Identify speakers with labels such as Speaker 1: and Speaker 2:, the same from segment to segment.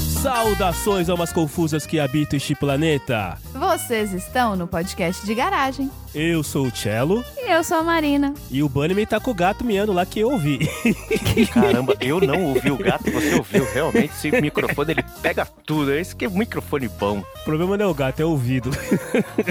Speaker 1: Saudações, almas confusas que habitam este planeta.
Speaker 2: Vocês estão no podcast de garagem.
Speaker 1: Eu sou o Cello
Speaker 2: E eu sou a Marina.
Speaker 1: e o Bunnyman tá com o gato miando lá que eu ouvi.
Speaker 3: Caramba, eu não ouvi o gato, você ouviu realmente. Esse microfone ele pega tudo. Esse que é microfone bom.
Speaker 1: O problema não é o gato, é o ouvido.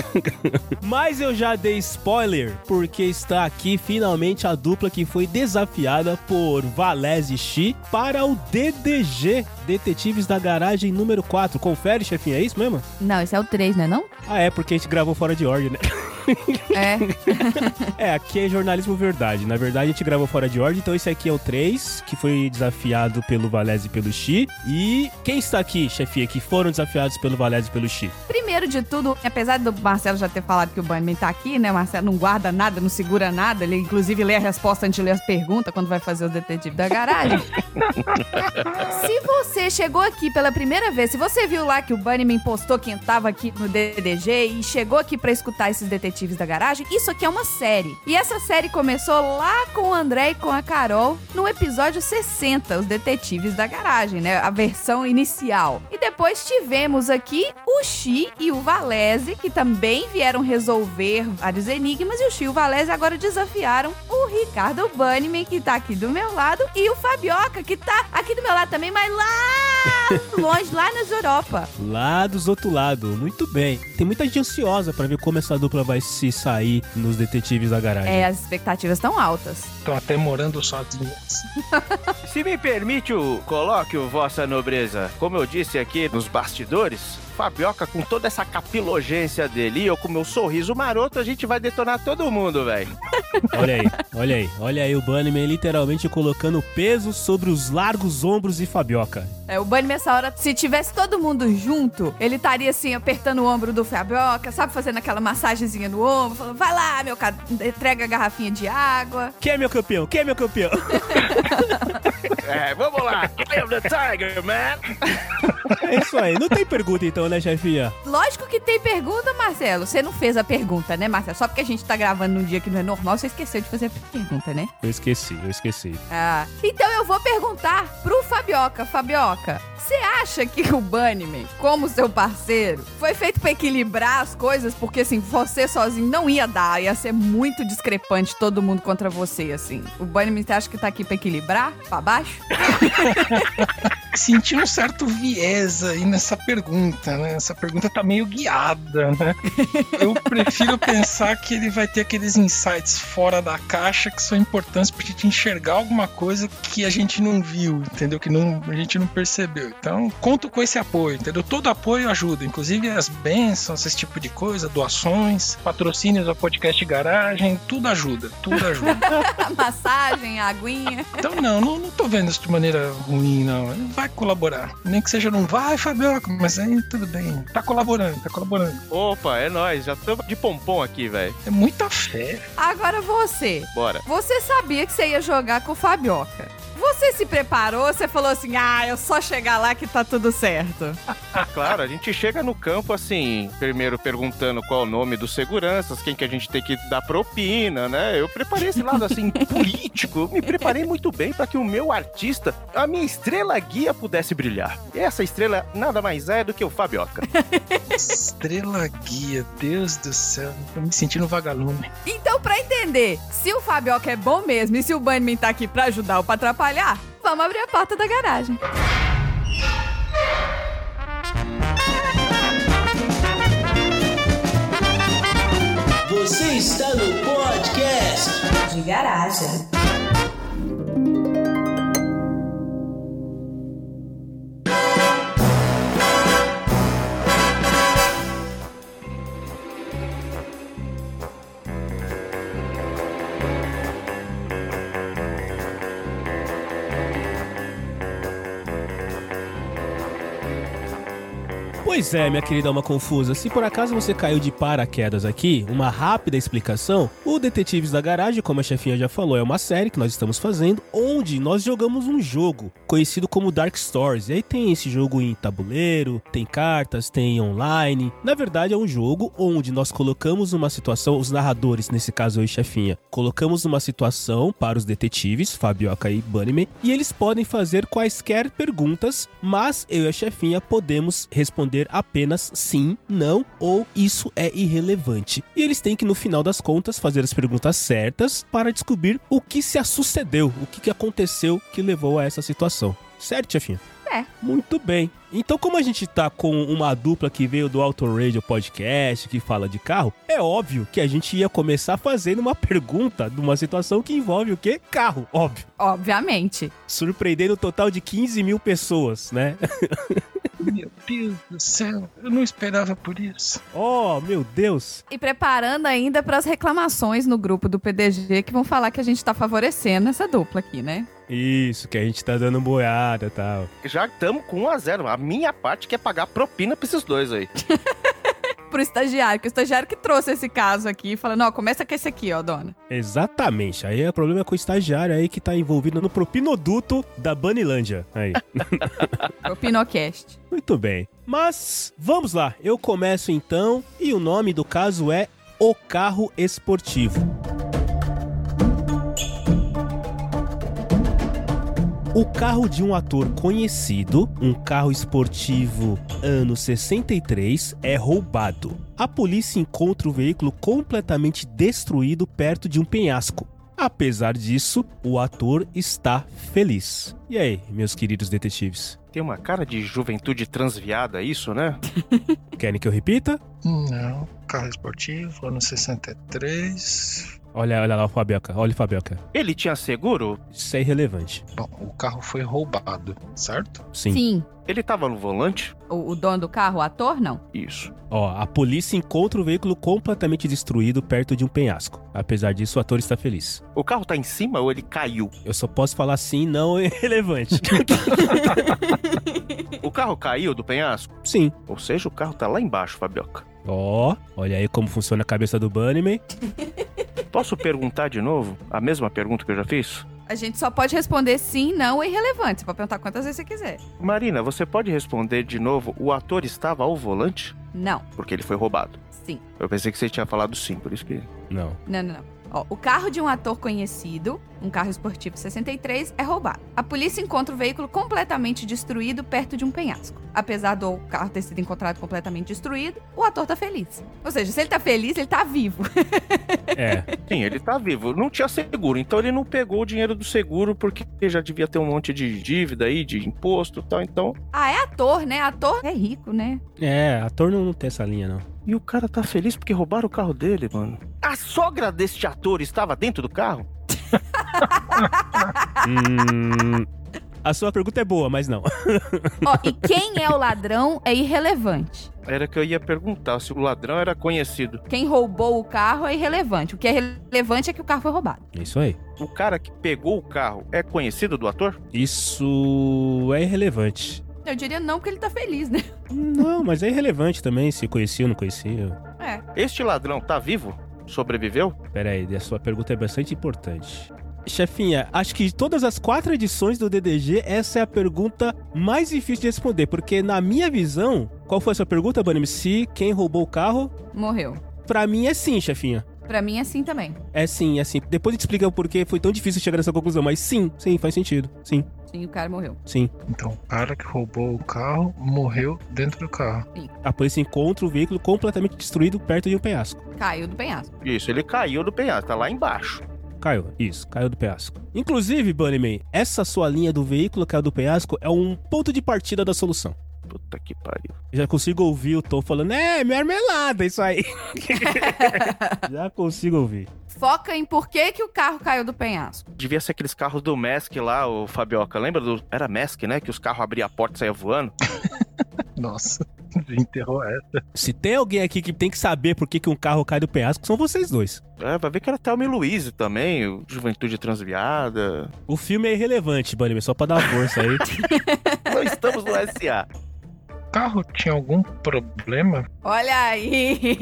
Speaker 1: Mas eu já dei spoiler, porque está aqui finalmente a dupla que foi desafiada por Valese Chi para o DDG, Detetives da Garagem número 4. Confere, chefinha, é isso mesmo?
Speaker 2: Não, esse é o 3, né não?
Speaker 1: Ah, é, porque a gente gravou fora de ordem, né?
Speaker 2: É.
Speaker 1: É, aqui é jornalismo verdade. Na verdade, a gente gravou fora de ordem, então esse aqui é o 3, que foi desafiado pelo Valese e pelo Xi. E quem está aqui, chefia, que foram desafiados pelo Valese e pelo Xi?
Speaker 2: Primeiro de tudo, apesar do Marcelo já ter falado que o Bunnyman tá aqui, né? O Marcelo não guarda nada, não segura nada. Ele, inclusive, lê a resposta antes de ler as perguntas quando vai fazer o detetive da garagem. se você chegou aqui pela primeira vez, se você viu lá que o Bunnyman postou quem tava aqui no DDG e chegou aqui pra escutar esses detetives da garagem, isso aqui é uma série. E essa série começou lá com o André e com a Carol no episódio 60, Os Detetives da Garagem, né? A versão inicial. E depois tivemos aqui o Xi e o Valese, que também vieram resolver vários enigmas. E o Xi e o Valese agora desafiaram o Ricardo Bunnyman, que tá aqui do meu lado, e o Fabioca, que tá aqui do meu lado também, mas lá longe, lá nas Europa.
Speaker 1: Lá dos outro lado. Muito bem. Tem muita gente ansiosa pra ver como essa dupla vai se sair nos Detetives da Garagem.
Speaker 2: É, as expectativas estão altas.
Speaker 4: Tô até morando sozinho.
Speaker 3: Se me permite, o coloque o vossa nobreza. Como eu disse aqui nos bastidores, Fabioca, com toda essa capilogência dele e eu com meu sorriso maroto, a gente vai detonar todo mundo, velho.
Speaker 1: Olha aí, olha aí, olha aí o Bunnyman literalmente colocando peso sobre os largos ombros de Fabioca.
Speaker 2: É, o Bunny nessa hora, se tivesse todo mundo junto, ele estaria assim, apertando o ombro do Fabioca, sabe, fazendo aquela massagenzinha no ombro, falando, vai lá, meu cara, entrega a garrafinha de água.
Speaker 1: Quem é meu campeão? Quem é meu campeão?
Speaker 3: É, vamos lá. I am the Tiger, man.
Speaker 1: é isso aí. Não tem pergunta então, né, chefia?
Speaker 2: Lógico que tem pergunta, Marcelo. Você não fez a pergunta, né, Marcelo? Só porque a gente tá gravando num dia que não é normal, você esqueceu de fazer a pergunta, né?
Speaker 1: Eu esqueci, eu esqueci.
Speaker 2: Ah, então eu vou perguntar pro Fabioca. Fabioca, você acha que o Bunnyman, como seu parceiro, foi feito pra equilibrar as coisas? Porque, assim, você sozinho não ia dar, ia ser muito discrepante todo mundo contra você, assim. O Bunnyman, você acha que tá aqui pra equilibrar? Pra baixo?
Speaker 4: Senti um certo viés aí nessa pergunta, né? Essa pergunta tá meio guiada, né? Eu prefiro pensar que ele vai ter aqueles insights fora da caixa que são importantes pra gente enxergar alguma coisa que a gente não viu, entendeu? Que não, a gente não percebeu. Então, conto com esse apoio, entendeu? Todo apoio ajuda, inclusive as bênçãos, esse tipo de coisa, doações, patrocínios ao podcast Garagem, tudo ajuda, tudo ajuda.
Speaker 2: A massagem, a aguinha?
Speaker 4: Então não, não, não tô vendo isso de maneira ruim, não. Ele vai colaborar. Nem que seja não vai, Fabioca, mas aí tudo bem. Tá colaborando, tá colaborando.
Speaker 3: Opa, é nóis. Já tamo de pompom aqui, velho.
Speaker 4: É muita fé.
Speaker 2: Agora você.
Speaker 3: Bora.
Speaker 2: Você sabia que você ia jogar com o Fabioca. Você se preparou, você falou assim, ah, eu só chegar lá que tá tudo certo.
Speaker 3: Claro, a gente chega no campo assim, primeiro perguntando qual o nome dos seguranças, quem que a gente tem que dar propina, né? Eu preparei esse lado assim político, eu me preparei muito bem para que o meu artista, a minha estrela guia pudesse brilhar. E essa estrela nada mais é do que o Fabioca.
Speaker 4: Estrela guia, Deus do céu. Tô me sentindo um vagalume.
Speaker 2: Então, pra entender se o Fabioca é bom mesmo e se o Bunnyman tá aqui pra ajudar ou pra atrapalhar, vamos abrir a porta da garagem.
Speaker 5: Você está no podcast.
Speaker 6: de garagem.
Speaker 1: Pois é, minha querida alma confusa, se por acaso você caiu de paraquedas aqui, uma rápida explicação. O Detetives da Garagem, como a chefinha já falou, é uma série que nós estamos fazendo, onde nós jogamos um jogo conhecido como Dark Stories. E aí tem esse jogo em tabuleiro, tem cartas, tem online. Na verdade, é um jogo onde nós colocamos uma situação, os narradores, nesse caso eu e chefinha, colocamos uma situação para os detetives, Fabioca e Bunnyman, e eles podem fazer quaisquer perguntas, mas eu e a chefinha podemos responder apenas sim, não ou isso é irrelevante. E eles têm que, no final das contas, fazer as perguntas certas para descobrir o que se sucedeu, o que que aconteceu que levou a essa situação. Certo, chefinha?
Speaker 2: É.
Speaker 1: Muito bem. Então, como a gente tá com uma dupla que veio do Auto Radio Podcast, que fala de carro, é óbvio que a gente ia começar fazendo uma pergunta de uma situação que envolve o quê? Carro, óbvio.
Speaker 2: Obviamente.
Speaker 1: Surpreendendo o total de 15 mil pessoas, né?
Speaker 4: Meu Deus do céu, eu não esperava por isso.
Speaker 1: Oh, meu Deus!
Speaker 2: E preparando ainda para as reclamações no grupo do PDG que vão falar que a gente tá favorecendo essa dupla aqui, né?
Speaker 1: Isso, que a gente tá dando boiada e tal.
Speaker 3: Já estamos com 1 a 0 A minha parte que é pagar propina pra esses dois aí.
Speaker 2: Pro estagiário, que o estagiário que trouxe esse caso aqui, falando, ó, começa com esse aqui, ó, dona.
Speaker 1: Exatamente. Aí o problema é com o estagiário aí que tá envolvido no propinoduto da Banilândia. Aí.
Speaker 2: O Pinocast.
Speaker 1: Muito bem. Mas vamos lá, eu começo então e o nome do caso é O Carro Esportivo. O carro de um ator conhecido, um carro esportivo ano 63, é roubado. A polícia encontra o veículo completamente destruído perto de um penhasco. Apesar disso, o ator está feliz. E aí, meus queridos detetives?
Speaker 3: Tem uma cara de juventude transviada, isso, né?
Speaker 1: Querem que eu repita?
Speaker 4: Não, carro esportivo, ano 63.
Speaker 1: Olha, olha lá o Fabioca, olha o Fabioca.
Speaker 3: Ele tinha seguro?
Speaker 1: Isso é irrelevante.
Speaker 4: Bom, o carro foi roubado, certo?
Speaker 1: Sim.
Speaker 3: Ele tava no volante?
Speaker 2: O, o dono do carro, o ator, não.
Speaker 3: Isso.
Speaker 1: Ó, a polícia encontra o veículo completamente destruído perto de um penhasco. Apesar disso, o ator está feliz.
Speaker 3: O carro tá em cima ou ele caiu?
Speaker 1: Eu só posso falar sim, não é irrelevante.
Speaker 3: O carro caiu do penhasco?
Speaker 1: sim.
Speaker 3: Ou seja, o carro tá lá embaixo, Fabioca.
Speaker 1: Ó, olha aí como funciona a cabeça do Bunnyman.
Speaker 3: Posso perguntar de novo a mesma pergunta que eu já fiz?
Speaker 2: A gente só pode responder sim, não e irrelevante. Você pode perguntar quantas vezes você quiser.
Speaker 3: Marina, você pode responder de novo? O ator estava ao volante?
Speaker 2: Não.
Speaker 3: Porque ele foi roubado.
Speaker 2: Sim.
Speaker 3: Eu pensei que você tinha falado sim, por isso que.
Speaker 1: Não.
Speaker 2: Não, não, não. Ó, o carro de um ator conhecido, um carro esportivo 63, é roubado. A polícia encontra o veículo completamente destruído perto de um penhasco. Apesar do carro ter sido encontrado completamente destruído, o ator tá feliz. Ou seja, se ele tá feliz, ele tá vivo.
Speaker 1: É,
Speaker 3: Sim, ele tá vivo. Não tinha seguro, então ele não pegou o dinheiro do seguro porque já devia ter um monte de dívida aí, de imposto e tal. Então.
Speaker 2: Ah, é ator, né? Ator é rico, né?
Speaker 1: é, ator não tem essa linha, não.
Speaker 3: E o cara tá feliz porque roubaram o carro dele, mano. A sogra deste ator estava dentro do carro?
Speaker 1: Hum, a sua pergunta é boa, mas não.
Speaker 2: Ó, e quem é o ladrão é irrelevante.
Speaker 3: Era que eu ia perguntar se o ladrão era conhecido.
Speaker 2: Quem roubou o carro é irrelevante. O que é relevante é que o carro foi roubado.
Speaker 1: É Isso aí.
Speaker 3: O cara que pegou o carro é conhecido do ator?
Speaker 1: Isso é irrelevante.
Speaker 2: Eu diria não, porque ele tá feliz, né?
Speaker 1: Não, mas é irrelevante também se conhecia ou não conhecia.
Speaker 2: É.
Speaker 3: Este ladrão tá vivo? Sobreviveu?
Speaker 1: Pera aí, a sua pergunta é bastante importante. Chefinha, acho que de todas as quatro edições do DDG, essa é a pergunta mais difícil de responder, porque na minha visão, qual foi a sua pergunta, Banim? Se quem roubou o carro?
Speaker 2: Morreu.
Speaker 1: Pra mim é sim, chefinha.
Speaker 2: Pra mim é assim também.
Speaker 1: É sim, é sim. Depois a gente explica o porquê foi tão difícil chegar nessa conclusão, mas sim, sim, faz sentido. Sim,
Speaker 2: Sim, o cara morreu.
Speaker 1: sim.
Speaker 4: Então, o cara que roubou o carro morreu dentro do carro.
Speaker 1: A polícia encontra o veículo completamente destruído perto de um penhasco.
Speaker 2: Caiu do penhasco.
Speaker 3: Isso, ele caiu do penhasco, tá lá embaixo.
Speaker 1: Caiu, isso, caiu do penhasco. Inclusive, Bunnyman, essa sua linha do veículo caiu do penhasco é um ponto de partida da solução.
Speaker 3: Puta que pariu.
Speaker 1: Eu Já consigo ouvir o Tom falando, é, mermelada, isso aí. Já consigo ouvir.
Speaker 2: Foca em por que, que o carro caiu do penhasco.
Speaker 3: Devia ser aqueles carros do Mask lá, o Fabioca. Lembra do. Era Mask, né? Que os carros abriam a porta e saiam voando.
Speaker 4: Nossa, enterrou essa.
Speaker 1: Se tem alguém aqui que tem que saber por que, que um carro cai do penhasco, são vocês dois.
Speaker 3: É, vai ver que era Thelma e Luiz também, o Juventude Transviada.
Speaker 1: O filme é irrelevante, Bunnyman, só pra dar força aí.
Speaker 3: Não estamos no SA.
Speaker 4: carro tinha algum problema?
Speaker 2: Olha aí.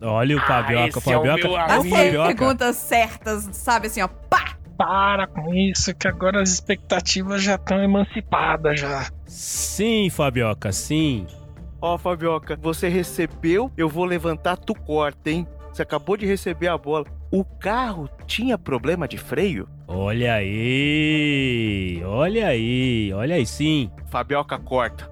Speaker 1: Olha o Fabioca, o
Speaker 6: esse é o
Speaker 1: Fabioca.
Speaker 6: meu
Speaker 2: Tá
Speaker 1: o
Speaker 2: sempre
Speaker 1: Fabioca.
Speaker 2: perguntas certas, sabe assim, ó. Pá!
Speaker 4: Para com isso, que agora as expectativas já estão emancipadas já.
Speaker 1: Sim, Fabioca, sim.
Speaker 3: Ó, Fabioca, você recebeu, eu vou levantar, tu corta, hein? Você acabou de receber a bola. O carro tinha problema de freio?
Speaker 1: Olha aí, olha aí, olha aí, sim.
Speaker 3: Fabioca corta.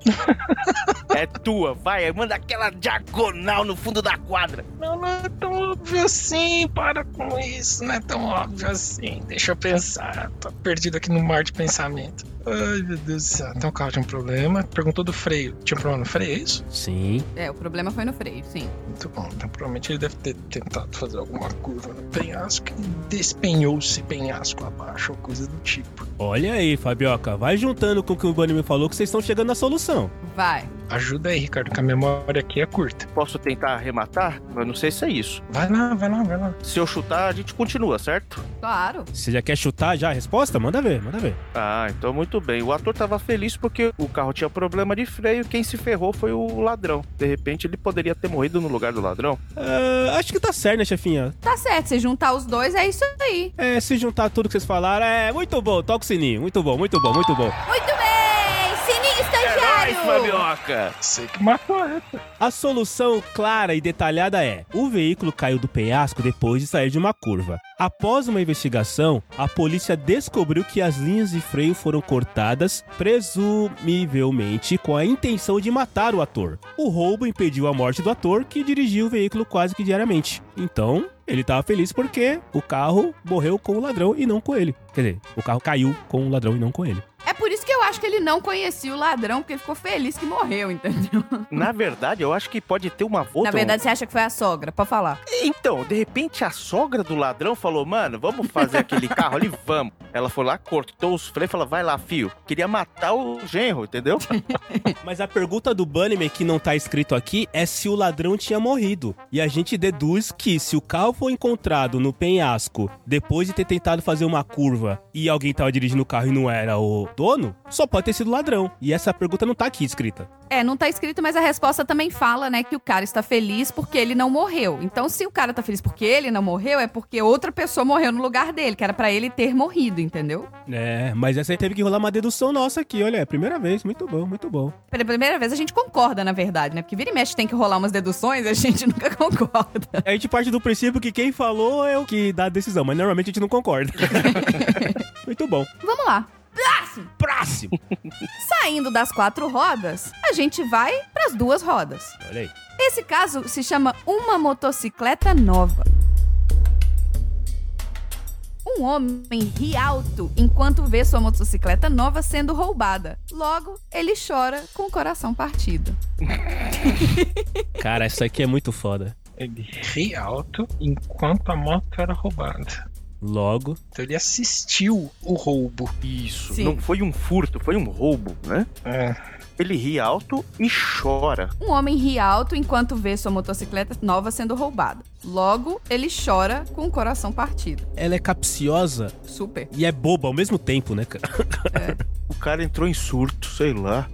Speaker 3: é tua, vai, manda aquela diagonal no fundo da quadra.
Speaker 4: Não, não é tão óbvio assim, para com isso, não é tão óbvio assim. Deixa eu pensar, tô perdido aqui no mar de pensamento. Ai, meu Deus do céu, então o carro tinha um problema. Perguntou do freio, tinha problema no freio, é isso?
Speaker 1: Sim.
Speaker 2: É, o problema foi no freio, sim.
Speaker 4: Muito bom, então provavelmente ele deve ter tentado fazer alguma curva no penhasco e despenhou-se penhasco abaixo ou coisa do tipo.
Speaker 1: Olha aí, Fabioca, vai juntando com o que o Bunny me falou que vocês estão chegando na solução.
Speaker 2: Vai.
Speaker 4: Ajuda aí, Ricardo, que a memória aqui é curta.
Speaker 3: Posso tentar arrematar? Eu não sei se é isso.
Speaker 4: Vai lá, vai lá, vai lá.
Speaker 3: Se eu chutar, a gente continua, certo?
Speaker 2: Claro.
Speaker 1: Você já quer chutar já a resposta? Manda ver, manda ver.
Speaker 3: Ah, então muito bem. O ator tava feliz porque o carro tinha problema de freio. Quem se ferrou foi o ladrão. De repente, ele poderia ter morrido no lugar do ladrão.
Speaker 1: Ah, acho que tá certo, né, chefinha?
Speaker 2: Tá certo, se juntar os dois é isso aí.
Speaker 1: É, se juntar tudo que vocês falaram, é muito bom, toca o sininho. Muito bom, muito bom, muito bom.
Speaker 2: Muito bem! Sininho
Speaker 3: É nóis,
Speaker 2: estagiário!
Speaker 3: Fabioca!
Speaker 4: Sei que matou ela.
Speaker 1: A solução clara e detalhada é: o veículo caiu do penhasco depois de sair de uma curva. Após uma investigação, a polícia descobriu que as linhas de freio foram cortadas, presumivelmente com a intenção de matar o ator. O roubo impediu a morte do ator, que dirigiu o veículo quase que diariamente. Então, ele tava feliz porque o carro morreu com o ladrão e não com ele. Quer dizer, o carro caiu com o ladrão e não com ele.
Speaker 2: é por isso que eu acho que ele não conhecia o ladrão, porque ele ficou feliz que morreu, entendeu?
Speaker 3: Na verdade, eu acho que pode ter uma
Speaker 2: Na
Speaker 3: outra...
Speaker 2: verdade, você acha que foi a sogra, pode falar.
Speaker 3: Então, de repente, a sogra do ladrão falou, mano, vamos fazer aquele carro ali, vamos. Ela foi lá, cortou os freios, falou, vai lá, fio. Queria matar o genro, entendeu?
Speaker 1: Mas a pergunta do Bunnyman que não tá escrito aqui é se o ladrão tinha morrido. E a gente deduz que se o carro foi encontrado no penhasco depois de ter tentado fazer uma curva e alguém tava dirigindo o carro e não era o dono, só pode ter sido ladrão. E essa pergunta não tá aqui escrita.
Speaker 2: É, não tá escrito, mas a resposta também fala, né, que o cara está feliz porque ele não morreu. Então, se o cara tá feliz porque ele não morreu, é porque outra pessoa morreu no lugar dele, que era pra ele ter morrido, entendeu?
Speaker 1: É, mas essa aí teve que rolar uma dedução nossa aqui, olha, é a primeira vez, muito bom, muito bom.
Speaker 2: Pela primeira vez a gente concorda, na verdade, né? Porque vira e mexe tem que rolar umas deduções, a gente nunca concorda.
Speaker 1: A gente parte do princípio que quem falou é o que dá a decisão, mas normalmente a gente não concorda. muito bom.
Speaker 2: Vamos lá. Ah,
Speaker 1: Próximo!
Speaker 2: Saindo das quatro rodas, a gente vai pras duas rodas.
Speaker 1: Olha aí.
Speaker 2: Esse caso se chama Uma Motocicleta Nova. Um homem ri alto enquanto vê sua motocicleta nova sendo roubada. Logo, ele chora com o coração partido.
Speaker 1: Cara, isso aqui é muito foda.
Speaker 4: Ele ri alto enquanto a moto era roubada.
Speaker 1: Logo,
Speaker 4: Então ele assistiu o roubo.
Speaker 3: Isso.
Speaker 2: Sim.
Speaker 3: Não foi um furto, foi um roubo, né?
Speaker 4: É,
Speaker 3: Ele ri alto e chora.
Speaker 2: Um homem ri alto enquanto vê sua motocicleta nova sendo roubada. Logo, ele chora com o coração partido.
Speaker 1: ela é capciosa
Speaker 2: Super.
Speaker 1: E é boba ao mesmo tempo, né, cara?
Speaker 3: O cara entrou em surto, sei lá.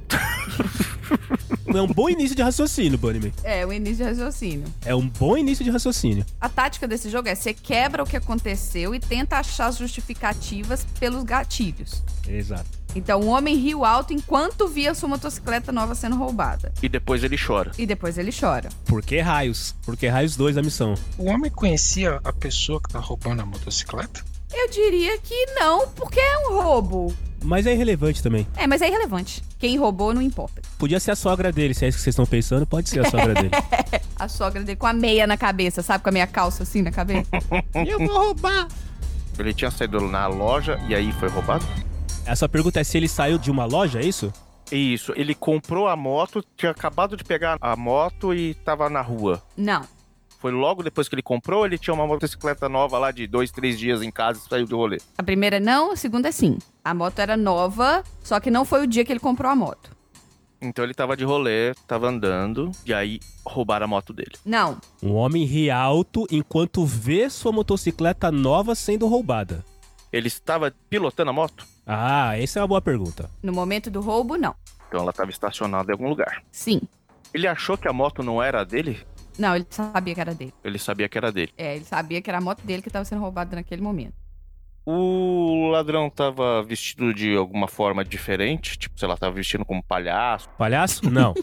Speaker 1: É um bom início de raciocínio, Bunnyman.
Speaker 2: É, o início de raciocínio.
Speaker 1: É um bom início de raciocínio.
Speaker 2: A tática desse jogo é você quebra o que aconteceu e tenta achar as justificativas pelos gatilhos.
Speaker 1: Exato.
Speaker 2: Então, o homem riu alto enquanto via sua motocicleta nova sendo roubada.
Speaker 3: E depois ele chora.
Speaker 2: E depois ele chora.
Speaker 1: Por que raios? Por que raios 2 da missão?
Speaker 4: o homem conhecia a pessoa que tá roubando a motocicleta?
Speaker 2: Eu diria que não, porque é um roubo.
Speaker 1: Mas é irrelevante também.
Speaker 2: É, mas é irrelevante. Quem roubou não importa.
Speaker 1: Podia ser a sogra dele, se é isso que vocês estão pensando, pode ser a sogra dele.
Speaker 2: A sogra dele com a meia na cabeça, sabe? Com a meia calça assim na cabeça.
Speaker 1: Eu vou roubar!
Speaker 3: Ele tinha saído na loja e aí foi roubado?
Speaker 1: Essa pergunta é se ele saiu de uma loja, é isso?
Speaker 3: Isso, ele comprou a moto, tinha acabado de pegar a moto e tava na rua.
Speaker 2: Não.
Speaker 3: Foi logo depois que ele comprou, ele tinha uma motocicleta nova lá de dois, três dias em casa e saiu do rolê.
Speaker 2: A primeira é não, a segunda é sim. A moto era nova, só que não foi o dia que ele comprou a moto.
Speaker 3: Então ele tava de rolê, tava andando, e aí roubaram a moto dele.
Speaker 2: Não.
Speaker 1: Um homem ri alto enquanto vê sua motocicleta nova sendo roubada.
Speaker 3: Ele estava pilotando a moto?
Speaker 1: Ah, essa é uma boa pergunta.
Speaker 2: No momento do roubo, não.
Speaker 3: Então ela estava estacionada em algum lugar.
Speaker 2: Sim.
Speaker 3: Ele achou que a moto não era dele?
Speaker 2: Não, ele sabia que era dele.
Speaker 3: Ele sabia que era dele.
Speaker 2: É, ele sabia que era a moto dele que estava sendo roubada naquele momento.
Speaker 3: O ladrão tava vestido de alguma forma diferente, tipo, sei lá, tava vestindo como palhaço.
Speaker 1: Palhaço? Não.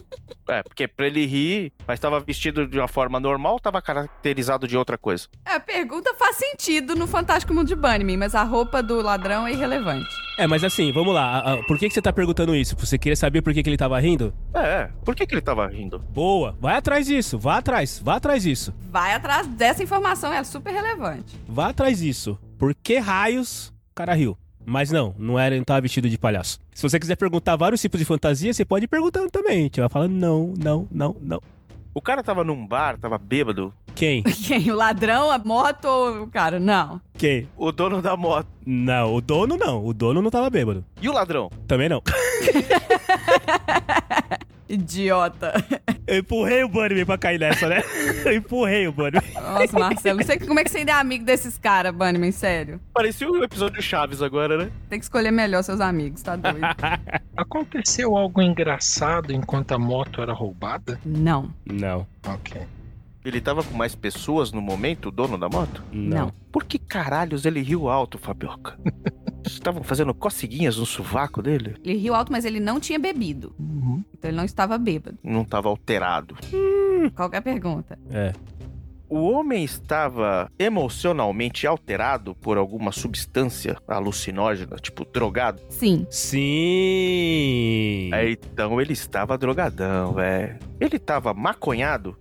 Speaker 3: É, porque pra ele rir, mas tava vestido de uma forma normal ou tava caracterizado de outra coisa?
Speaker 2: É, A pergunta faz sentido no Fantástico Mundo de Bunnyman, mas a roupa do ladrão é irrelevante.
Speaker 1: É, mas assim, vamos lá. a- a- Por que, que você tá perguntando isso? Você queria saber por que, que ele tava rindo?
Speaker 3: É, por que, que ele tava rindo?
Speaker 1: Boa, vai atrás disso, vá atrás, vá atrás disso,
Speaker 2: Vai atrás dessa informação, é super relevante.
Speaker 1: vá atrás disso. Por que raios o cara riu? Mas não, não era, ele não tava vestido de palhaço. Se você quiser perguntar vários tipos de fantasia, você pode ir perguntando também. A gente vai falando, não, não, não, não.
Speaker 3: O cara tava num bar, tava bêbado.
Speaker 1: Quem?
Speaker 2: Quem? O ladrão, a moto ou o cara? Não.
Speaker 1: Quem?
Speaker 3: O dono da moto.
Speaker 1: Não, o dono não, o dono não tava bêbado.
Speaker 3: E o ladrão?
Speaker 1: Também não.
Speaker 2: Idiota.
Speaker 1: Eu empurrei o Bunnyman pra cair nessa, né? Eu empurrei o Bunnyman.
Speaker 2: Nossa, Marcelo, não sei como é que você ainda é amigo desses caras, Bunnyman, sério.
Speaker 3: Parecia um episódio Chaves agora, né?
Speaker 2: Tem que escolher melhor seus amigos, tá doido?
Speaker 4: Aconteceu algo engraçado enquanto a moto era roubada?
Speaker 2: Não,
Speaker 1: Não,
Speaker 4: Ok.
Speaker 3: Ele tava com mais pessoas no momento, o dono da moto?
Speaker 1: não.
Speaker 2: Não.
Speaker 3: Por que caralhos ele riu alto, Fabioca? Estavam fazendo coceguinhas no sovaco dele?
Speaker 2: ele riu alto, mas ele não tinha bebido.
Speaker 4: Uhum.
Speaker 2: Então ele não estava bêbado.
Speaker 3: Não tava alterado.
Speaker 2: Qualquer pergunta.
Speaker 1: É.
Speaker 3: O homem estava emocionalmente alterado por alguma substância alucinógena, tipo drogado.
Speaker 2: Sim.
Speaker 1: Sim.
Speaker 3: É, então ele estava drogadão, velho. Ele tava maconhado?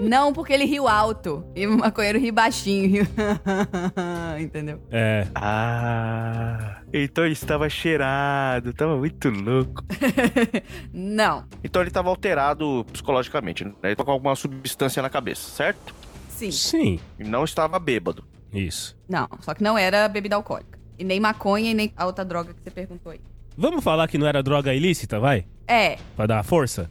Speaker 2: Não, porque ele riu alto. E o maconheiro ri baixinho. riu. Entendeu?
Speaker 1: É.
Speaker 3: Ah, então ele estava cheirado, tava muito louco.
Speaker 2: Não.
Speaker 3: Então ele tava alterado psicologicamente, né? Ele tava com alguma substância na cabeça, certo?
Speaker 2: Sim.
Speaker 1: Sim.
Speaker 3: E não estava bêbado.
Speaker 1: Isso.
Speaker 2: Não, só que não era bebida alcoólica. E nem maconha e nem a outra droga que você perguntou aí.
Speaker 1: Vamos falar que não era droga ilícita, vai?
Speaker 2: É,
Speaker 1: Pra dar uma força?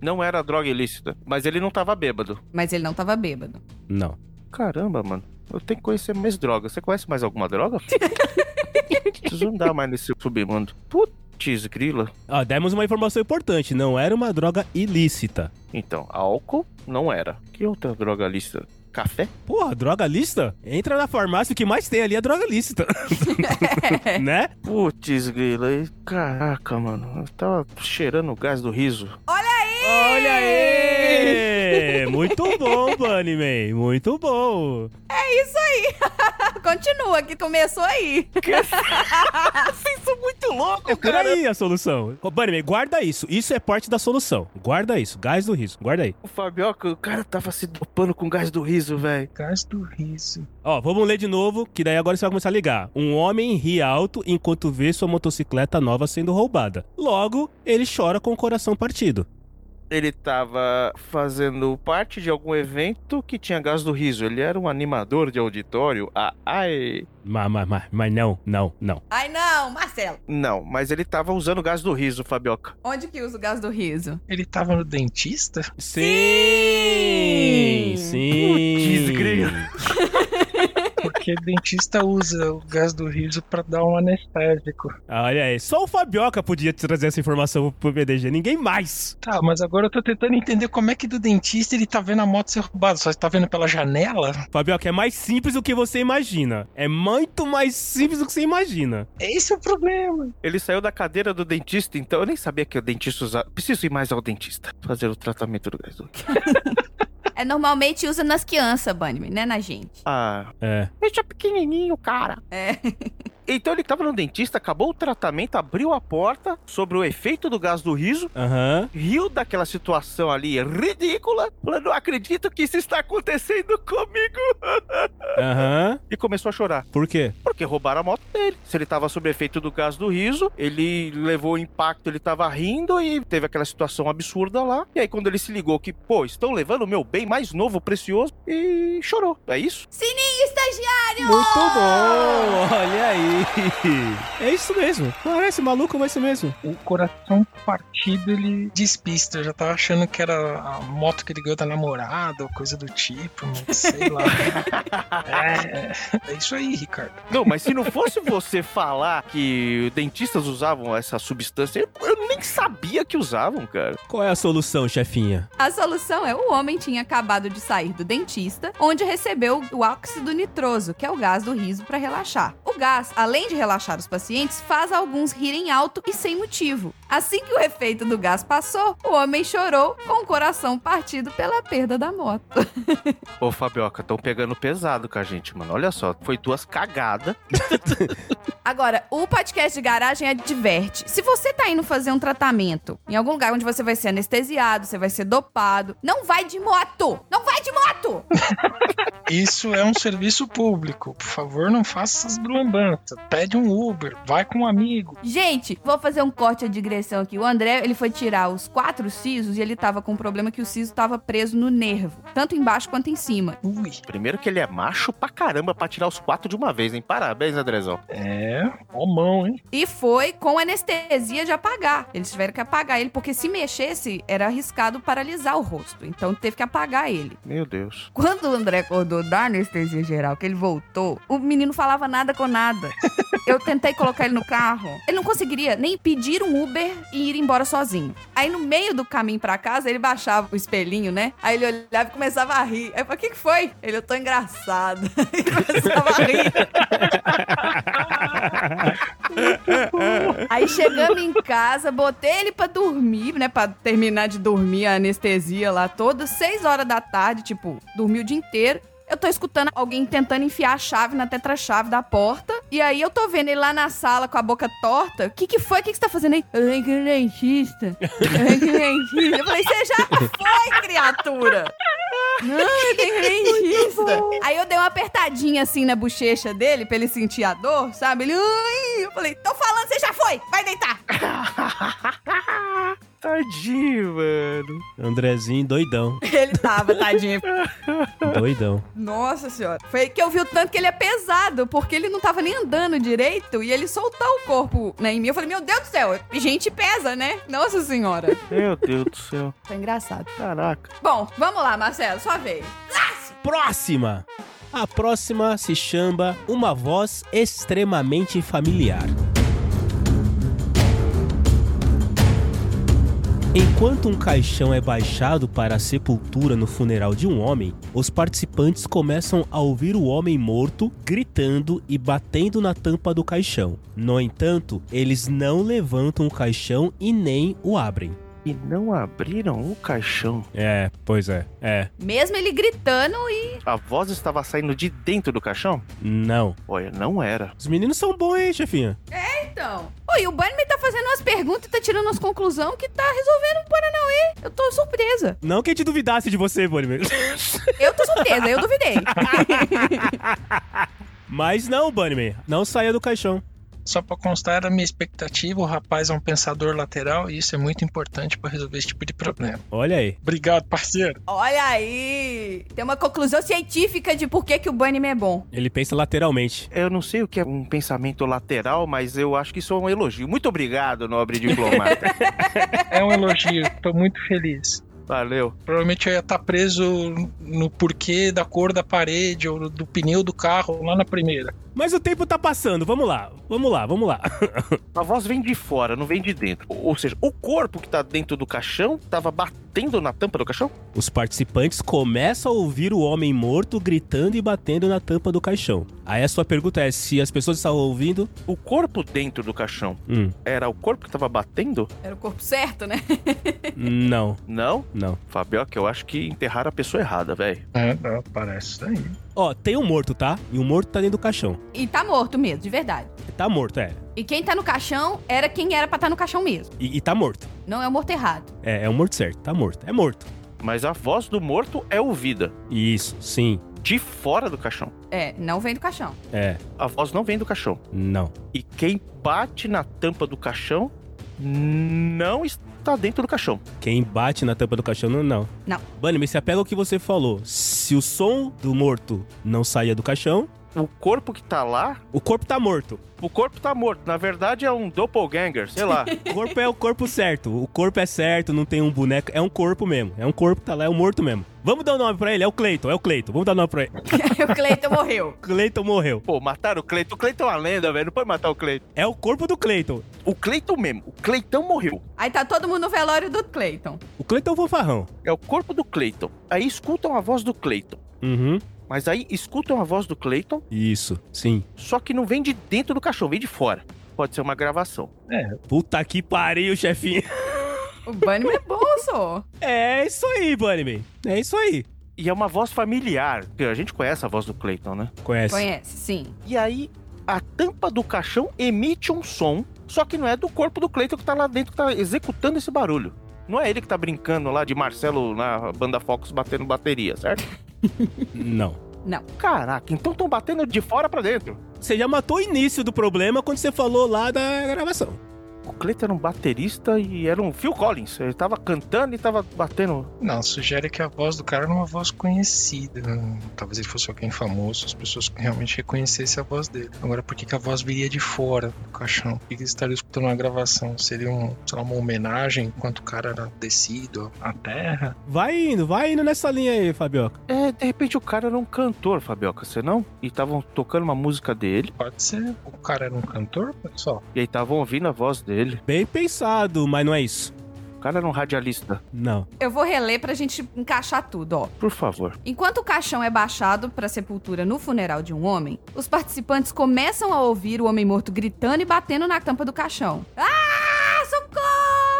Speaker 3: Não era droga ilícita, mas ele não tava bêbado.
Speaker 2: mas ele não tava bêbado.
Speaker 1: Não.
Speaker 3: Caramba, mano. Eu tenho que conhecer mais droga. Você conhece mais alguma droga? Preciso andar mais nesse submundo. Putz, grila.
Speaker 1: Ó, Ah, demos uma informação importante, não era uma droga ilícita.
Speaker 3: Então, álcool não era. Que outra droga lícita? Café?
Speaker 1: Porra, droga lícita? Entra na farmácia, o que mais tem ali é droga lícita. né?
Speaker 3: Putz, grila. e- Caraca, mano. Eu tava cheirando o gás do riso.
Speaker 1: Olha aí! Muito bom, Bunnyman, muito bom.
Speaker 2: Continua, que começou aí.
Speaker 1: É por aí a solução. Ô, Bunnyman, guarda isso, isso é parte da solução. Guarda isso, gás do riso, guarda aí.
Speaker 3: O Fabioca, o cara tava se dopando com gás do riso, velho.
Speaker 4: Gás do riso.
Speaker 1: Ó, vamos ler de novo, que daí agora você vai começar a ligar. Um homem ri alto enquanto vê sua motocicleta nova sendo roubada. Logo, ele chora com o coração partido.
Speaker 3: Ele tava fazendo parte de algum evento que tinha gás do riso. Ele era um animador de auditório. Ah, ai.
Speaker 1: Mas, mas, mas, mas não, não, não.
Speaker 2: Ai, não, Marcelo.
Speaker 3: Não, mas ele tava usando gás do riso, Fabioca.
Speaker 2: Onde que usa o gás do riso?
Speaker 4: Ele tava no dentista?
Speaker 1: Sim! Sim!
Speaker 3: Putz, grilo.
Speaker 4: Porque dentista usa o gás do riso pra dar um anestésico.
Speaker 1: Olha aí, só o Fabioca podia te trazer essa informação pro PDG, ninguém mais.
Speaker 4: Tá, mas agora eu tô tentando entender como é que do dentista ele tá vendo a moto ser roubada. Só tá vendo pela janela?
Speaker 1: Fabioca, é mais simples do que você imagina. É muito mais simples do que você imagina.
Speaker 4: Esse é o problema.
Speaker 3: Ele saiu da cadeira do dentista, então eu nem sabia que o dentista usava. Preciso ir mais ao dentista. Fazer o tratamento do gás do riso.
Speaker 2: É, normalmente usa nas crianças, Bunnyman, né, na gente.
Speaker 3: Ah,
Speaker 1: É.
Speaker 3: deixa pequenininho, cara.
Speaker 2: É.
Speaker 3: Então ele tava no dentista, acabou o tratamento, abriu a porta sobre o efeito do gás do riso.
Speaker 1: Aham.
Speaker 3: riu daquela situação ali ridícula. Falou, não acredito que isso está acontecendo comigo.
Speaker 1: Aham.
Speaker 3: E começou a chorar.
Speaker 1: Por quê?
Speaker 3: Porque roubaram a moto dele. Se ele tava sob efeito do gás do riso, ele levou o impacto, ele tava rindo e teve aquela situação absurda lá. E aí, quando ele se ligou que, pô, estão levando o meu bem mais novo, precioso, e chorou. É isso?
Speaker 2: Sininho, estagiário!
Speaker 1: Muito bom! Olha aí! É isso mesmo. Parece maluco, mas é isso mesmo.
Speaker 4: O coração partido ele despista. Eu já tava achando que era a moto que ele ganhou da namorada ou coisa do tipo, mas sei lá. é, é isso aí, Ricardo.
Speaker 3: Não, mas se não fosse você falar que dentistas usavam essa substância, eu eu nem nem sabia que usavam, cara.
Speaker 1: Qual é a solução, chefinha?
Speaker 2: A solução é o homem tinha acabado de sair do dentista, onde recebeu o óxido nitroso, que é o gás do riso para relaxar. O gás, além de relaxar os pacientes, faz alguns rirem alto e sem motivo. Assim que o efeito do gás passou, o homem chorou com o coração partido pela perda da moto.
Speaker 3: Ô, Fabioca, estão pegando pesado com a gente, mano. Olha só, foi duas cagadas.
Speaker 2: Agora, o podcast de garagem adverte. Se você tá indo fazer um tratamento em algum lugar onde você vai ser anestesiado, você vai ser dopado, não vai de moto! Não vai de moto!
Speaker 4: Isso é um serviço público. Por favor, não faça essas blambantas. Pede um Uber, vai com um amigo.
Speaker 2: Gente, vou fazer um corte de digressão aqui. O André, ele foi tirar os quatro sisos e ele tava com um problema que o siso tava preso no nervo, tanto embaixo quanto em cima.
Speaker 4: Ui,
Speaker 3: Primeiro que ele é macho pra caramba pra tirar os quatro de uma vez, hein? Parabéns, Andrezão.
Speaker 4: é, ó mão, hein?
Speaker 2: E foi com anestesia de apagar. Eles tiveram que apagar ele, porque se mexesse, era arriscado paralisar o rosto. Então teve que apagar ele.
Speaker 3: Meu Deus.
Speaker 2: Quando o André acordou da anestesia geral, que ele voltou, o menino falava nada com nada. Eu tentei colocar ele no carro. Ele não conseguiria nem pedir um Uber e ir embora sozinho. Aí no meio do caminho pra casa, ele baixava o espelhinho, né? Aí ele olhava e começava a rir. Aí eu falei, o que, que foi? Ele, eu tô engraçado. e começava a rir. Aí chegamos em casa, botei ele pra dormir, né? Pra terminar de dormir a anestesia lá toda. Seis horas da tarde, tipo, dormi o dia inteiro. Eu tô escutando alguém tentando enfiar a chave na tetra-chave da porta. E aí eu tô vendo ele lá na sala com a boca torta. O que que foi? O que que você tá fazendo aí? Eu venho aqui no dentista. Eu venho aqui no dentista. Eu falei, você já foi, criatura! Não, Ah, eu tenho dentista. Aí eu dei uma apertadinha assim na bochecha dele pra ele sentir a dor, sabe? Ele. Ui! Eu falei, tô falando, você já foi! Vai deitar!
Speaker 3: Tadinho, mano.
Speaker 1: Andrezinho doidão.
Speaker 2: Ele tava, tadinho.
Speaker 1: Doidão.
Speaker 2: Nossa senhora. Foi que eu vi o tanto que ele é pesado, porque ele não tava nem andando direito e ele soltou o corpo né, em mim. Eu falei, meu Deus do céu, gente pesa, né? Nossa senhora.
Speaker 3: Meu Deus do céu.
Speaker 2: Foi engraçado.
Speaker 3: Caraca.
Speaker 2: Bom, vamos lá, Marcelo, sua vez.
Speaker 1: Próxima! A próxima se chama Uma Voz Extremamente Familiar. Enquanto um caixão é baixado para a sepultura no funeral de um homem, os participantes começam a ouvir o homem morto gritando e batendo na tampa do caixão. No entanto, eles não levantam o caixão e nem o abrem.
Speaker 3: E não abriram o caixão.
Speaker 1: É, pois é. É,
Speaker 2: Mesmo ele gritando e.
Speaker 3: A voz estava saindo de dentro do caixão?
Speaker 1: não.
Speaker 3: Olha, não era.
Speaker 1: Os meninos são bons, hein, chefinha?
Speaker 2: Então. Oi, o Bunny tá fazendo umas perguntas e tá tirando umas conclusões que tá resolvendo o Paranauê. Eu tô surpresa.
Speaker 1: Não que a gente duvidasse de você, Bunnyman.
Speaker 2: Eu tô surpresa, eu duvidei.
Speaker 1: Mas não, Bunnyman. Não saia do caixão.
Speaker 4: Só pra constar, era a minha expectativa. O rapaz é um pensador lateral e isso é muito importante pra resolver esse tipo de problema.
Speaker 1: Olha aí.
Speaker 4: Obrigado, parceiro.
Speaker 2: Olha aí. Tem uma conclusão científica de por que, que o Bunny é bom.
Speaker 1: Ele pensa lateralmente.
Speaker 3: Eu não sei o que é um pensamento lateral, mas eu acho que isso é um elogio. Muito obrigado, nobre diplomata.
Speaker 4: É um elogio, tô muito feliz.
Speaker 3: Valeu.
Speaker 4: Provavelmente eu ia estar preso no porquê da cor da parede ou do pneu do carro lá na primeira.
Speaker 1: Mas o tempo tá passando. Vamos lá. Vamos lá, vamos lá.
Speaker 3: A voz vem de fora, não vem de dentro. Ou ou seja, o corpo que tá dentro do caixão tava batendo na tampa do caixão?
Speaker 1: Os participantes começam a ouvir o homem morto gritando e batendo na tampa do caixão. Aí a sua pergunta é se as pessoas estavam ouvindo.
Speaker 3: O corpo dentro do caixão
Speaker 1: Hum,
Speaker 3: era o corpo que tava batendo?
Speaker 2: Era o corpo certo, né?
Speaker 1: não,
Speaker 3: Não?
Speaker 1: não.
Speaker 3: Fabioca, eu acho que enterraram a pessoa errada, velho.
Speaker 4: É, não, parece isso daí.
Speaker 1: Ó, tem um morto, tá? E o morto tá dentro do caixão.
Speaker 2: E tá morto mesmo, de verdade.
Speaker 1: Tá morto, é.
Speaker 2: E quem tá no caixão era quem era pra tá no caixão mesmo.
Speaker 1: E, e tá morto.
Speaker 2: Não é o morto errado.
Speaker 1: É, é um morto certo. Tá morto. É morto.
Speaker 3: Mas a voz do morto é ouvida.
Speaker 1: Isso, sim.
Speaker 3: De fora do caixão.
Speaker 2: É, não vem do caixão.
Speaker 1: É,
Speaker 3: A voz não vem do caixão.
Speaker 1: não.
Speaker 3: E quem bate na tampa do caixão não está dentro do caixão.
Speaker 1: Quem bate na tampa do caixão, não. Não.
Speaker 2: Não.
Speaker 1: Bunny, mas se apega ao que você falou. Se o som do morto não saía do caixão,
Speaker 3: o corpo que tá lá,
Speaker 1: O corpo tá morto.
Speaker 3: o corpo tá morto. Na verdade é um doppelganger, sei lá.
Speaker 1: O corpo é o corpo certo. O corpo é certo, não tem um boneco. É um corpo mesmo. É um corpo que tá lá, é um morto mesmo. Vamos dar o nome pra ele? É o Cleiton, é o Cleiton. Vamos dar o nome pra ele.
Speaker 2: o Cleiton morreu.
Speaker 1: Cleiton morreu.
Speaker 3: Pô, mataram o Cleiton. O Cleiton é uma lenda, velho. Não pode matar o Cleiton.
Speaker 1: É o corpo do Cleiton.
Speaker 3: O Cleiton mesmo. O Cleitão morreu.
Speaker 2: Aí tá todo mundo no velório do Cleiton.
Speaker 1: O Cleiton é o fanfarrão.
Speaker 3: É o corpo do Cleiton. Aí escutam a voz do Cleiton.
Speaker 1: Uhum.
Speaker 3: Mas aí escutam a voz do Cleiton,
Speaker 1: Isso, sim.
Speaker 3: só que não vem de dentro do caixão, vem de fora. Pode ser uma gravação.
Speaker 1: Puta que pariu, chefinho.
Speaker 2: O Bunnyman é bom, só.
Speaker 1: É isso aí, Bunnyman. É isso aí.
Speaker 3: E é uma voz familiar. porque A gente conhece a voz do Cleiton, né?
Speaker 1: Conhece.
Speaker 2: Conhece, sim.
Speaker 3: E aí a tampa do caixão emite um som, só que não é do corpo do Cleiton que tá lá dentro que tá executando esse barulho. Não é ele que tá brincando lá de Marcelo na banda Fox batendo bateria, certo?
Speaker 1: Não.
Speaker 2: Não.
Speaker 3: Caraca, então estão batendo de fora pra dentro.
Speaker 1: Você já matou o início do problema quando você falou lá da gravação.
Speaker 3: O Cleiton era um baterista e era um Phil Collins. Ele tava cantando e tava batendo.
Speaker 4: Não, sugere que a voz do cara era uma voz conhecida. Talvez ele fosse alguém famoso, as pessoas realmente reconhecessem a voz dele. Agora, por que, que a voz viria de fora do caixão? Por que, que eles estariam escutando uma gravação? Seria um, sei lá, uma homenagem enquanto o cara era descido à terra?
Speaker 1: Vai indo, vai indo nessa linha aí, Fabioca.
Speaker 3: É, de repente o cara era um cantor, Fabioca, você não? E estavam tocando uma música dele,
Speaker 4: Pode ser. O cara era um cantor, pessoal?
Speaker 3: e aí estavam ouvindo a voz dele.
Speaker 1: Bem pensado, mas não é isso.
Speaker 3: O cara era um radialista.
Speaker 1: Não.
Speaker 2: Eu vou reler pra gente encaixar tudo, ó.
Speaker 3: Por favor.
Speaker 2: Enquanto o caixão é baixado para sepultura no funeral de um homem, os participantes começam a ouvir o homem morto gritando e batendo na tampa do caixão. Ah,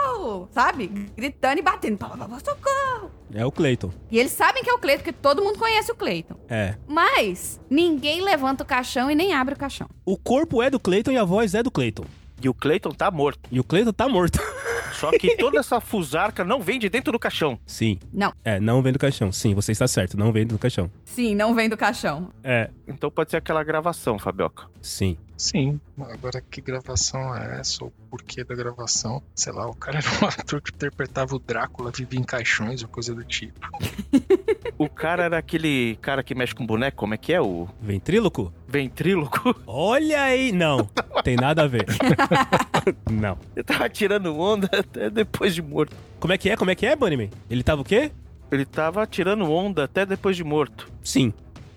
Speaker 2: socorro! Sabe? Gritando e batendo. Pá, pá, pá, Socorro!
Speaker 1: É o Cleiton.
Speaker 2: E eles sabem que é o Cleiton, porque todo mundo conhece o Cleiton.
Speaker 1: É.
Speaker 2: Mas ninguém levanta o caixão e nem abre o caixão.
Speaker 1: O corpo é do Cleiton e a voz é do Cleiton.
Speaker 3: E o Cleiton tá morto.
Speaker 1: E o Cleiton tá morto.
Speaker 3: Só que toda essa fusarca não vem de dentro do caixão.
Speaker 1: Sim.
Speaker 2: Não.
Speaker 1: É, não vem do caixão. Sim, você está certo. Não vem do caixão.
Speaker 2: Sim, não vem do caixão.
Speaker 1: É.
Speaker 3: Então pode ser aquela gravação, Fabioca.
Speaker 1: Sim.
Speaker 4: Sim. Agora, que gravação é essa? Ou por que da gravação? Sei lá, o cara era um ator que interpretava o Drácula, vivia em caixões ou coisa do tipo.
Speaker 3: O cara era aquele cara que mexe com boneco, como é que é? O
Speaker 1: Ventríloco?
Speaker 3: ventríloco.
Speaker 1: Olha aí. Não. Tem nada a ver. não.
Speaker 3: Ele tava tirando onda até depois de morto.
Speaker 1: Como é que é? Como é que é, Bunnyman? Ele tava o quê?
Speaker 3: Ele tava tirando onda até depois de morto.
Speaker 1: Sim.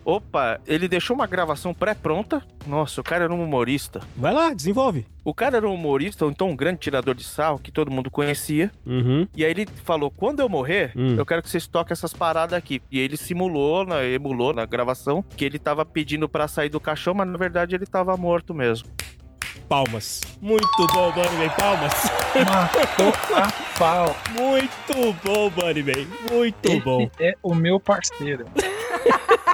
Speaker 3: Opa, ele deixou uma gravação pré-pronta. Nossa, o cara era um humorista.
Speaker 1: Vai lá, desenvolve.
Speaker 3: O cara era um humorista, ou então um grande tirador de sarro que todo mundo conhecia.
Speaker 1: Uhum.
Speaker 3: E aí ele falou: quando eu morrer,
Speaker 1: Hum.
Speaker 3: eu quero que vocês toquem essas paradas aqui. E ele simulou, né, emulou na gravação, que ele tava pedindo pra sair do caixão, mas na verdade ele tava morto mesmo.
Speaker 1: Palmas. Muito bom, Bunnyman. Palmas.
Speaker 4: Matou a pau.
Speaker 1: Muito bom, Bunnyman. Muito bom.
Speaker 4: Esse é o meu parceiro.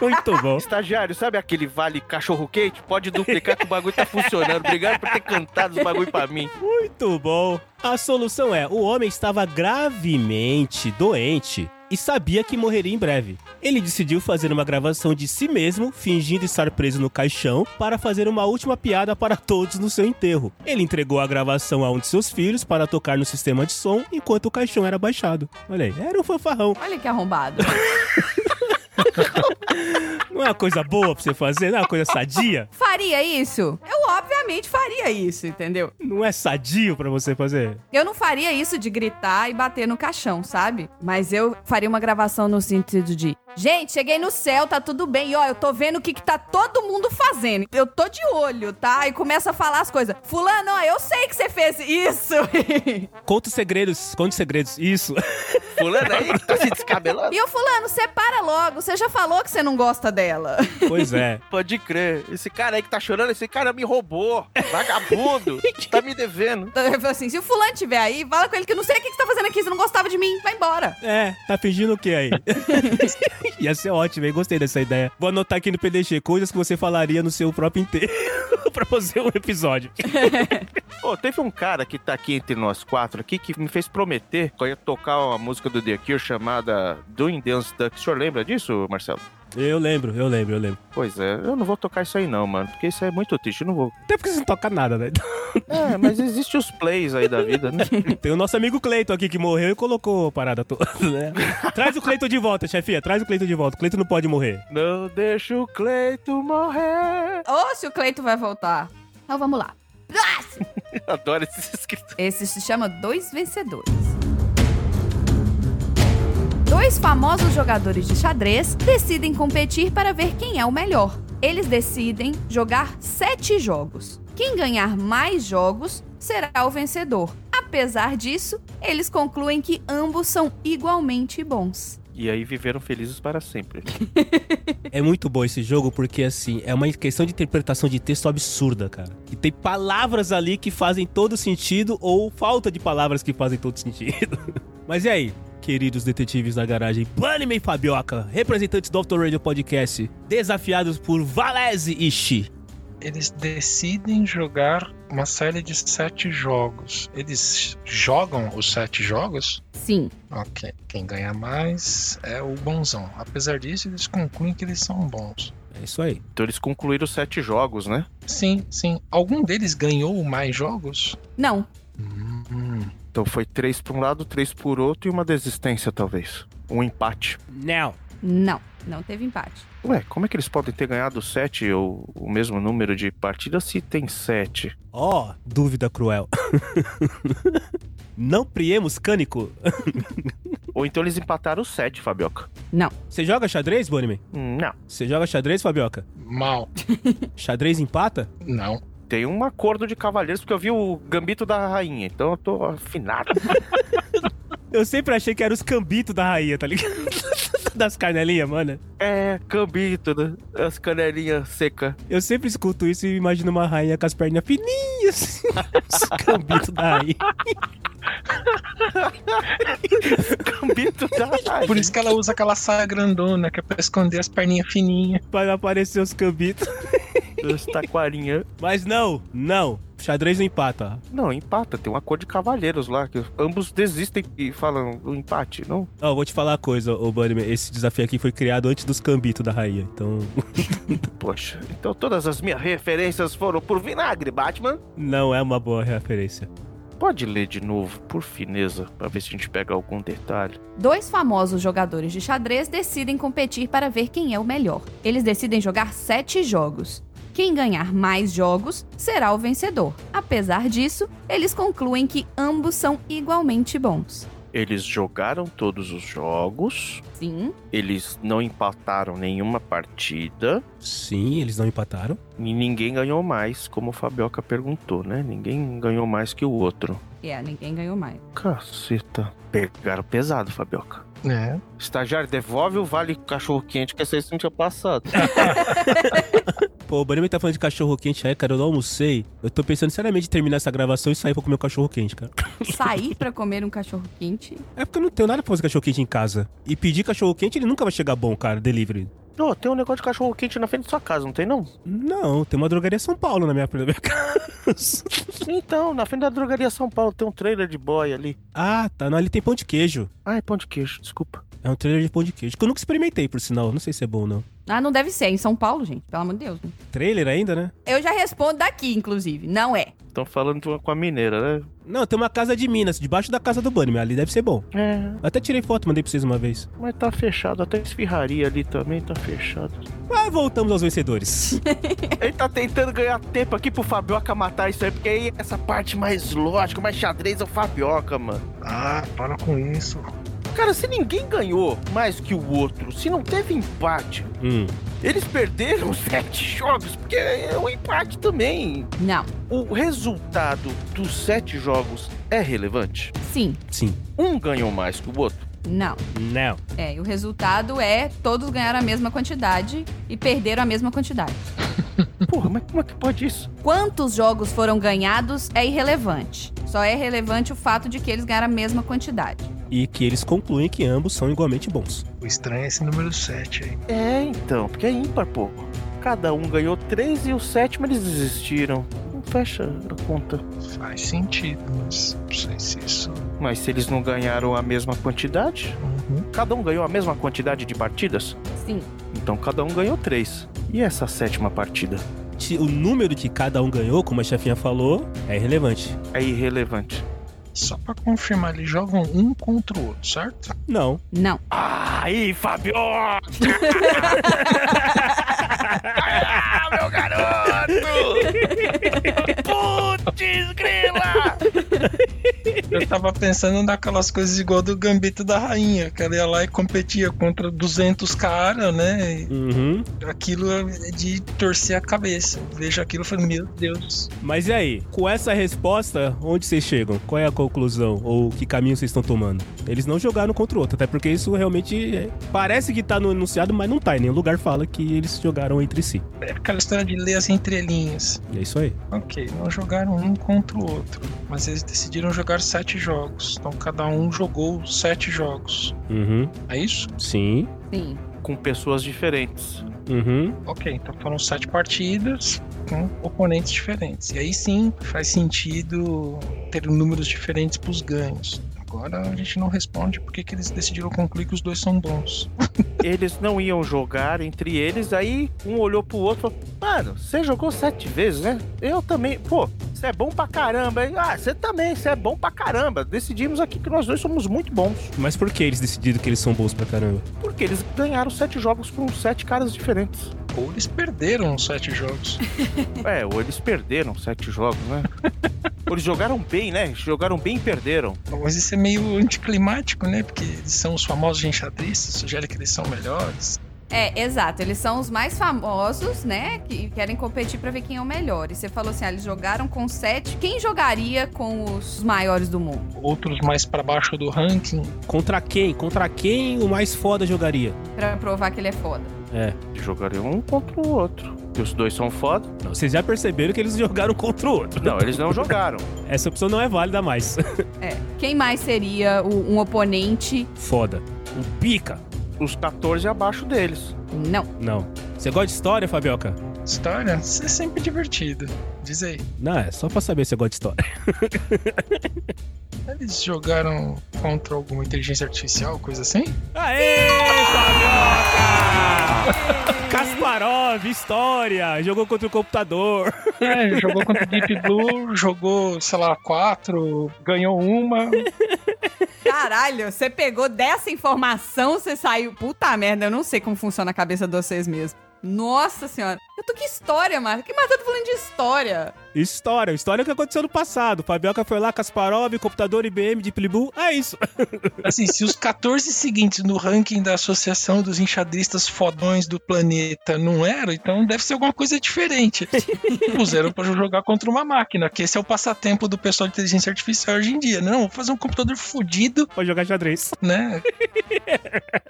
Speaker 1: Muito bom.
Speaker 3: Estagiário, sabe aquele vale cachorro quente? Pode duplicar que o bagulho tá funcionando. Obrigado por ter cantado os bagulho pra mim.
Speaker 1: Muito bom. A solução é: o homem estava gravemente doente e sabia que morreria em breve. Ele decidiu fazer uma gravação de si mesmo, fingindo estar preso no caixão, para fazer uma última piada para todos no seu enterro. Ele entregou a gravação a um de seus filhos para tocar no sistema de som enquanto o caixão era baixado. Olha aí, era um fanfarrão.
Speaker 2: Olha que arrombado.
Speaker 1: Não é uma coisa boa pra você fazer, não é uma coisa sadia?
Speaker 2: faria isso? Eu obviamente faria isso, entendeu?
Speaker 1: Não é sadio pra você fazer?
Speaker 2: Eu não faria isso de gritar e bater no caixão, sabe? Mas eu faria uma gravação no sentido de: gente, cheguei no céu, tá tudo bem. E ó, eu tô vendo o que, que tá todo mundo fazendo. Eu tô de olho, tá? E começa a falar as coisas. Fulano, ó, eu sei que você fez isso.
Speaker 1: Conta os segredos, conta os segredos. Isso.
Speaker 3: Fulano aí que tá se descabelando.
Speaker 2: e o Fulano, separa logo. Você já falou que você não gosta dela.
Speaker 1: Pois é.
Speaker 3: Pode crer. Esse cara aí que tá chorando, esse cara me roubou. Vagabundo. tá me devendo.
Speaker 2: Eu falo assim: se o Fulano tiver aí, fala com ele que eu não sei o que, que você tá fazendo aqui. Você não gostava de mim. Vai embora.
Speaker 1: É, tá fingindo o que aí? Ia ser ótimo, hein? Gostei dessa ideia. Vou anotar aqui no PDG coisas que você falaria no seu próprio inteiro pra fazer um episódio.
Speaker 3: Ô, Ô, teve um cara que tá aqui entre nós quatro aqui que me fez prometer que eu ia tocar uma música do The Cure chamada Doing Dance Duck. O senhor lembra disso, Marcelo?
Speaker 1: Eu lembro, eu lembro, eu lembro.
Speaker 3: Pois é, eu não vou tocar isso aí não, mano, porque isso é muito triste, eu não vou.
Speaker 1: Até porque você não toca nada, né?
Speaker 3: É, mas existe os plays aí da vida, né?
Speaker 1: Tem o nosso amigo Cleiton aqui que morreu e colocou a parada toda, né? Traz o Cleiton de volta, chefia, traz o Cleiton de volta. O Cleiton não pode morrer.
Speaker 3: Não deixa o Cleito morrer.
Speaker 2: Ou se o Cleito vai voltar. Então vamos lá.
Speaker 3: Eu adoro esses escritos.
Speaker 2: Esse se chama Dois Vencedores. Dois famosos jogadores de xadrez decidem competir para ver quem é o melhor. Eles decidem jogar sete jogos. Quem ganhar mais jogos será o vencedor. Apesar disso, eles concluem que ambos são igualmente bons.
Speaker 3: E aí viveram felizes para sempre. né?
Speaker 1: É muito bom esse jogo porque, assim, é uma questão de interpretação de texto absurda, cara. E tem palavras ali que fazem todo sentido ou falta de palavras que fazem todo sentido. Mas e aí, queridos detetives da garagem, Bunnyman e Fabioca, representantes do Auto Radio Podcast, desafiados por Valese e Shi.
Speaker 4: Eles decidem jogar uma série de sete jogos. Eles jogam os sete jogos?
Speaker 2: Sim.
Speaker 4: Ok. Quem ganha mais é o bonzão. Apesar disso, eles concluem que eles são bons.
Speaker 1: É isso aí.
Speaker 3: Então eles concluíram os sete jogos, né?
Speaker 4: Sim, sim. Algum deles ganhou mais jogos?
Speaker 2: Não.
Speaker 4: Hum,
Speaker 3: Então foi três pra um lado, três por outro e uma desistência, talvez. Um empate.
Speaker 1: Não.
Speaker 2: Não. Não teve empate.
Speaker 3: Ué, como é que eles podem ter ganhado sete ou o mesmo número de partidas se tem sete?
Speaker 1: Ó, dúvida cruel. Não priemos cânico.
Speaker 3: Ou então eles empataram os sete, Fabioca.
Speaker 2: Não.
Speaker 1: Você joga xadrez, Bunnyman?
Speaker 3: Hum, Não.
Speaker 1: Você joga xadrez, Fabioca?
Speaker 4: mal.
Speaker 1: Xadrez empata?
Speaker 4: Não.
Speaker 3: Tem um acordo de cavaleiros, porque eu vi o gambito da rainha, então eu tô afinado.
Speaker 1: Eu sempre achei que era os cambitos da rainha, tá ligado? Das canelinhas, mano.
Speaker 3: é, gambito, né? As canelinhas secas.
Speaker 1: Eu sempre escuto isso e imagino uma rainha com as perninhas fininhas. assim, os cambitos da rainha.
Speaker 3: Gambito da rainha.
Speaker 4: É Por isso que ela usa aquela saia grandona, que é pra esconder as perninhas fininhas.
Speaker 1: Para aparecer os cambitos.
Speaker 3: Os taquarinha.
Speaker 1: Mas não, não. Xadrez não empata.
Speaker 3: Não, empata. Tem um acordo de cavaleiros lá, que ambos desistem e falam o empate, não?
Speaker 1: Ó, vou te falar uma coisa, ô Bunnyman. Esse desafio aqui foi criado antes dos cambitos da rainha. Então,
Speaker 3: Poxa, então todas as minhas referências foram por vinagre, Batman.
Speaker 1: não é uma boa referência.
Speaker 3: Pode ler de novo, por fineza, pra ver se a gente pega algum detalhe.
Speaker 2: Dois famosos jogadores de xadrez decidem competir para ver quem é o melhor. Eles decidem jogar sete jogos. Quem ganhar mais jogos será o vencedor. Apesar disso, eles concluem que ambos são igualmente bons.
Speaker 3: Eles jogaram todos os jogos,
Speaker 2: Sim,
Speaker 3: eles não empataram nenhuma partida
Speaker 1: Sim, eles não empataram.
Speaker 3: e ninguém ganhou mais, como o Fabioca perguntou, né? Ninguém ganhou mais que o outro.
Speaker 2: é, ninguém ganhou mais.
Speaker 3: Caceta. Pegaram pesado, Fabioca.
Speaker 4: É.
Speaker 3: Estagiário, devolve o vale cachorro quente que essa aí você não tinha passado.
Speaker 1: Pô, o Bunnyman tá falando de cachorro quente aí, cara. Eu não almocei. Eu tô pensando seriamente em terminar essa gravação e sair pra comer o cachorro quente, cara.
Speaker 2: Sair para comer um cachorro quente?
Speaker 1: É porque eu não tenho nada pra fazer cachorro quente em casa. E pedir cachorro quente, ele nunca vai chegar bom, cara, delivery.
Speaker 3: Ô, tem um negócio de cachorro quente na frente da sua casa, não tem não?
Speaker 1: Não, tem uma drogaria São Paulo na minha, na minha casa.
Speaker 3: Então, na frente da drogaria São Paulo tem um trailer de boy ali.
Speaker 1: Ah, tá. Não, ali tem pão de queijo.
Speaker 3: Ah, é pão de queijo, desculpa.
Speaker 1: É um trailer de pão de queijo. Que eu nunca experimentei, por sinal. Não sei se é bom ou não.
Speaker 2: Ah, não deve ser, é em São Paulo, gente, pelo amor de Deus. né?
Speaker 1: Trailer ainda, né?
Speaker 2: Eu já respondo daqui, inclusive. Não é.
Speaker 3: Estão falando de uma- com a mineira, né?
Speaker 1: Não, tem uma casa de Minas, debaixo da casa do Bunnyman. Ali deve ser bom.
Speaker 3: É,
Speaker 1: Até tirei foto, mandei pra vocês uma vez.
Speaker 3: mas tá fechado. Até a esfirraria ali também tá fechado.
Speaker 1: Mas voltamos aos vencedores.
Speaker 3: Ele tá tentando ganhar tempo aqui pro Fabioca matar isso aí, porque aí essa parte mais lógica, mais xadrez é o Fabioca, mano.
Speaker 4: Ah, para com isso.
Speaker 3: Cara, se ninguém ganhou mais que o outro, se não teve empate,
Speaker 1: hum.
Speaker 3: eles perderam os sete jogos, porque é um empate também.
Speaker 2: Não.
Speaker 3: O resultado dos sete jogos é relevante?
Speaker 2: Sim.
Speaker 1: Sim.
Speaker 3: Um ganhou mais que o outro?
Speaker 2: Não.
Speaker 1: Não.
Speaker 2: É, e o resultado é todos ganharam a mesma quantidade e perderam a mesma quantidade.
Speaker 3: Porra, mas como é que pode isso?
Speaker 2: Quantos jogos foram ganhados é irrelevante. Só é relevante o fato de que eles ganharam a mesma quantidade.
Speaker 1: E que eles concluem que ambos são igualmente bons.
Speaker 4: O estranho é esse número 7 aí.
Speaker 3: É, então, porque é ímpar, pô. Cada um ganhou três e o sétimo eles desistiram. não fecha a conta.
Speaker 4: Faz sentido, mas não sei se isso.
Speaker 3: Mas se eles não ganharam a mesma quantidade, cada um ganhou a mesma quantidade de partidas,
Speaker 2: Sim.
Speaker 3: então cada um ganhou três. E essa sétima partida?
Speaker 1: Ti- O número que cada um ganhou, como a chefinha falou, é irrelevante.
Speaker 3: É irrelevante.
Speaker 4: Só pra confirmar, eles jogam um contra o outro, certo?
Speaker 1: Não.
Speaker 2: Não.
Speaker 3: Aí, Fabio! Ah,
Speaker 4: Eu tava pensando naquelas coisas igual do Gambito da Rainha, que ela ia lá e competia contra 200 caras, né? E
Speaker 1: Uhum.
Speaker 4: aquilo é de torcer a cabeça. Eu vejo aquilo e falo, meu Deus.
Speaker 1: Mas e aí? Com essa resposta, onde vocês chegam? Qual é a conclusão? Ou que caminho vocês estão tomando? Eles não jogaram contra o outro, até porque isso realmente é- parece que tá no enunciado, mas não tá. Em nenhum lugar fala que eles jogaram entre si.
Speaker 4: É aquela história de ler as entrelinhas.
Speaker 1: E é isso aí.
Speaker 4: Ok, não jogaram um contra o outro, mas eles decidiram jogar sete jogos. Então cada um jogou sete jogos.
Speaker 1: Uhum.
Speaker 4: É isso?
Speaker 1: Sim.
Speaker 2: Sim.
Speaker 3: Com pessoas diferentes.
Speaker 1: Uhum.
Speaker 4: Ok, então foram sete partidas com oponentes diferentes. E aí sim faz sentido ter números diferentes para os ganhos. Agora a gente não responde porque que eles decidiram concluir que os dois são bons.
Speaker 3: Eles não iam jogar entre eles, aí um olhou pro outro e falou: Mano, você jogou sete vezes, né? Eu também. Pô, você é bom pra caramba. hein? Ah, você também, você é bom pra caramba. Decidimos aqui que nós dois somos muito bons.
Speaker 1: Mas por que eles decidiram que eles são bons pra caramba?
Speaker 3: Porque eles ganharam sete jogos com sete caras diferentes.
Speaker 4: Ou eles perderam os sete jogos.
Speaker 3: É, ou eles perderam sete jogos, né? Ou eles jogaram bem, né? Jogaram bem e perderam.
Speaker 4: Mas isso é meio anticlimático, né? Porque eles são os famosos enxadristas, sugere que eles são melhores.
Speaker 2: É, exato. Eles são os mais famosos, né? Que querem competir pra ver quem é o melhor. E você falou assim, ah, eles jogaram com sete. Quem jogaria com os maiores do mundo?
Speaker 4: Outros mais para baixo do ranking.
Speaker 1: Contra quem? Contra quem o mais foda jogaria?
Speaker 2: Pra provar que ele é foda.
Speaker 1: É.
Speaker 3: Jogaram um contra o outro. E os dois são foda.
Speaker 1: Não, Vocês já perceberam que eles jogaram contra o outro.
Speaker 3: Não, eles não jogaram.
Speaker 1: Essa opção não é válida mais.
Speaker 2: É. Quem mais seria o- um oponente?
Speaker 1: Foda. Um pica.
Speaker 3: Os 14 abaixo deles.
Speaker 2: Não.
Speaker 1: Não. Você gosta de história, Fabioca?
Speaker 4: História, isso é sempre divertido. Diz aí.
Speaker 1: Não, é só pra saber se você gosta de história.
Speaker 4: Eles jogaram contra alguma inteligência artificial, coisa assim?
Speaker 1: Aê, Fabioca! Kasparov, história! Jogou contra o computador.
Speaker 4: É, jogou contra o Deep Blue, jogou, sei lá, quatro, ganhou uma.
Speaker 2: Caralho, você pegou dessa informação, você saiu. Puta merda, eu não sei como funciona a cabeça de vocês mesmo. Nossa senhora. Eu tô que história, Marta. Que Marta tá falando de história?
Speaker 1: História, história que aconteceu no passado. Fabioca foi lá, Kasparov, computador IBM de Plibu. É isso.
Speaker 4: Assim, se os 14 seguintes no ranking da Associação dos Enxadristas Fodões do Planeta não eram, então deve ser alguma coisa diferente. Puseram pra jogar contra uma máquina, que esse é o passatempo do pessoal de inteligência artificial hoje em dia. Não, vou fazer um computador fudido,
Speaker 1: Pode jogar xadrez.
Speaker 4: né?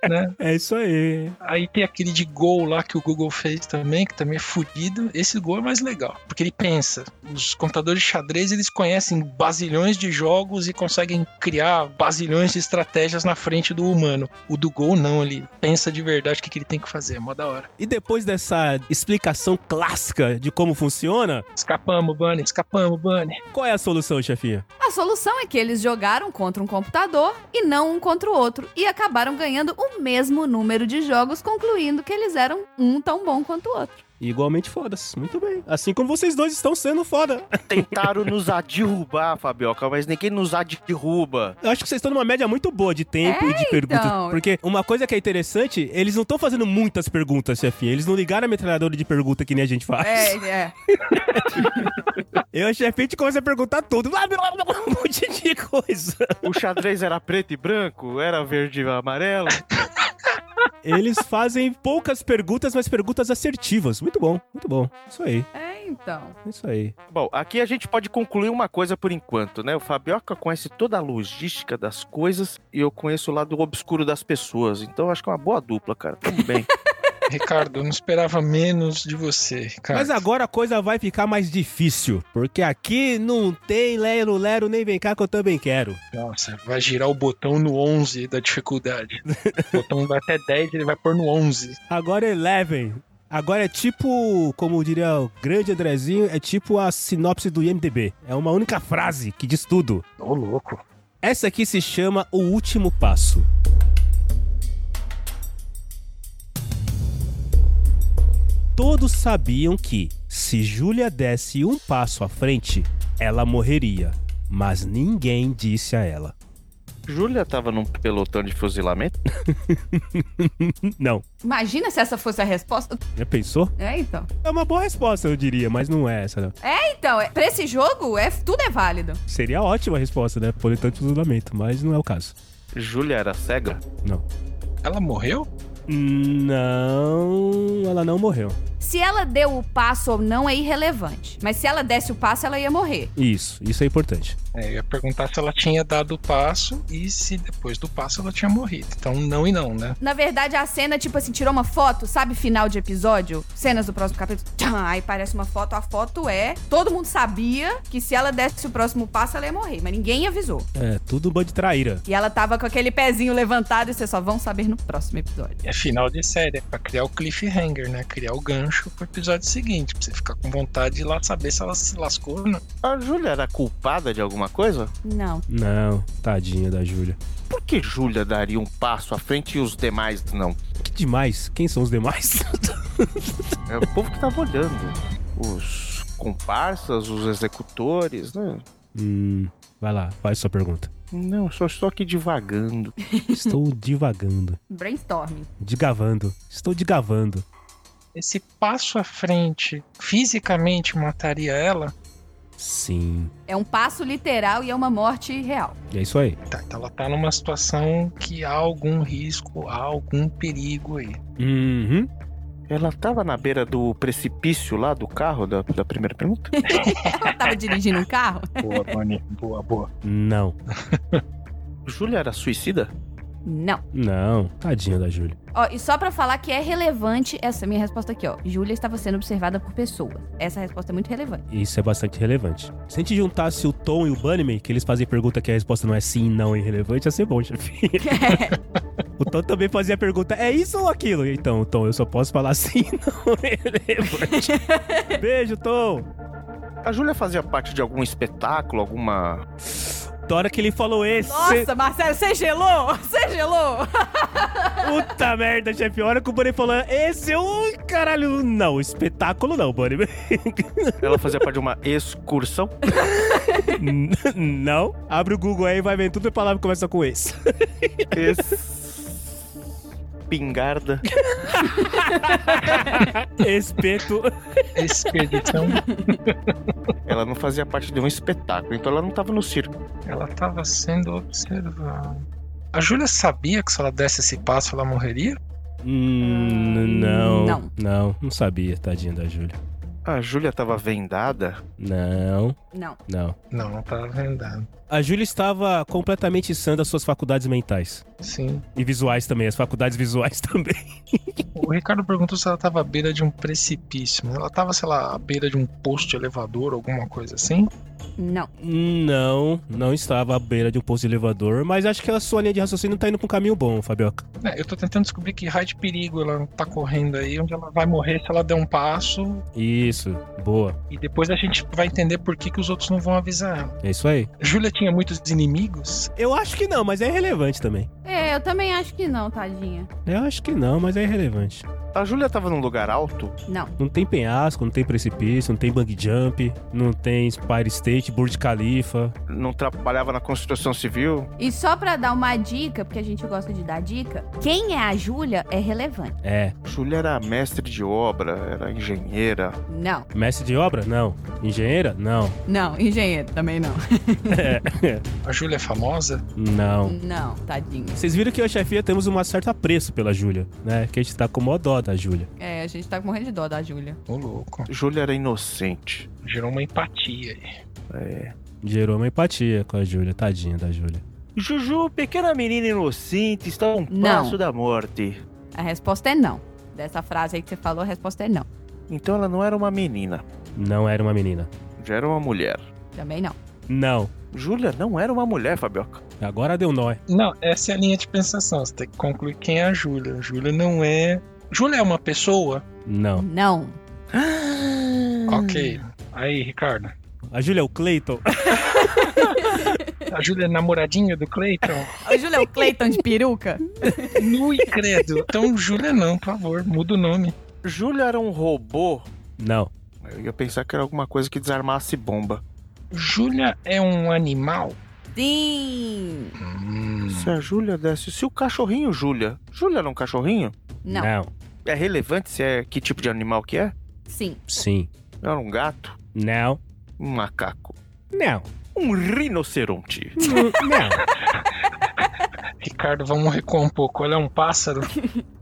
Speaker 4: né?
Speaker 1: É isso aí.
Speaker 4: Aí tem aquele de gol lá que o Google fez também, que também é fudido. Esse gol é mais legal, porque ele pensa. Os computadores de xadrez, eles conhecem bazilhões de jogos e conseguem criar bazilhões de estratégias na frente do humano. O do gol não, ele pensa de verdade o que, que ele tem que fazer, é mó da hora.
Speaker 1: E depois dessa explicação clássica de como funciona,
Speaker 4: Escapamos, Bunny, escapamos, Bunny.
Speaker 1: qual é a solução, chefinha?
Speaker 2: A solução é que eles jogaram contra um computador e não um contra o outro e acabaram ganhando o mesmo número de jogos, concluindo que eles eram um tão bom quanto o outro.
Speaker 1: Igualmente fodas. Muito bem. Assim como vocês dois estão sendo foda.
Speaker 3: Tentaram nos derrubar, Fabioca, mas ninguém nos derruba.
Speaker 1: Eu acho que vocês estão numa média muito boa de tempo e de perguntas.
Speaker 2: então.
Speaker 1: Porque uma coisa que é interessante, eles não estão fazendo muitas perguntas, chefinha. Eles não ligaram a metralhadora de pergunta que nem a gente faz.
Speaker 2: é.
Speaker 1: Eu, a chefinha, a gente começa a perguntar tudo. Blá, blá, blá, blá, Um monte de coisa.
Speaker 3: O xadrez era preto e branco? Era verde e amarelo?
Speaker 1: Eles fazem poucas perguntas, mas perguntas assertivas. Muito bom, muito bom. Isso aí,
Speaker 2: É, então.
Speaker 1: isso aí.
Speaker 3: Bom, aqui a gente pode concluir uma coisa por enquanto, né? O Fabioca conhece toda a logística das coisas e eu conheço o lado obscuro das pessoas. Então acho que é uma boa dupla, cara. Tudo bem.
Speaker 4: Ricardo, eu não esperava menos de você, Ricardo.
Speaker 1: Mas agora a coisa vai ficar mais difícil. Porque aqui não tem lero, lero, nem vem cá que eu também quero.
Speaker 4: Nossa, vai girar o botão no 11 da dificuldade. o botão vai até 10, ele vai pôr no 11.
Speaker 1: Agora Eleven. Agora é tipo, como diria o grande Andrezinho, é tipo a sinopse do IMDB. É uma única frase que diz tudo.
Speaker 6: Ô, louco.
Speaker 1: Essa aqui se chama O Último Passo. Todos sabiam que, se Júlia desse um passo à frente, ela morreria. Mas ninguém disse a ela.
Speaker 3: Júlia tava num pelotão de fuzilamento?
Speaker 1: Não.
Speaker 2: Imagina se essa fosse a resposta.
Speaker 1: Já pensou?
Speaker 2: É, então.
Speaker 1: É uma boa resposta, eu diria, mas não é essa, não.
Speaker 2: Então, é- pra esse jogo, é, tudo é válido.
Speaker 1: Seria ótima a resposta, né? Politão de fuzilamento, mas não é o caso.
Speaker 3: Júlia era cega?
Speaker 4: Ela morreu?
Speaker 1: Não, ela não morreu.
Speaker 2: Se ela deu o passo ou não é irrelevante. Mas se ela desse o passo, ela ia morrer.
Speaker 1: Isso, isso é importante.
Speaker 4: É, eu ia perguntar se ela tinha dado o passo e se depois do passo ela tinha morrido. Então, não e não, né?
Speaker 2: Na verdade, a cena, tipo assim, tirou uma foto, sabe, final de episódio? Cenas do próximo capítulo. Tcham, aí parece uma foto. A foto é. Todo mundo sabia que se ela desse o próximo passo, ela ia morrer. Mas ninguém avisou.
Speaker 1: É, tudo um bando de traíra.
Speaker 2: E ela tava com aquele pezinho levantado e vocês só vão saber no próximo episódio.
Speaker 4: É final de série, é pra criar o cliffhanger, né? Criar o gancho pro episódio seguinte, pra você ficar com vontade de ir lá saber se ela se lascou ou não.
Speaker 3: A Júlia era culpada de alguma coisa?
Speaker 2: Não.
Speaker 1: Não, tadinha da Júlia.
Speaker 3: Por que Júlia daria um passo à frente e os demais não?
Speaker 1: Que demais, quem são os demais?
Speaker 3: É o povo que tava olhando. Os comparsas, os executores, né?
Speaker 1: hum, vai lá, faz sua pergunta.
Speaker 3: Não, só estou aqui divagando.
Speaker 1: Estou divagando,
Speaker 2: Brainstorming.
Speaker 1: digavando, estou digavando.
Speaker 4: Esse passo à frente fisicamente mataria ela?
Speaker 1: Sim,
Speaker 2: É um passo literal e é uma morte real.
Speaker 1: é isso aí.
Speaker 4: Tá, então ela tá numa situação que há algum risco, há algum perigo aí.
Speaker 1: Uhum.
Speaker 3: Ela tava na beira do precipício lá do carro da, da primeira pergunta?
Speaker 2: Ela tava dirigindo um carro?
Speaker 6: Boa, Bonnie. Boa, boa.
Speaker 1: Não,
Speaker 3: Júlia era suicida?
Speaker 2: Não.
Speaker 1: não, tadinha da Júlia.
Speaker 2: Ó, e só pra falar que é relevante essa minha resposta aqui, ó. Júlia estava sendo observada por pessoas. Essa resposta é muito relevante.
Speaker 1: Isso é bastante relevante. Se a gente juntasse o Tom e o Bunnyman, que eles fazem pergunta que a resposta não é sim, não é irrelevante, ia ser bom, chefe. o Tom também fazia pergunta, é isso ou aquilo? Então, Tom, eu só posso falar sim, não é irrelevante. Beijo, Tom.
Speaker 3: A Júlia fazia parte de algum espetáculo, alguma.
Speaker 1: Da hora que ele falou esse.
Speaker 2: Nossa, Marcelo, você gelou? Você gelou?
Speaker 1: Puta merda, chefe. A hora que o Bunny falou, esse eu. Caralho, não, espetáculo não, Bunny.
Speaker 3: Ela fazia parte de uma excursão?
Speaker 1: N- não. Abre o Google aí e vai ver tudo a palavra que começa com esse.
Speaker 3: Ex... Pingarda.
Speaker 1: Espeto.
Speaker 4: Expedição,
Speaker 3: Ela não fazia parte de um espetáculo, então ela não tava no circo.
Speaker 4: ela tava sendo observada. A Júlia sabia que se ela desse esse passo ela morreria?
Speaker 1: Hum, n- não.
Speaker 2: Não.
Speaker 1: Não, não sabia, tadinha da Júlia.
Speaker 3: A Júlia tava vendada?
Speaker 1: Não,
Speaker 2: Não.
Speaker 1: não.
Speaker 4: Não, não tava vendada.
Speaker 1: A Júlia estava completamente sã das suas faculdades mentais.
Speaker 4: Sim.
Speaker 1: E visuais também, as faculdades visuais também.
Speaker 4: O Ricardo perguntou se ela tava à beira de um precipício. mas Ela tava, sei lá, à beira de um posto de elevador, alguma coisa assim?
Speaker 2: Não.
Speaker 1: Não, não estava à beira de um posto de elevador, mas acho que a sua linha de raciocínio tá indo pra um caminho bom, Fabioca.
Speaker 4: É, eu tô tentando descobrir que raio de perigo ela tá correndo aí, onde ela vai morrer se ela der um passo.
Speaker 1: Isso, boa.
Speaker 4: E depois a gente vai entender por que, que os outros não vão avisar ela.
Speaker 1: É isso aí.
Speaker 4: Júlia tinha muitos inimigos?
Speaker 1: Eu acho que não, mas é irrelevante também.
Speaker 2: É, eu também acho que não, tadinha.
Speaker 1: Eu acho que não, mas é irrelevante.
Speaker 3: A Júlia tava num lugar alto?
Speaker 2: Não.
Speaker 1: Não tem penhasco, não tem precipício, não tem bang jump, não tem Spire State, Burj Khalifa.
Speaker 3: Não trabalhava na construção civil?
Speaker 2: E só pra dar uma dica, porque a gente gosta de dar dica, quem é a Júlia é relevante.
Speaker 1: É.
Speaker 3: Júlia era mestre de obra, era engenheira.
Speaker 2: Não.
Speaker 1: Mestre de obra? Não. Engenheira? Não.
Speaker 2: Não, engenheiro, também não.
Speaker 4: A Júlia é famosa?
Speaker 1: Não.
Speaker 2: Não, tadinha.
Speaker 1: Vocês viram que eu e a chefia temos um certo apreço pela Júlia, né? Que a gente tá com mó dó da Júlia.
Speaker 2: É, a gente tá morrendo de dó da Júlia.
Speaker 4: Ô, louco.
Speaker 3: Júlia era inocente.
Speaker 4: Gerou uma empatia aí.
Speaker 1: Gerou uma empatia com a Júlia, tadinha da Júlia.
Speaker 3: Juju, pequena menina inocente, está a um
Speaker 2: Não.
Speaker 3: passo da morte.
Speaker 2: A resposta é não. Dessa frase aí que você falou, a resposta é não.
Speaker 3: Então ela não era uma menina,
Speaker 1: Não era uma menina.
Speaker 3: já era uma mulher.
Speaker 2: Também não.
Speaker 1: Não.
Speaker 3: Júlia não era uma mulher, Fabioca.
Speaker 1: Agora deu nó.
Speaker 4: Não, essa é a linha de pensação. Você tem que concluir quem é a Júlia. A Júlia não é Júlia é uma pessoa?
Speaker 1: Não.
Speaker 2: Não.
Speaker 4: Ah.
Speaker 3: Hum.
Speaker 4: Ok. Aí, Ricardo.
Speaker 1: A Júlia é o Cleiton.
Speaker 4: A Júlia é namoradinha do Cleiton?
Speaker 2: O Júlio é o Cleiton de peruca?
Speaker 4: Nui, credo. Então, Júlia não, por favor, muda o nome.
Speaker 3: Júlia era um robô.
Speaker 1: Não.
Speaker 3: Eu ia pensar que era alguma coisa que desarmasse bomba.
Speaker 4: Júlia é um animal?
Speaker 2: Sim.
Speaker 4: Hum.
Speaker 3: Se a Júlia desse. Se o cachorrinho Júlia. Júlia era um cachorrinho?
Speaker 2: Não.
Speaker 3: É relevante se é que tipo de animal que é?
Speaker 2: Sim.
Speaker 1: Sim.
Speaker 3: Era um gato?
Speaker 1: Não.
Speaker 3: Um macaco?
Speaker 1: Não. Hum,
Speaker 3: Um rinoceronte?
Speaker 1: Não.
Speaker 4: Ricardo, vamos recuar um pouco. Ela é um pássaro?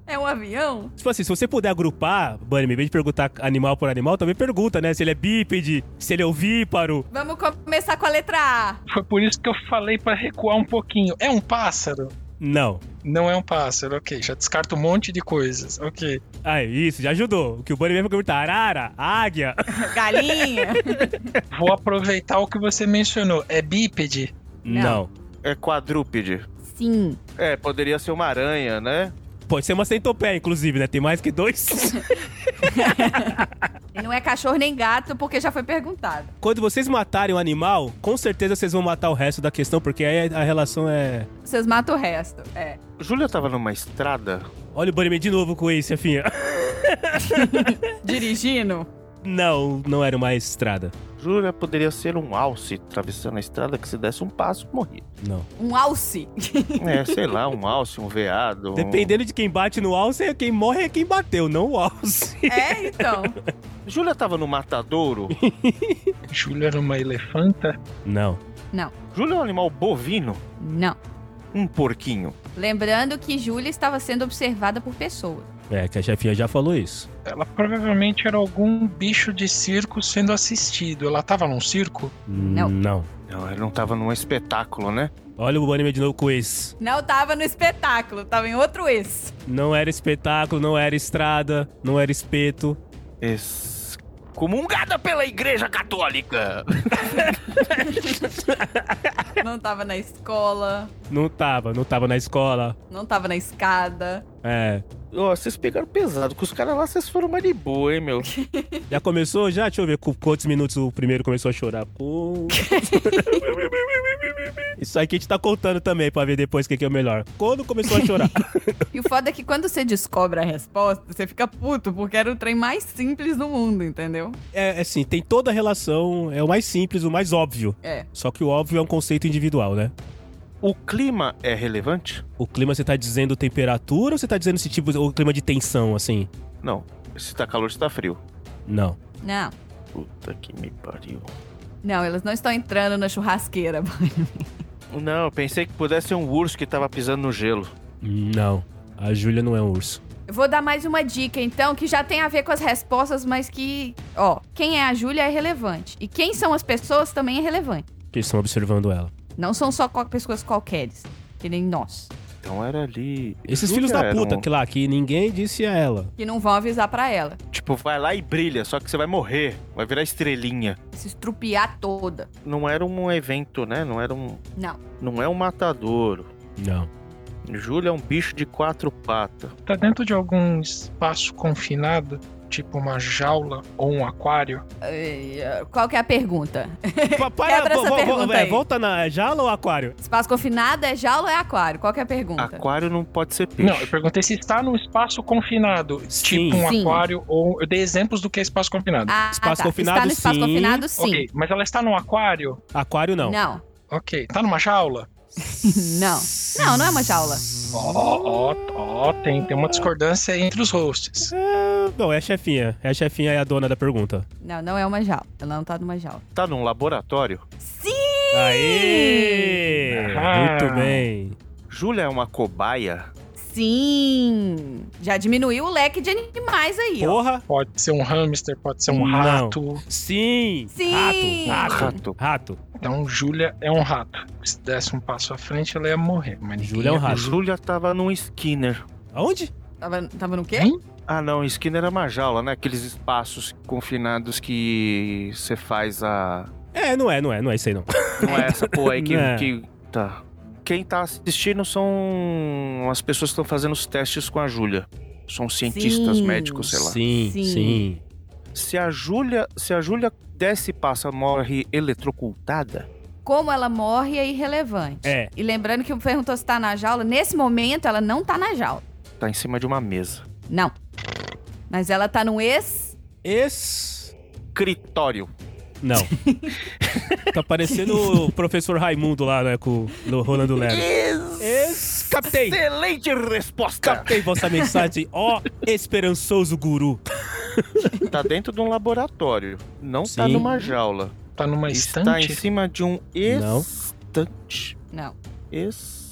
Speaker 2: É um avião?
Speaker 1: Tipo assim, se você puder agrupar, Bunny, em vez de perguntar animal por animal, também pergunta, né? Se ele é bípede, se ele é ovíparo.
Speaker 2: Vamos começar com a letra A.
Speaker 4: Foi por isso que eu falei pra recuar um pouquinho. É um pássaro?
Speaker 1: Não.
Speaker 4: Não é um pássaro, ok. Já descarta um monte de coisas, ok.
Speaker 1: Aí, É isso, já ajudou. O que o Bunny mesmo pergunta, arara, águia.
Speaker 2: Galinha?
Speaker 4: Vou aproveitar o que você mencionou. É bípede?
Speaker 2: Não.
Speaker 3: é quadrúpede.
Speaker 2: Sim.
Speaker 3: É, poderia ser uma aranha, né?
Speaker 1: Pode ser uma centopeia, inclusive, né? Tem mais que dois.
Speaker 2: E não é cachorro nem gato, porque já foi perguntado.
Speaker 1: Quando vocês matarem um animal, com certeza vocês vão matar o resto da questão, porque aí a relação é...
Speaker 2: Vocês matam o resto. É.
Speaker 3: Júlia tava numa estrada.
Speaker 1: Olha o Bunnyman de novo com isso, afinha.
Speaker 2: Dirigindo?
Speaker 1: Não, não era uma estrada.
Speaker 3: Júlia poderia ser um alce atravessando a estrada que se desse um passo, morria.
Speaker 1: Não.
Speaker 2: Um alce?
Speaker 3: É, sei lá, um alce, um veado. um-
Speaker 1: Dependendo de quem bate no alce, quem morre é quem bateu, não o alce.
Speaker 2: É, então.
Speaker 3: Júlia tava no matadouro.
Speaker 4: Júlia era uma elefanta?
Speaker 1: Não.
Speaker 3: Júlia é um animal bovino.
Speaker 2: Não.
Speaker 3: Um porquinho.
Speaker 2: Lembrando que Júlia estava sendo observada por pessoas.
Speaker 1: É, que a chefinha já falou isso.
Speaker 4: Ela provavelmente era algum bicho de circo sendo assistido. Ela tava num circo?
Speaker 2: Não.
Speaker 1: Não.
Speaker 3: Não, ele não tava num espetáculo, né?
Speaker 1: Olha o anime de novo com esse.
Speaker 2: Não tava no espetáculo, tava em outro ex.
Speaker 1: Não era espetáculo, não era estrada, não era espeto.
Speaker 3: Excomungada pela Igreja Católica!
Speaker 2: Não tava na escola,
Speaker 1: Não tava, não tava na escola.
Speaker 2: não tava na escada.
Speaker 1: É.
Speaker 3: Ó, vocês pegaram pesado, com os caras lá vocês foram mais de boa, hein, meu?
Speaker 1: Já começou? Já? Deixa eu ver com quantos minutos o primeiro começou a chorar. Pô. Isso aí que a gente tá contando também pra ver depois o que que é o melhor. Quando começou a chorar?
Speaker 2: E o foda é que quando você descobre a resposta, você fica puto, porque era o trem mais simples do mundo, entendeu?
Speaker 1: é assim, tem toda a relação, é o mais simples, o mais óbvio.
Speaker 2: É.
Speaker 1: Só que o óbvio é um conceito individual, né?
Speaker 3: O clima é relevante?
Speaker 1: O clima você tá dizendo temperatura ou você tá dizendo esse tipo o clima de tensão, assim?
Speaker 3: Não. Se tá calor, se tá frio.
Speaker 1: Não.
Speaker 2: Não.
Speaker 3: Puta que me pariu.
Speaker 2: Não, elas não estão entrando na churrasqueira.
Speaker 3: Não, eu pensei que pudesse ser um urso que tava pisando no gelo.
Speaker 1: Não. A Júlia não é um urso.
Speaker 2: Eu vou dar mais uma dica, então, que já tem a ver com as respostas, mas que, ó, quem é a Júlia é relevante. E quem são as pessoas também é relevante.
Speaker 1: Que estão observando ela.
Speaker 2: Não são só qual- pessoas qualqueres, que nem nós.
Speaker 3: Então era ali.
Speaker 1: Esses
Speaker 3: Júlia
Speaker 1: filhos da
Speaker 3: era
Speaker 1: puta
Speaker 3: um-
Speaker 1: que lá, que ninguém disse a ela.
Speaker 2: Que não vão avisar pra ela.
Speaker 3: Tipo, vai lá e brilha, só que você vai morrer. Vai virar estrelinha.
Speaker 2: Se estrupiar toda.
Speaker 3: Não era um evento, né? Não era um.
Speaker 2: Não.
Speaker 3: Não é um matadouro.
Speaker 1: Não.
Speaker 3: Júlia é um bicho de quatro patas.
Speaker 4: Tá dentro de algum espaço confinado? Tipo uma jaula ou um aquário?
Speaker 2: Eh, eh, Qual que é a pergunta?
Speaker 1: Pa-
Speaker 2: Quebra essa pergunta
Speaker 1: é,
Speaker 2: aí.
Speaker 1: volta na jaula ou aquário?
Speaker 2: Espaço confinado é jaula ou é aquário? Qual que é a pergunta?
Speaker 3: Aquário não pode ser peixe.
Speaker 4: Não, eu perguntei se está num espaço confinado.
Speaker 1: Sim.
Speaker 4: Tipo um
Speaker 2: Sim.
Speaker 4: aquário ou. Eu dei exemplos do que é espaço confinado.
Speaker 2: Ah,
Speaker 1: Espaço
Speaker 2: tá.
Speaker 1: confinado,
Speaker 2: Está no espaço
Speaker 1: sim. então.
Speaker 2: confinado, sim.
Speaker 4: Ok, mas ela está num aquário?
Speaker 1: Aquário não.
Speaker 2: Não.
Speaker 4: Ok. Tá numa jaula?
Speaker 2: Não. Não, não é uma jaula.
Speaker 4: Ó, ó, ó, tem, tem uma discordância entre os hosts.
Speaker 1: Não, é a chefinha. É a chefinha é a dona da pergunta.
Speaker 2: Não, não é uma jaula. Ela não tá numa jaula.
Speaker 3: Tá num laboratório?
Speaker 2: Sim!
Speaker 1: Aê!
Speaker 4: Ah.
Speaker 1: Muito bem.
Speaker 3: Júlia é uma cobaia?
Speaker 2: Sim! Já diminuiu o leque de animais aí, ó.
Speaker 1: Porra!
Speaker 4: Pode ser um hamster, pode ser um
Speaker 1: Não.
Speaker 4: rato.
Speaker 1: Sim!
Speaker 2: Sim.
Speaker 1: Rato! Rato!
Speaker 3: Rato.
Speaker 1: Rato!
Speaker 4: Então, Júlia é um rato. Se desse um passo à frente, ela ia morrer. Mas ninguém
Speaker 1: Júlia é um
Speaker 4: ia-
Speaker 1: rato.
Speaker 3: Júlia tava num Skinner.
Speaker 1: Aonde?
Speaker 2: Tava, tava no quê?
Speaker 4: Hein?
Speaker 3: Ah, não, Skinner é uma jaula, né? Aqueles espaços confinados que você faz a.
Speaker 1: É, não é, não é, não é isso aí não.
Speaker 3: Não é essa porra aí que,
Speaker 1: Não.
Speaker 3: que- Tá. Quem tá assistindo são as pessoas que estão fazendo os testes com a Júlia. São cientistas
Speaker 2: Sim.
Speaker 3: médicos, sei lá.
Speaker 1: Sim,
Speaker 2: Sim.
Speaker 1: sim.
Speaker 3: Se a Júlia, se a Júlia desce e passa, morre eletrocultada.
Speaker 2: Como ela morre é irrelevante.
Speaker 1: É.
Speaker 2: E lembrando que perguntou se tá na jaula, nesse momento ela não tá na jaula.
Speaker 3: Tá em cima de uma mesa.
Speaker 2: Não. Mas ela tá no ex.
Speaker 1: Esse.
Speaker 3: Critório.
Speaker 1: Não. tá parecendo o professor Raimundo lá, né? Com o Rolando Lero. Esse. Captei!
Speaker 3: Excelente resposta!
Speaker 1: Captei vossa mensagem, ó esperançoso guru.
Speaker 3: Tá dentro de um laboratório. Não tá
Speaker 1: Sim.
Speaker 3: numa jaula.
Speaker 4: Tá numa
Speaker 3: Está em
Speaker 4: estante?
Speaker 3: cima de um
Speaker 1: Não.
Speaker 3: estante.
Speaker 2: Não,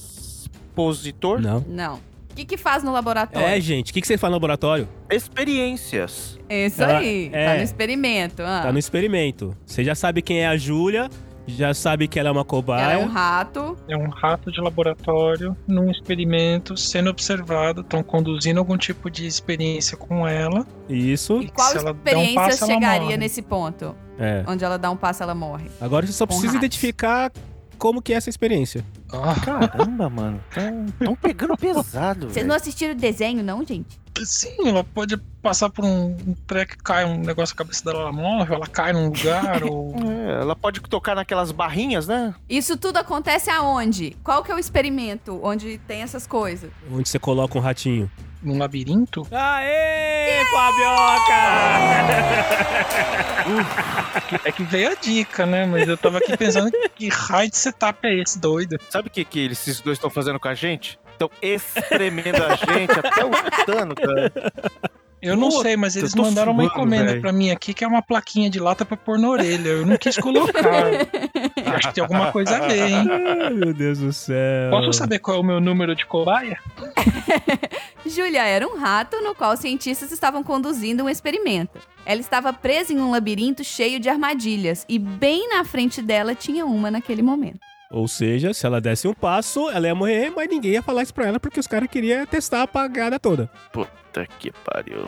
Speaker 3: Expositor.
Speaker 1: Não.
Speaker 2: não. O que que faz no laboratório?
Speaker 1: É, gente, o que, que você faz no laboratório?
Speaker 3: Experiências.
Speaker 2: Isso
Speaker 1: Ela-
Speaker 2: aí.
Speaker 1: é.
Speaker 2: Tá no experimento. ah.
Speaker 1: Tá no experimento. Você já sabe quem é a Júlia, já sabe que ela é uma
Speaker 2: Ela é
Speaker 1: cobaia.
Speaker 2: um rato.
Speaker 4: É um rato de laboratório num experimento sendo observado. Estão conduzindo algum tipo de experiência com ela.
Speaker 1: Isso.
Speaker 2: E qual
Speaker 4: se ela der um
Speaker 2: experiência
Speaker 4: passo, ela
Speaker 2: chegaria
Speaker 4: morre.
Speaker 2: nesse ponto?
Speaker 1: É.
Speaker 2: Onde ela dá um passo, ela morre.
Speaker 1: Agora você só
Speaker 2: Com
Speaker 1: precisa
Speaker 2: ratos.
Speaker 1: identificar como que é essa experiência.
Speaker 4: Ah,
Speaker 3: Caramba, mano. Estão pegando pesado.
Speaker 2: Vocês não assistiram o desenho, não, gente?
Speaker 4: sim, ela pode passar por um, um treco que cai um negócio na cabeça dela, ela morre, ou ela cai num lugar, ou.
Speaker 3: É, ela pode tocar naquelas barrinhas, né?
Speaker 2: Isso tudo acontece aonde? Qual que é o experimento onde tem essas coisas?
Speaker 1: Onde você coloca um ratinho.
Speaker 4: num labirinto.
Speaker 1: Aê, Fabioca!
Speaker 4: É que veio a dica, né? Mas eu tava aqui pensando que raio de setup é esse doido.
Speaker 3: Sabe o que, que eles- esses dois estão fazendo com a gente? Estão espremendo a gente até o Tano, cara.
Speaker 4: Eu não
Speaker 3: Puta,
Speaker 4: sei, mas eles
Speaker 3: tô
Speaker 4: mandaram uma
Speaker 3: suando,
Speaker 4: encomenda
Speaker 3: velho.
Speaker 4: pra mim aqui, que é uma plaquinha de lata pra pôr na orelha. Eu não quis colocar. Eu Acho que tem alguma coisa a ver, hein?
Speaker 1: Ai, Ah, meu Deus do céu.
Speaker 4: Posso saber qual é o meu número de cobaia?
Speaker 2: Júlia era um rato no qual os cientistas estavam conduzindo um experimento. Ela estava presa em um labirinto cheio de armadilhas e bem na frente dela tinha uma naquele momento.
Speaker 1: Ou seja, se ela desse um passo, ela ia morrer, mas ninguém ia falar isso pra ela porque os caras queriam testar a pagada toda.
Speaker 3: Puta que pariu.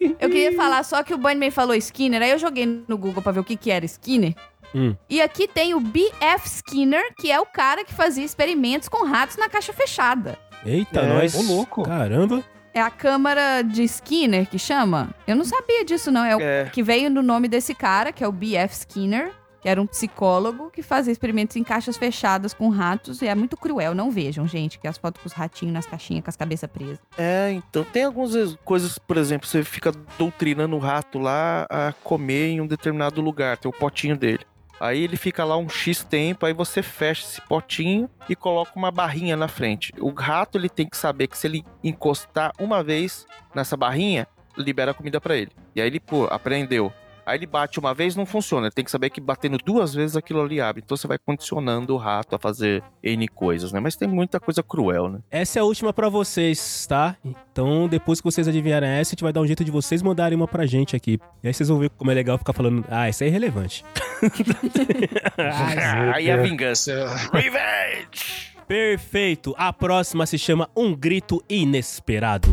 Speaker 2: Eu queria falar só que o Bunnyman falou Skinner, aí eu joguei no Google pra ver o que, que era Skinner.
Speaker 1: Hum.
Speaker 2: E aqui tem o B.F. Skinner, que é o cara que fazia experimentos com ratos na caixa fechada.
Speaker 1: Eita,
Speaker 3: É,
Speaker 1: nós.
Speaker 3: ô
Speaker 4: louco.
Speaker 1: Caramba.
Speaker 2: É a câmara de Skinner que chama? Eu não sabia disso, não. É o
Speaker 3: É.
Speaker 2: que veio no nome desse cara, que é o B.F. Skinner, que era um psicólogo que fazia experimentos em caixas fechadas com ratos e é muito cruel. Não vejam, gente, que as fotos com os ratinhos nas caixinhas com as cabeças presas.
Speaker 3: É, então tem algumas ex- coisas, por exemplo, você fica doutrinando o rato lá a comer em um determinado lugar, tem o potinho dele. Aí ele fica lá um X tempo, aí você fecha esse potinho e coloca uma barrinha na frente. O rato ele tem que saber que se ele encostar uma vez nessa barrinha, libera a comida pra ele. E aí ele, pô, aprendeu. Aí ele bate uma vez, não funciona. Ele tem que saber que batendo duas vezes aquilo ali abre. Então você vai condicionando o rato a fazer N coisas, né? Mas tem muita coisa cruel, né?
Speaker 1: Essa é a última pra vocês, tá? Então, depois que vocês adivinharem essa, a gente vai dar um jeito de vocês mandarem uma pra gente aqui. E aí vocês vão ver como é legal ficar falando, ah, isso é irrelevante.
Speaker 6: Meu
Speaker 3: aí a
Speaker 6: Deus.
Speaker 3: vingança. Revenge!
Speaker 1: Perfeito! A próxima se chama Um Grito Inesperado.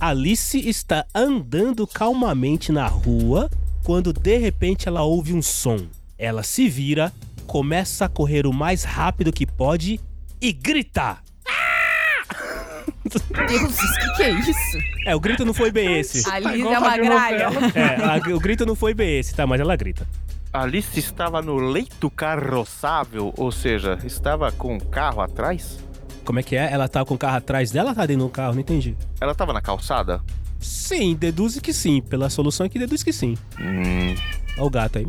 Speaker 1: Alice está andando calmamente na rua quando de repente ela ouve um som. Ela se vira, começa a correr o mais rápido que pode e grita!
Speaker 2: Deus, o que, que é isso?
Speaker 1: É, o grito não foi bem esse.
Speaker 2: A
Speaker 4: Tá
Speaker 2: Liz
Speaker 4: igual
Speaker 2: é uma gralha.
Speaker 4: radionovela.
Speaker 1: É, a- o grito não foi bem esse, tá? Mas ela grita.
Speaker 3: Alice estava no leito carroçável, ou seja, estava com um carro atrás?
Speaker 1: Como é que é? Ela tá com o carro atrás dela ou tá dentro do carro? Não entendi.
Speaker 3: Ela estava na calçada?
Speaker 1: Sim, deduz que sim. Pela solução é que deduz que sim.
Speaker 3: Hum,
Speaker 1: Olha o gato aí.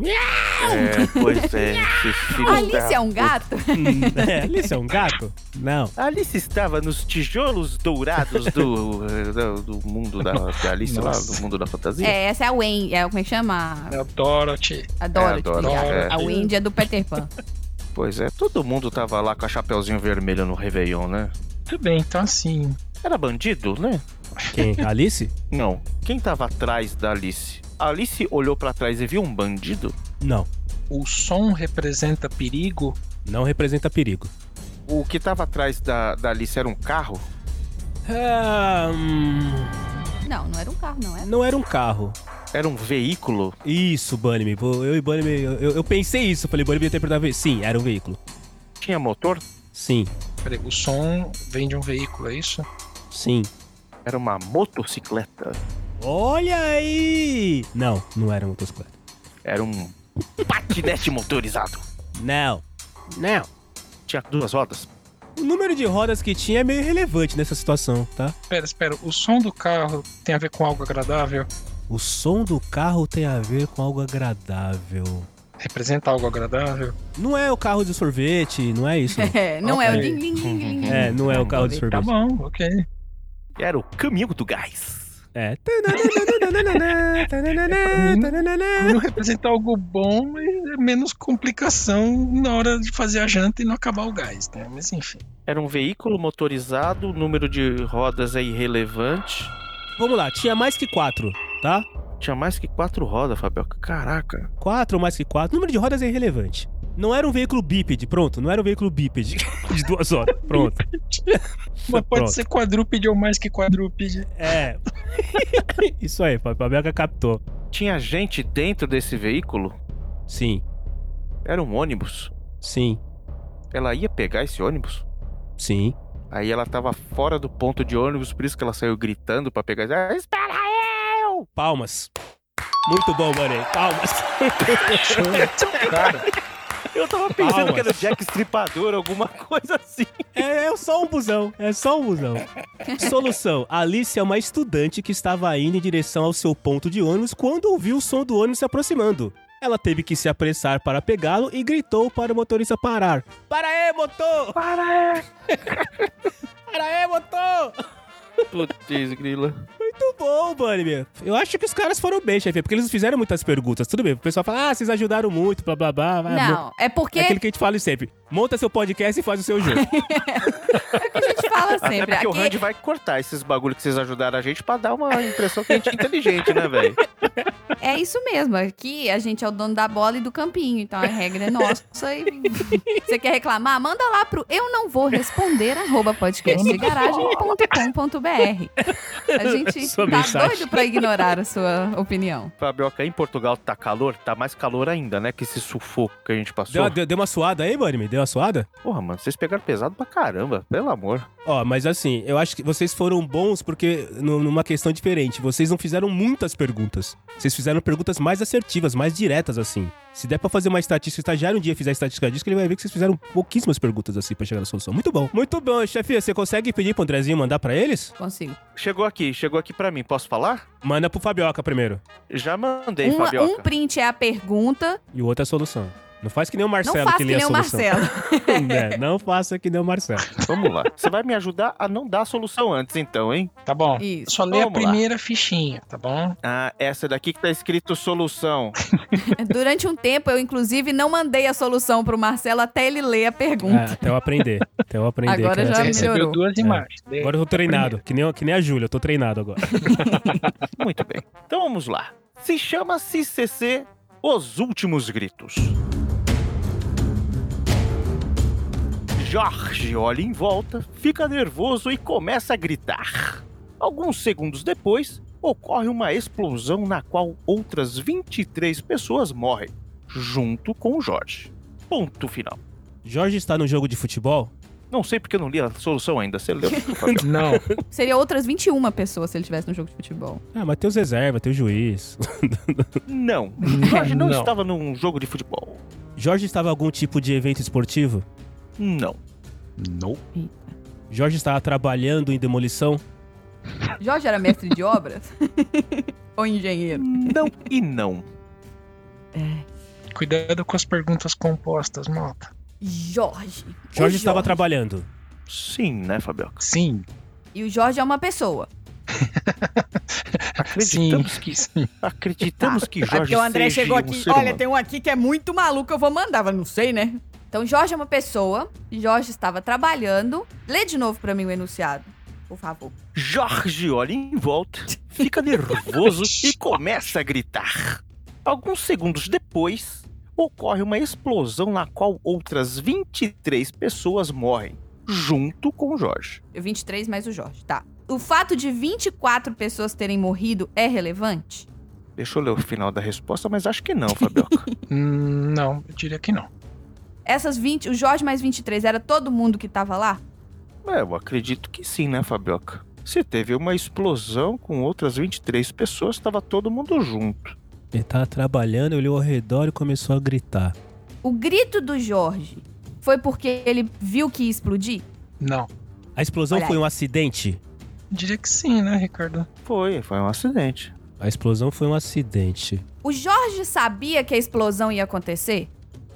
Speaker 3: é, pois é, esses filhos
Speaker 2: A Alice
Speaker 3: da-
Speaker 2: é um gato?
Speaker 1: é, Alice é um gato? Não.
Speaker 3: Alice estava nos tijolos dourados do, eh, do, do mundo da, da Alice lá,
Speaker 4: Nossa.
Speaker 3: do mundo da fantasia?
Speaker 2: É, essa é a Wayne, é, como é que chama?
Speaker 4: É a Dorothy.
Speaker 2: A Dorothy.
Speaker 3: Dorothy,
Speaker 2: a,
Speaker 4: é.
Speaker 2: a Wendy é do Peter Pan.
Speaker 3: Pois é, todo mundo tava lá com a chapeuzinho vermelho no Réveillon, né?
Speaker 4: Muito bem, então assim.
Speaker 3: Era bandido, né?
Speaker 1: Quem? Alice?
Speaker 3: Não. Quem tava atrás da Alice? A Alice olhou pra trás e viu um bandido?
Speaker 1: Não.
Speaker 4: O som representa perigo.
Speaker 1: Não representa perigo.
Speaker 3: O que tava atrás da, da Alice era um carro?
Speaker 1: Ah, hum,
Speaker 2: Não, não era um carro, não era.
Speaker 1: não era um carro.
Speaker 3: Era um veículo?
Speaker 1: Isso, Bunnyman. Pô, Eu e Bunnyman, eu, eu- eu pensei isso. Falei, Bunnyman ia interpretar... ve- Sim, era um veículo.
Speaker 3: Tinha motor?
Speaker 1: Sim,
Speaker 4: Peraí, o som vem de um veículo, é isso?
Speaker 1: sim.
Speaker 3: Era uma motocicleta?
Speaker 1: Olha aí! Não, não era motocicleta.
Speaker 3: Era um patinete motorizado?
Speaker 1: Não. Não.
Speaker 3: Tinha duas rodas?
Speaker 1: O número de rodas que tinha é meio irrelevante nessa situação, tá?
Speaker 4: Espera, espera. O som do carro tem a ver com algo agradável?
Speaker 1: O som do carro tem a ver com algo agradável.
Speaker 4: Representa algo agradável?
Speaker 1: Não é o carro de sorvete, não é isso. não.
Speaker 2: É, não é o
Speaker 4: Ok.
Speaker 2: din din din din. din.
Speaker 1: É, não é o carro de
Speaker 4: Tá
Speaker 1: sorvete.
Speaker 4: bom, ok.
Speaker 3: Era o caminho do gás.
Speaker 1: É.
Speaker 4: Não representa algo bom, mas é menos complicação na hora de fazer a janta e não acabar o gás, né? Mas enfim.
Speaker 3: Era um veículo motorizado, o número de rodas é irrelevante.
Speaker 1: Vamos lá, tinha mais que quatro, tá?
Speaker 3: Tinha mais que quatro rodas, Fabioca. Caraca.
Speaker 1: Quatro ou mais que quatro. Número de rodas é irrelevante. Não era um veículo bípede, pronto. Não era um veículo bípede de duas horas, pronto.
Speaker 4: Mas pode
Speaker 1: Pronto.
Speaker 4: ser quadrúpede ou mais que quadrúpede.
Speaker 1: É. Isso aí, Fabioca captou.
Speaker 3: Tinha gente dentro desse veículo?
Speaker 1: Sim,
Speaker 3: Era um ônibus.
Speaker 1: sim,
Speaker 3: Ela ia pegar esse ônibus?
Speaker 1: sim.
Speaker 3: Aí ela tava fora do ponto de ônibus, por isso que ela saiu gritando pra pegar. Ah, espera eu!
Speaker 1: Palmas. Muito bom, Bunny. Palmas.
Speaker 4: né? Cara,
Speaker 3: Eu tava
Speaker 1: Palmas.
Speaker 3: pensando que era o Jack Stripador, alguma coisa assim.
Speaker 1: É, é só um busão, é só um busão. Solução: Alice é uma estudante que estava indo em direção ao seu ponto de ônibus quando ouviu o som do ônibus se aproximando. Ela teve que se apressar para pegá-lo e gritou para o motorista parar. Para aí, motor!
Speaker 3: Para é!
Speaker 1: Para aí, motor!
Speaker 3: Putz, grila.
Speaker 1: Muito bom, Bunny. Eu acho que os caras foram bem, chefe, porque eles não fizeram muitas perguntas. Tudo bem, o pessoal fala, ah, vocês ajudaram muito, blá, blá, blá. vai, mo-
Speaker 2: Não, é porque
Speaker 1: É aquilo que a gente fala sempre. Monta seu podcast e faz o seu jogo.
Speaker 2: a gente fala
Speaker 3: Até
Speaker 2: sempre.
Speaker 3: porque o
Speaker 2: Aqui, é
Speaker 3: Randy vai cortar esses bagulho que vocês ajudaram a gente pra dar uma impressão que a gente é inteligente, né, velho?
Speaker 2: é isso mesmo. Aqui a gente é o dono da bola e do campinho. Então a regra é nossa. E... Você quer reclamar? Manda lá pro eu não vou responder arroba podcastdegaragem.com.br. A gente
Speaker 1: Sua
Speaker 2: tá
Speaker 1: mensagem.
Speaker 2: doido pra ignorar a sua opinião.
Speaker 3: Fabioca, em Portugal tá calor? Tá mais calor ainda, né? Que esse sufoco que a gente passou.
Speaker 1: Deu, deu- deu uma suada aí, Bunny? Deu uma suada?
Speaker 3: Porra, mano, vocês pegaram pesado pra caramba, pelo amor.
Speaker 1: Ó, mas assim, eu acho que vocês foram bons porque nu- numa questão diferente. Vocês não fizeram muitas perguntas. Vocês fizeram perguntas mais assertivas, mais diretas, assim. Se der pra fazer uma estatística, o estagiário um dia fizer a estatística disso, ele vai ver que vocês fizeram pouquíssimas perguntas, assim, pra chegar na solução. Muito bom. Muito bom, chefia. Você consegue pedir pro Andrezinho mandar pra eles?
Speaker 2: Consigo.
Speaker 3: Chegou aqui, chegou aqui pra mim, posso falar?
Speaker 1: Manda pro Fabioca primeiro.
Speaker 3: Já mandei,
Speaker 2: Uma- um
Speaker 3: Fabioca.
Speaker 2: print é a pergunta.
Speaker 1: E o outro é a solução. Não faz que nem o
Speaker 2: Não
Speaker 1: Marcelo
Speaker 2: faça
Speaker 1: que
Speaker 2: que
Speaker 1: lê
Speaker 2: nem
Speaker 1: a
Speaker 2: o
Speaker 1: solução.
Speaker 2: Marcelo.
Speaker 1: É, não faça que nem o Marcelo.
Speaker 3: Vamos lá. Você vai me ajudar a não dar a solução antes, então, hein?
Speaker 4: tá bom.
Speaker 2: Isso.
Speaker 4: Só lê a
Speaker 3: Vamos lá.
Speaker 4: primeira fichinha, tá bom?
Speaker 3: Ah, essa daqui que tá escrito solução.
Speaker 2: Durante um tempo, eu inclusive não mandei a solução pro Marcelo até ele ler a
Speaker 1: É,
Speaker 2: pergunta.
Speaker 1: até eu aprender. Até eu aprender.
Speaker 2: Agora
Speaker 1: cara.
Speaker 2: já
Speaker 4: Você
Speaker 2: melhorou.
Speaker 4: recebeu duas
Speaker 1: É.
Speaker 4: imagens. Lê.
Speaker 1: Agora eu tô treinado. Que nem, que nem a Júlia, eu tô treinado agora.
Speaker 3: Muito bem. Então vamos lá. Se chama CCC Os Últimos Gritos. Jorge olha em volta, fica nervoso e começa a gritar. Alguns segundos depois, ocorre uma explosão na qual outras 23 pessoas morrem, junto com o Jorge. Ponto final.
Speaker 1: Jorge está no jogo de futebol?
Speaker 3: Não sei porque eu não li a solução ainda. Você leu?
Speaker 4: Não,
Speaker 1: É.
Speaker 2: Seria outras 21 pessoas se ele estivesse no jogo de futebol.
Speaker 1: Ah, mas tem os reservas, tem o juiz.
Speaker 3: Não. Jorge não,
Speaker 4: Não.
Speaker 3: estava num jogo de futebol.
Speaker 1: Jorge estava em algum tipo de evento esportivo?
Speaker 3: Não.
Speaker 6: Não.
Speaker 1: Jorge estava trabalhando em demolição?
Speaker 2: Jorge era mestre de obras? Ou engenheiro?
Speaker 3: Não e não.
Speaker 4: cuidado com as perguntas compostas, malta.
Speaker 2: Jorge. O
Speaker 1: Jorge estava trabalhando.
Speaker 3: Sim, né, Fabioca?
Speaker 4: Sim,
Speaker 2: E o Jorge é uma pessoa.
Speaker 4: sim,
Speaker 3: Acreditamos que
Speaker 4: sim.
Speaker 3: acreditamos que Jorge
Speaker 2: é porque o André
Speaker 3: seja
Speaker 2: chegou
Speaker 3: um
Speaker 2: aqui.
Speaker 3: ser
Speaker 2: Olha,
Speaker 3: humano.
Speaker 2: tem um aqui que é muito maluco, eu vou mandar. Eu falei, não sei, né? Então, Jorge é uma pessoa. Jorge estava trabalhando. Lê de novo pra mim o enunciado, por favor.
Speaker 3: Jorge olha em volta, fica nervoso e começa a gritar. Alguns segundos depois, ocorre uma explosão na qual outras 23 pessoas morrem, junto com Jorge.
Speaker 2: 23 mais o Jorge, tá. O fato de 24 pessoas terem morrido é relevante?
Speaker 3: Deixa eu ler o final da resposta, mas acho que não, Fabioca.
Speaker 4: Hum, não, eu diria que não.
Speaker 2: Essas 20, o Jorge mais 23 era todo mundo que tava lá?
Speaker 3: é, eu acredito que sim, né, Fabioca? Se teve uma explosão com outras 23 pessoas, tava todo mundo junto.
Speaker 1: Ele tava trabalhando, olhou ao redor e começou a gritar.
Speaker 2: O grito do Jorge foi porque ele viu que ia explodir?
Speaker 4: Não.
Speaker 1: A explosão
Speaker 2: Olha
Speaker 1: foi um acidente?
Speaker 4: Eu diria que sim, né, Ricardo?
Speaker 3: Foi, foi um acidente.
Speaker 1: A explosão foi um acidente.
Speaker 2: O Jorge sabia que a explosão ia acontecer?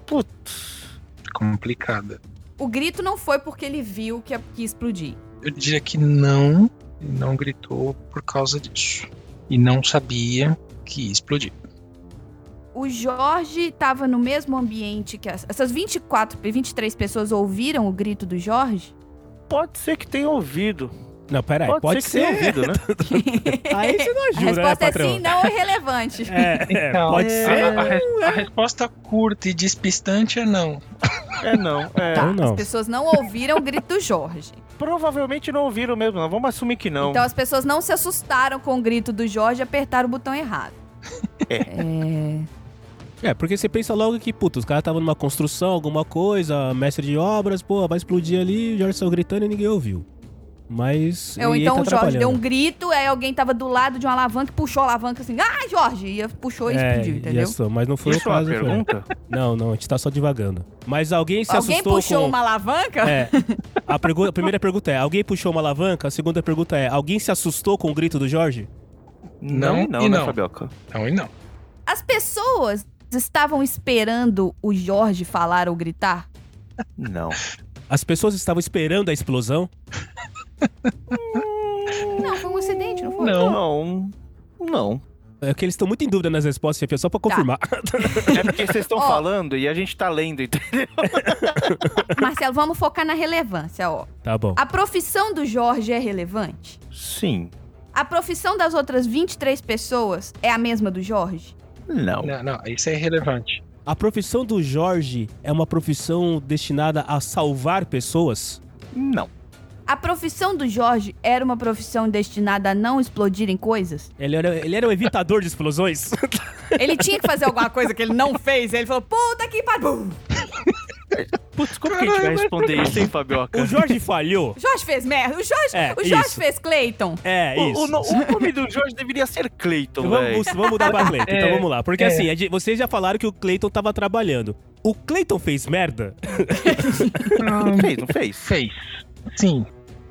Speaker 3: Putz.
Speaker 4: Complicada.
Speaker 2: O grito não foi porque ele viu que ia, que ia explodir.
Speaker 4: Eu diria que não. e Não gritou por causa disso. E não sabia que ia explodir.
Speaker 2: O Jorge tava no mesmo ambiente que as, essas 24, 23 pessoas ouviram o grito do Jorge?
Speaker 3: Pode ser que tenha ouvido.
Speaker 1: Não, peraí, É, pode, ser.
Speaker 3: que tenha ouvido, né?
Speaker 1: Aí você não
Speaker 2: A
Speaker 1: ajuda, né,
Speaker 2: resposta é
Speaker 1: patrão?
Speaker 2: sim, não é relevante.
Speaker 1: É, é,
Speaker 4: Então,
Speaker 1: pode
Speaker 4: a-
Speaker 1: ser.
Speaker 4: A,
Speaker 2: É.
Speaker 4: res- a resposta curta e despistante é não.
Speaker 3: É não. É.
Speaker 1: Então
Speaker 2: As
Speaker 1: não.
Speaker 2: pessoas não ouviram o grito do Jorge.
Speaker 3: Então- Provavelmente não ouviram mesmo, não. Vamos assumir que não.
Speaker 2: Então as pessoas não se assustaram com o grito do Jorge e apertaram o botão errado. É.
Speaker 1: É, porque você pensa logo que, puta, os caras estavam numa construção, alguma coisa, mestre de obras, pô, vai explodir ali, o Jorge saiu gritando e ninguém ouviu. Mas.
Speaker 2: Ou
Speaker 1: e
Speaker 2: então
Speaker 1: tá
Speaker 2: o Jorge deu um
Speaker 1: atrapalhando.
Speaker 2: grito, aí alguém tava do lado de uma alavanca e puxou a alavanca assim, ah, Jorge! E puxou e
Speaker 1: É,
Speaker 2: explodiu,
Speaker 1: e
Speaker 2: entendeu?
Speaker 1: essa- mas não foi
Speaker 3: Isso
Speaker 1: o
Speaker 3: é uma
Speaker 1: caso. foi.
Speaker 3: pergunta?
Speaker 1: Não, não, a gente tá só divagando. Mas alguém se
Speaker 2: Alguém
Speaker 1: assustou
Speaker 2: puxou
Speaker 1: com.
Speaker 2: uma alavanca?
Speaker 1: É. A, pergu- a primeira pergunta é: alguém puxou uma alavanca? A segunda pergunta é: alguém se assustou com o grito do Jorge?
Speaker 3: Não, e
Speaker 4: Não
Speaker 3: não,
Speaker 4: e
Speaker 3: né,
Speaker 4: não.
Speaker 3: Fabioca?
Speaker 4: Não e não.
Speaker 2: As pessoas estavam esperando o Jorge falar ou gritar?
Speaker 3: Não.
Speaker 1: As pessoas estavam esperando a explosão?
Speaker 2: Não, foi um acidente, não foi?
Speaker 4: Não.
Speaker 3: Não. Não.
Speaker 1: É que eles estão muito em dúvida nas respostas, chefia, só
Speaker 2: Tá.
Speaker 1: pra confirmar.
Speaker 3: É porque vocês estão
Speaker 2: Ó.
Speaker 3: falando e a gente tá lendo, entendeu?
Speaker 2: Marcelo, vamos focar na relevância, ó.
Speaker 1: Tá bom.
Speaker 2: A profissão do Jorge é relevante?
Speaker 3: Sim.
Speaker 2: A profissão das outras 23 pessoas é a mesma do Jorge?
Speaker 3: Não.
Speaker 4: Não, não, isso é irrelevante.
Speaker 1: A profissão do Jorge é uma profissão destinada a salvar pessoas?
Speaker 3: Não.
Speaker 2: A profissão do Jorge era uma profissão destinada a não explodirem coisas?
Speaker 1: Ele era, ele era um evitador de explosões?
Speaker 2: Ele tinha que fazer alguma coisa que ele não fez, e ele falou, puta que pariu!
Speaker 3: Putz, como que a gente vai responder isso, hein, Fabioca?
Speaker 1: o Jorge falhou?
Speaker 2: O Jorge fez merda, o Jorge,
Speaker 1: É,
Speaker 2: o Jorge
Speaker 1: isso.
Speaker 2: fez Clayton.
Speaker 1: É,
Speaker 3: O-
Speaker 1: isso.
Speaker 3: O, no- o nome do Jorge deveria ser Clayton, velho.
Speaker 1: Vamos, vamos mudar pra Cleiton, então
Speaker 4: É,
Speaker 1: vamos lá. Porque
Speaker 4: é.
Speaker 1: assim, a gente- vocês já falaram que o Cleiton tava trabalhando. O Cleiton fez merda?
Speaker 4: Hum,
Speaker 3: Fez, não fez?
Speaker 4: fez. Sim.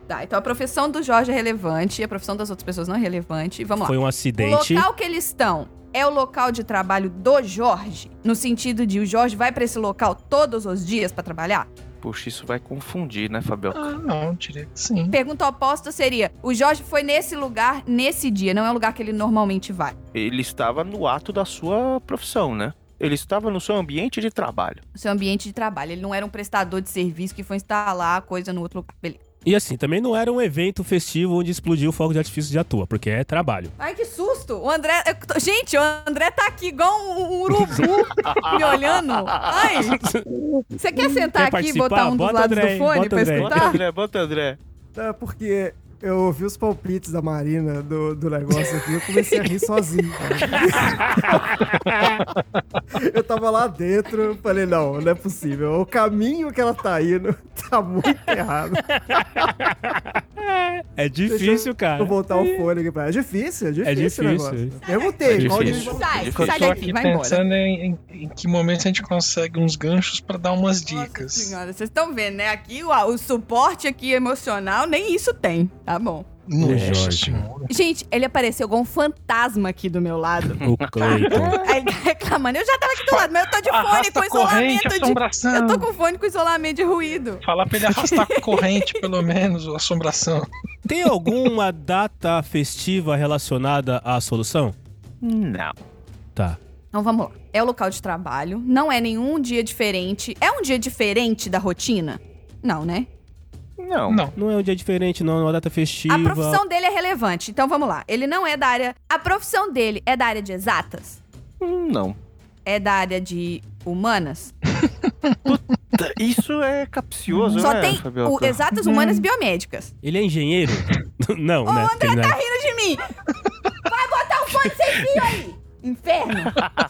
Speaker 2: Tá, então a profissão do Jorge é relevante, a profissão das outras pessoas não é relevante. Vamos lá.
Speaker 1: Foi um acidente.
Speaker 2: O local que eles estão é o local de trabalho do Jorge, no sentido de o Jorge vai pra esse local todos os dias pra trabalhar?
Speaker 3: Puxa, isso vai confundir, né, Fabioca?
Speaker 4: Ah, não, eu diria que sim.
Speaker 2: Pergunta oposta seria: o Jorge foi nesse lugar nesse dia, não é um lugar que ele normalmente vai.
Speaker 3: Ele estava no ato da sua profissão, né? Ele estava no seu ambiente de trabalho.
Speaker 2: O seu ambiente de trabalho, ele não era um prestador de serviço que foi instalar a coisa no outro lugar. Beleza.
Speaker 1: E assim, também não era um evento festivo onde explodiu o fogo de artifício de atua, porque é trabalho.
Speaker 2: Ai, que susto! O André. eu tô- Gente, o André tá aqui igual um, um urubu me olhando. Ai! Você quer sentar
Speaker 1: Quer
Speaker 2: aqui e
Speaker 1: participar?
Speaker 2: botar um dos
Speaker 1: Bota o
Speaker 2: lados
Speaker 1: André aí,
Speaker 2: do fone
Speaker 1: bota o
Speaker 2: pra
Speaker 1: André aí.
Speaker 3: Bota
Speaker 2: escutar?
Speaker 3: André, bota André.
Speaker 7: É porque eu ouvi os palpites da Marina do, do negócio aqui e eu comecei a rir sozinho. cara. eu tava lá dentro, falei, não, não é possível. O caminho que ela tá indo tá muito errado.
Speaker 1: É
Speaker 7: Deixa
Speaker 1: difícil, cara.
Speaker 7: Vou voltar o fone aqui pra ela. É difícil, é difícil. o
Speaker 1: difícil.
Speaker 7: negócio. Eu Perguntei,
Speaker 3: É
Speaker 7: qual
Speaker 3: difícil.
Speaker 7: de-
Speaker 2: Sai,
Speaker 3: Ficou
Speaker 2: sai
Speaker 4: Tô
Speaker 2: daqui,
Speaker 4: aqui
Speaker 2: vai embora.
Speaker 4: pensando em, em- em que momento a gente consegue uns ganchos pra dar umas dicas.
Speaker 2: Nossa senhora, vocês estão vendo, né? Aqui o, o suporte aqui emocional, nem isso tem. Tá bom.
Speaker 1: Ô,
Speaker 4: Nossa
Speaker 1: Jorge.
Speaker 4: senhora.
Speaker 2: Gente, ele apareceu igual um fantasma aqui do meu lado.
Speaker 1: O Cleiton.
Speaker 2: Aí ele tá reclamando. Eu já tava aqui do lado, mas eu tô de fone com
Speaker 4: Arrasta corrente,
Speaker 2: isolamento de.
Speaker 4: assombração.
Speaker 2: Eu tô com fone com isolamento de ruído.
Speaker 4: Falar pra ele arrastar corrente, pelo menos, ou assombração.
Speaker 1: Tem alguma data festiva relacionada à solução?
Speaker 3: Não.
Speaker 1: Tá.
Speaker 2: Então vamos lá. É o local de trabalho, não é nenhum dia diferente. É um dia diferente da rotina? Não, né?
Speaker 3: Não.
Speaker 4: Não.
Speaker 1: Não é um dia diferente, não. É uma data festiva.
Speaker 2: A profissão dele é relevante. Então vamos lá. Ele não é da área. A profissão dele é da área de exatas?
Speaker 3: Não.
Speaker 2: É da área de humanas?
Speaker 3: Tá, Isso é capcioso,
Speaker 2: Só
Speaker 3: né,
Speaker 2: tem
Speaker 3: Fabioca?
Speaker 2: o- exatas humanas e biomédicas.
Speaker 1: Ele é engenheiro? não,
Speaker 2: Ô,
Speaker 1: né?
Speaker 2: André
Speaker 1: Tem, né?
Speaker 2: tá rindo de mim! Vai botar o fone sem fio aí! inferno.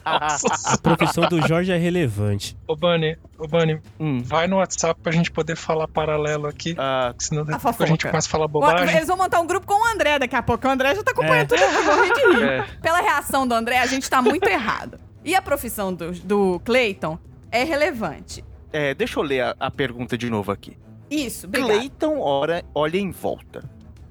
Speaker 1: A profissão do Jorge é relevante.
Speaker 4: Ô, Bunny, ô, Bunny,
Speaker 3: Hum.
Speaker 4: vai no WhatsApp pra gente poder falar paralelo aqui.
Speaker 3: Ah,
Speaker 4: que Senão daqui a pouco
Speaker 2: fofoca.
Speaker 4: a gente começa a falar bobagem.
Speaker 2: Eles vão montar um grupo com o André daqui a pouco. O André já tá acompanhando tudo aqui, morri de rir.
Speaker 3: é.
Speaker 2: Pela reação do André, a gente tá muito errado. E a profissão do, do Clayton é relevante.
Speaker 3: É, deixa eu ler a, a pergunta de novo aqui.
Speaker 2: Isso, obrigado.
Speaker 3: Cleiton ora, olha em volta.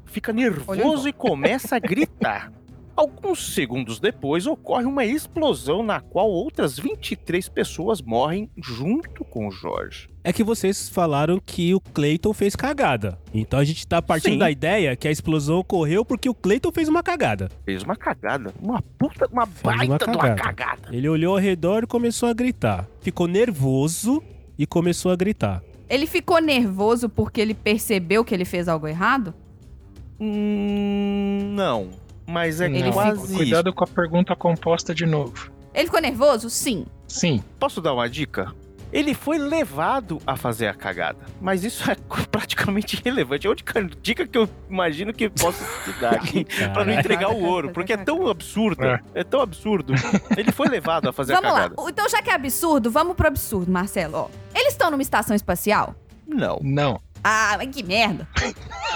Speaker 3: Fica
Speaker 2: Olha em
Speaker 3: nervoso
Speaker 2: volta.
Speaker 3: e começa a gritar. Alguns segundos depois, ocorre uma explosão na qual outras 23 pessoas morrem junto com o Jorge.
Speaker 1: É que vocês falaram que o Clayton fez cagada. Então a gente tá partindo
Speaker 3: Sim.
Speaker 1: da ideia que a explosão ocorreu porque o Clayton fez uma cagada.
Speaker 3: Fez uma cagada. Uma puta, uma
Speaker 1: uma
Speaker 3: baita de uma
Speaker 1: cagada.
Speaker 3: cagada.
Speaker 1: Ele olhou ao redor e começou a gritar. Ficou nervoso e começou a gritar.
Speaker 2: Ele ficou nervoso porque ele percebeu que ele fez algo errado?
Speaker 3: Hum, não. Mas é
Speaker 2: Ele
Speaker 4: Não,
Speaker 3: quase. Cuidado.
Speaker 4: Cuidado com a pergunta composta de novo.
Speaker 2: Ele ficou nervoso? Sim.
Speaker 4: Sim.
Speaker 3: Posso dar uma dica? Ele foi levado a fazer a cagada. Mas isso é praticamente irrelevante. É a única dica que eu imagino que posso te dar aqui pra não
Speaker 1: Caraca.
Speaker 3: entregar o ouro. Porque é tão absurdo.
Speaker 4: É.
Speaker 3: É tão absurdo. Ele foi levado a fazer a
Speaker 2: vamos lá.
Speaker 3: cagada.
Speaker 2: O- Então, já que é absurdo, vamos pro absurdo, Marcelo. Ó, eles estão numa estação espacial?
Speaker 3: Não.
Speaker 4: Não.
Speaker 2: Ah, mas que merda.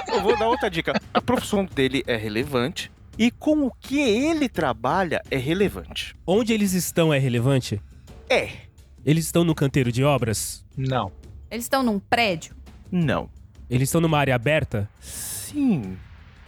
Speaker 3: Eu vou dar outra dica. A profissão dele é relevante. E com o que ele trabalha é relevante.
Speaker 1: Onde eles estão é relevante?
Speaker 3: É.
Speaker 1: Eles estão no canteiro de obras?
Speaker 4: Não.
Speaker 2: Eles estão num prédio?
Speaker 3: Não.
Speaker 1: Eles estão numa área aberta?
Speaker 3: Sim.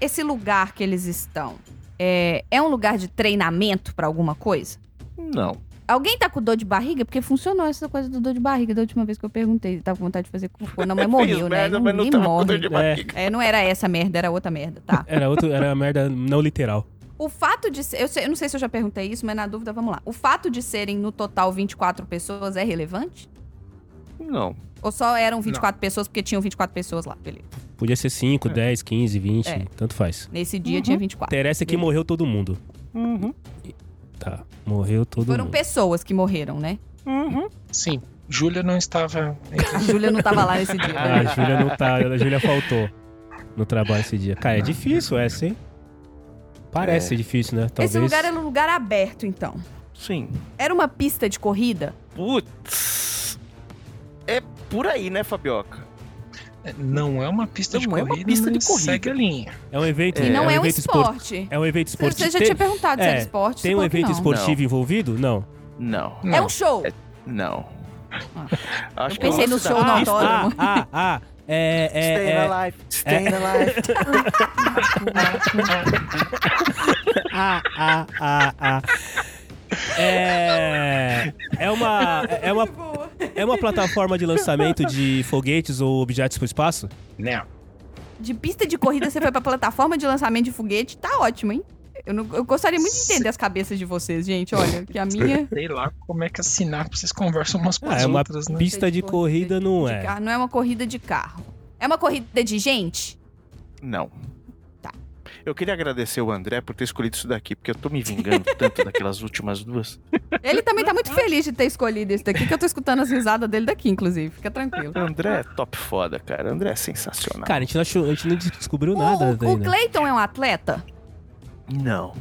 Speaker 2: Esse lugar que eles estão é, é um lugar de treinamento pra alguma coisa?
Speaker 3: Não.
Speaker 2: Alguém tá com dor de barriga? Porque funcionou essa coisa do dor de barriga da última vez que eu perguntei. Ele tava com vontade de fazer cocô. Não, mas morreu, né?
Speaker 3: Fez merda, mas não
Speaker 2: Ninguém
Speaker 3: tava com dor
Speaker 2: morre.
Speaker 3: de barriga.
Speaker 2: É, não era essa merda, era outra merda, tá?
Speaker 1: Era outro, era uma merda não literal.
Speaker 2: O fato de ser. Eu, sei- eu não sei se eu já perguntei isso, mas na dúvida, vamos lá. O fato de serem no total 24 pessoas é relevante?
Speaker 3: Não.
Speaker 2: Ou só eram 24 pessoas porque tinham 24 pessoas lá? Beleza.
Speaker 1: Podia ser 5, 10, 15, 20,
Speaker 2: É.
Speaker 1: tanto faz.
Speaker 2: Nesse dia tinha 24.
Speaker 1: Interessa é que
Speaker 2: Beleza.
Speaker 1: morreu todo mundo.
Speaker 3: Uhum.
Speaker 1: Tá, morreu todo
Speaker 2: Foram
Speaker 1: mundo.
Speaker 2: pessoas que morreram, né?
Speaker 3: Uhum.
Speaker 4: Sim. Júlia não estava.
Speaker 2: A Júlia não tava lá nesse dia.
Speaker 1: Ah, a
Speaker 2: né?
Speaker 1: Júlia não tá, a Júlia faltou no trabalho esse dia. Cara, é difícil essa, hein? Parece ser difícil, né? Talvez.
Speaker 2: Esse lugar era um lugar aberto, então.
Speaker 3: Sim.
Speaker 2: Era uma pista de corrida?
Speaker 3: Putz. É por aí, né, Fabioca?
Speaker 4: Não é uma pista
Speaker 3: Não
Speaker 4: de
Speaker 3: é
Speaker 4: corrida.
Speaker 3: uma pista de
Speaker 4: mas
Speaker 3: corrida.
Speaker 4: Segue a linha.
Speaker 1: É um evento,
Speaker 2: E não é, um
Speaker 1: evento espor-
Speaker 2: esporte.
Speaker 1: É um evento esportivo.
Speaker 2: Você já
Speaker 1: Tem-
Speaker 2: tinha perguntado se
Speaker 1: é,
Speaker 2: era esporte. você
Speaker 1: Tem um
Speaker 2: falou que
Speaker 1: evento
Speaker 2: não.
Speaker 1: esportivo envolvido? Não.
Speaker 3: Não.
Speaker 2: É
Speaker 4: Não.
Speaker 2: um show.
Speaker 3: Não. Acho
Speaker 2: Eu pensei
Speaker 3: o
Speaker 2: no
Speaker 3: lance da
Speaker 2: show do
Speaker 3: pista-
Speaker 2: autódromo.
Speaker 1: ah, ah, ah. É, é, é,
Speaker 3: alive, stay alive.
Speaker 1: ah, ah, ah, ah. É, é uma, é uma, é uma plataforma de lançamento de foguetes ou objetos pro espaço?
Speaker 4: Não.
Speaker 2: De pista de corrida, você foi pra plataforma de lançamento de foguete. Tá ótimo, hein? Eu, não- eu gostaria muito de entender as cabeças de vocês, gente. Olha, que a minha.
Speaker 4: Sei lá como é que as sinapses conversam umas com
Speaker 1: Ah,
Speaker 4: as
Speaker 1: é uma
Speaker 4: outras, né?
Speaker 1: pista de corrida, não
Speaker 2: de
Speaker 1: é.
Speaker 2: carro não é uma corrida de carro. É uma corrida de gente?
Speaker 3: Não.
Speaker 2: Tá.
Speaker 3: Eu queria agradecer o André por ter escolhido isso daqui, porque eu tô me vingando tanto daquelas últimas duas.
Speaker 2: Ele também tá muito feliz de ter escolhido esse daqui, que eu tô escutando as risadas dele daqui, inclusive. Fica tranquilo.
Speaker 3: André é top foda, cara. André é sensacional.
Speaker 1: Cara, a gente não, achou- a gente não descobriu
Speaker 2: O-
Speaker 1: nada né?
Speaker 2: o, o
Speaker 1: ainda.
Speaker 2: Clayton é um atleta?
Speaker 3: Não.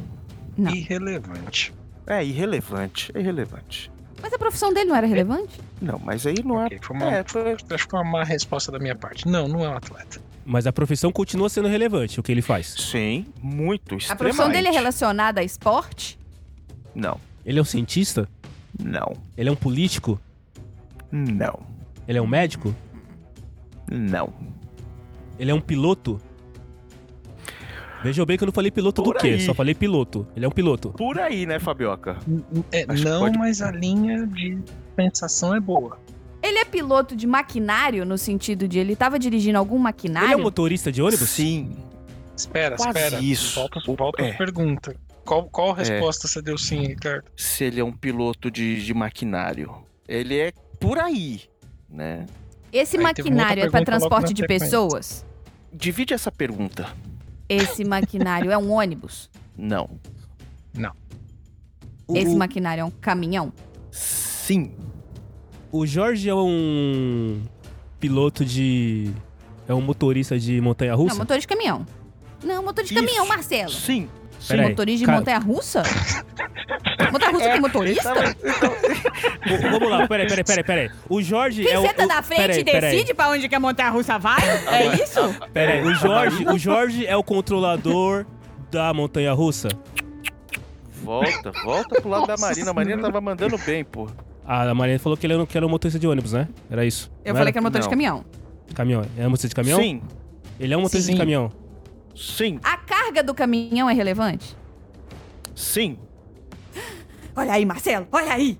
Speaker 2: Não.
Speaker 4: Irrelevante.
Speaker 3: É irrelevante, é irrelevante.
Speaker 2: Mas a profissão dele não
Speaker 1: É
Speaker 2: era relevante?
Speaker 3: Não, mas aí não é.
Speaker 4: Ok, foi uma-
Speaker 3: É, foi-
Speaker 4: Acho que foi uma má resposta da minha parte. Não, não é um atleta.
Speaker 1: Mas a profissão continua sendo relevante, o que ele faz.
Speaker 3: Sim, muito, extremamente.
Speaker 2: A profissão dele é relacionada a esporte?
Speaker 3: Não,
Speaker 1: Ele é um cientista?
Speaker 3: não,
Speaker 1: Ele é um político?
Speaker 3: não,
Speaker 1: Ele é um médico?
Speaker 3: não.
Speaker 1: Ele é um piloto? Vejam bem que eu não falei piloto
Speaker 3: Por
Speaker 1: do quê,
Speaker 3: aí.
Speaker 1: só falei piloto. Ele é um piloto.
Speaker 3: Por aí, né, Fabioca?
Speaker 4: É,
Speaker 3: Acho que
Speaker 4: não,
Speaker 3: pode-
Speaker 4: mas a linha de pensação é boa.
Speaker 2: Ele é piloto de maquinário, no sentido de ele tava dirigindo algum
Speaker 1: Ele é um
Speaker 2: maquinário?
Speaker 1: motorista de ônibus?
Speaker 3: Sim.
Speaker 4: Espera,
Speaker 3: Quase
Speaker 4: espera.
Speaker 3: isso.
Speaker 4: Volta, volta
Speaker 3: É.
Speaker 4: a pergunta. Qual, qual resposta você deu sim, Ricardo?
Speaker 3: Se ele é um piloto de, de maquinário. Ele é por aí, né?
Speaker 2: Esse
Speaker 4: Aí teve uma outra
Speaker 2: maquinário é pra
Speaker 4: pergunta logo
Speaker 2: transporte
Speaker 4: na
Speaker 2: de
Speaker 4: sequência.
Speaker 2: pessoas?
Speaker 3: Divide essa pergunta.
Speaker 2: Esse maquinário é um ônibus?
Speaker 3: Não.
Speaker 1: O,
Speaker 2: Esse
Speaker 1: o-
Speaker 2: maquinário é um caminhão?
Speaker 3: Sim.
Speaker 1: o Jorge é um piloto de... É um motorista de
Speaker 2: Não,
Speaker 1: montanha-russa?
Speaker 2: motor de caminhão. Não, motor de
Speaker 3: Isso.
Speaker 2: caminhão, Marcelo.
Speaker 3: Sim.
Speaker 1: Peraí,
Speaker 2: Motorista de
Speaker 1: cara-
Speaker 2: montanha russa? Montanha russa tem motorista?
Speaker 1: V- Vamos lá, peraí, peraí, peraí, peraí. O Jorge
Speaker 2: Quem
Speaker 1: é o.
Speaker 2: senta
Speaker 1: o-
Speaker 2: na frente
Speaker 1: peraí,
Speaker 2: e
Speaker 1: peraí.
Speaker 2: decide pra onde que a montanha russa vai? É isso?
Speaker 1: Peraí, o Jorge, o Jorge é o controlador da montanha russa.
Speaker 3: Volta, volta pro lado da Marina. A Marina tava mandando bem, pô.
Speaker 1: A Mariana falou que ele não que era um motorista de ônibus, né? Era isso.
Speaker 2: Eu
Speaker 1: Não
Speaker 2: falei que
Speaker 1: era?
Speaker 2: é motor de
Speaker 3: Não.
Speaker 2: caminhão.
Speaker 1: Caminhão. É um motorista de caminhão?
Speaker 3: Sim,
Speaker 1: Ele é um motorista de
Speaker 4: Sim.
Speaker 1: caminhão.
Speaker 3: sim,
Speaker 2: A carga do caminhão é relevante?
Speaker 3: sim.
Speaker 2: Olha aí, Marcelo, olha aí.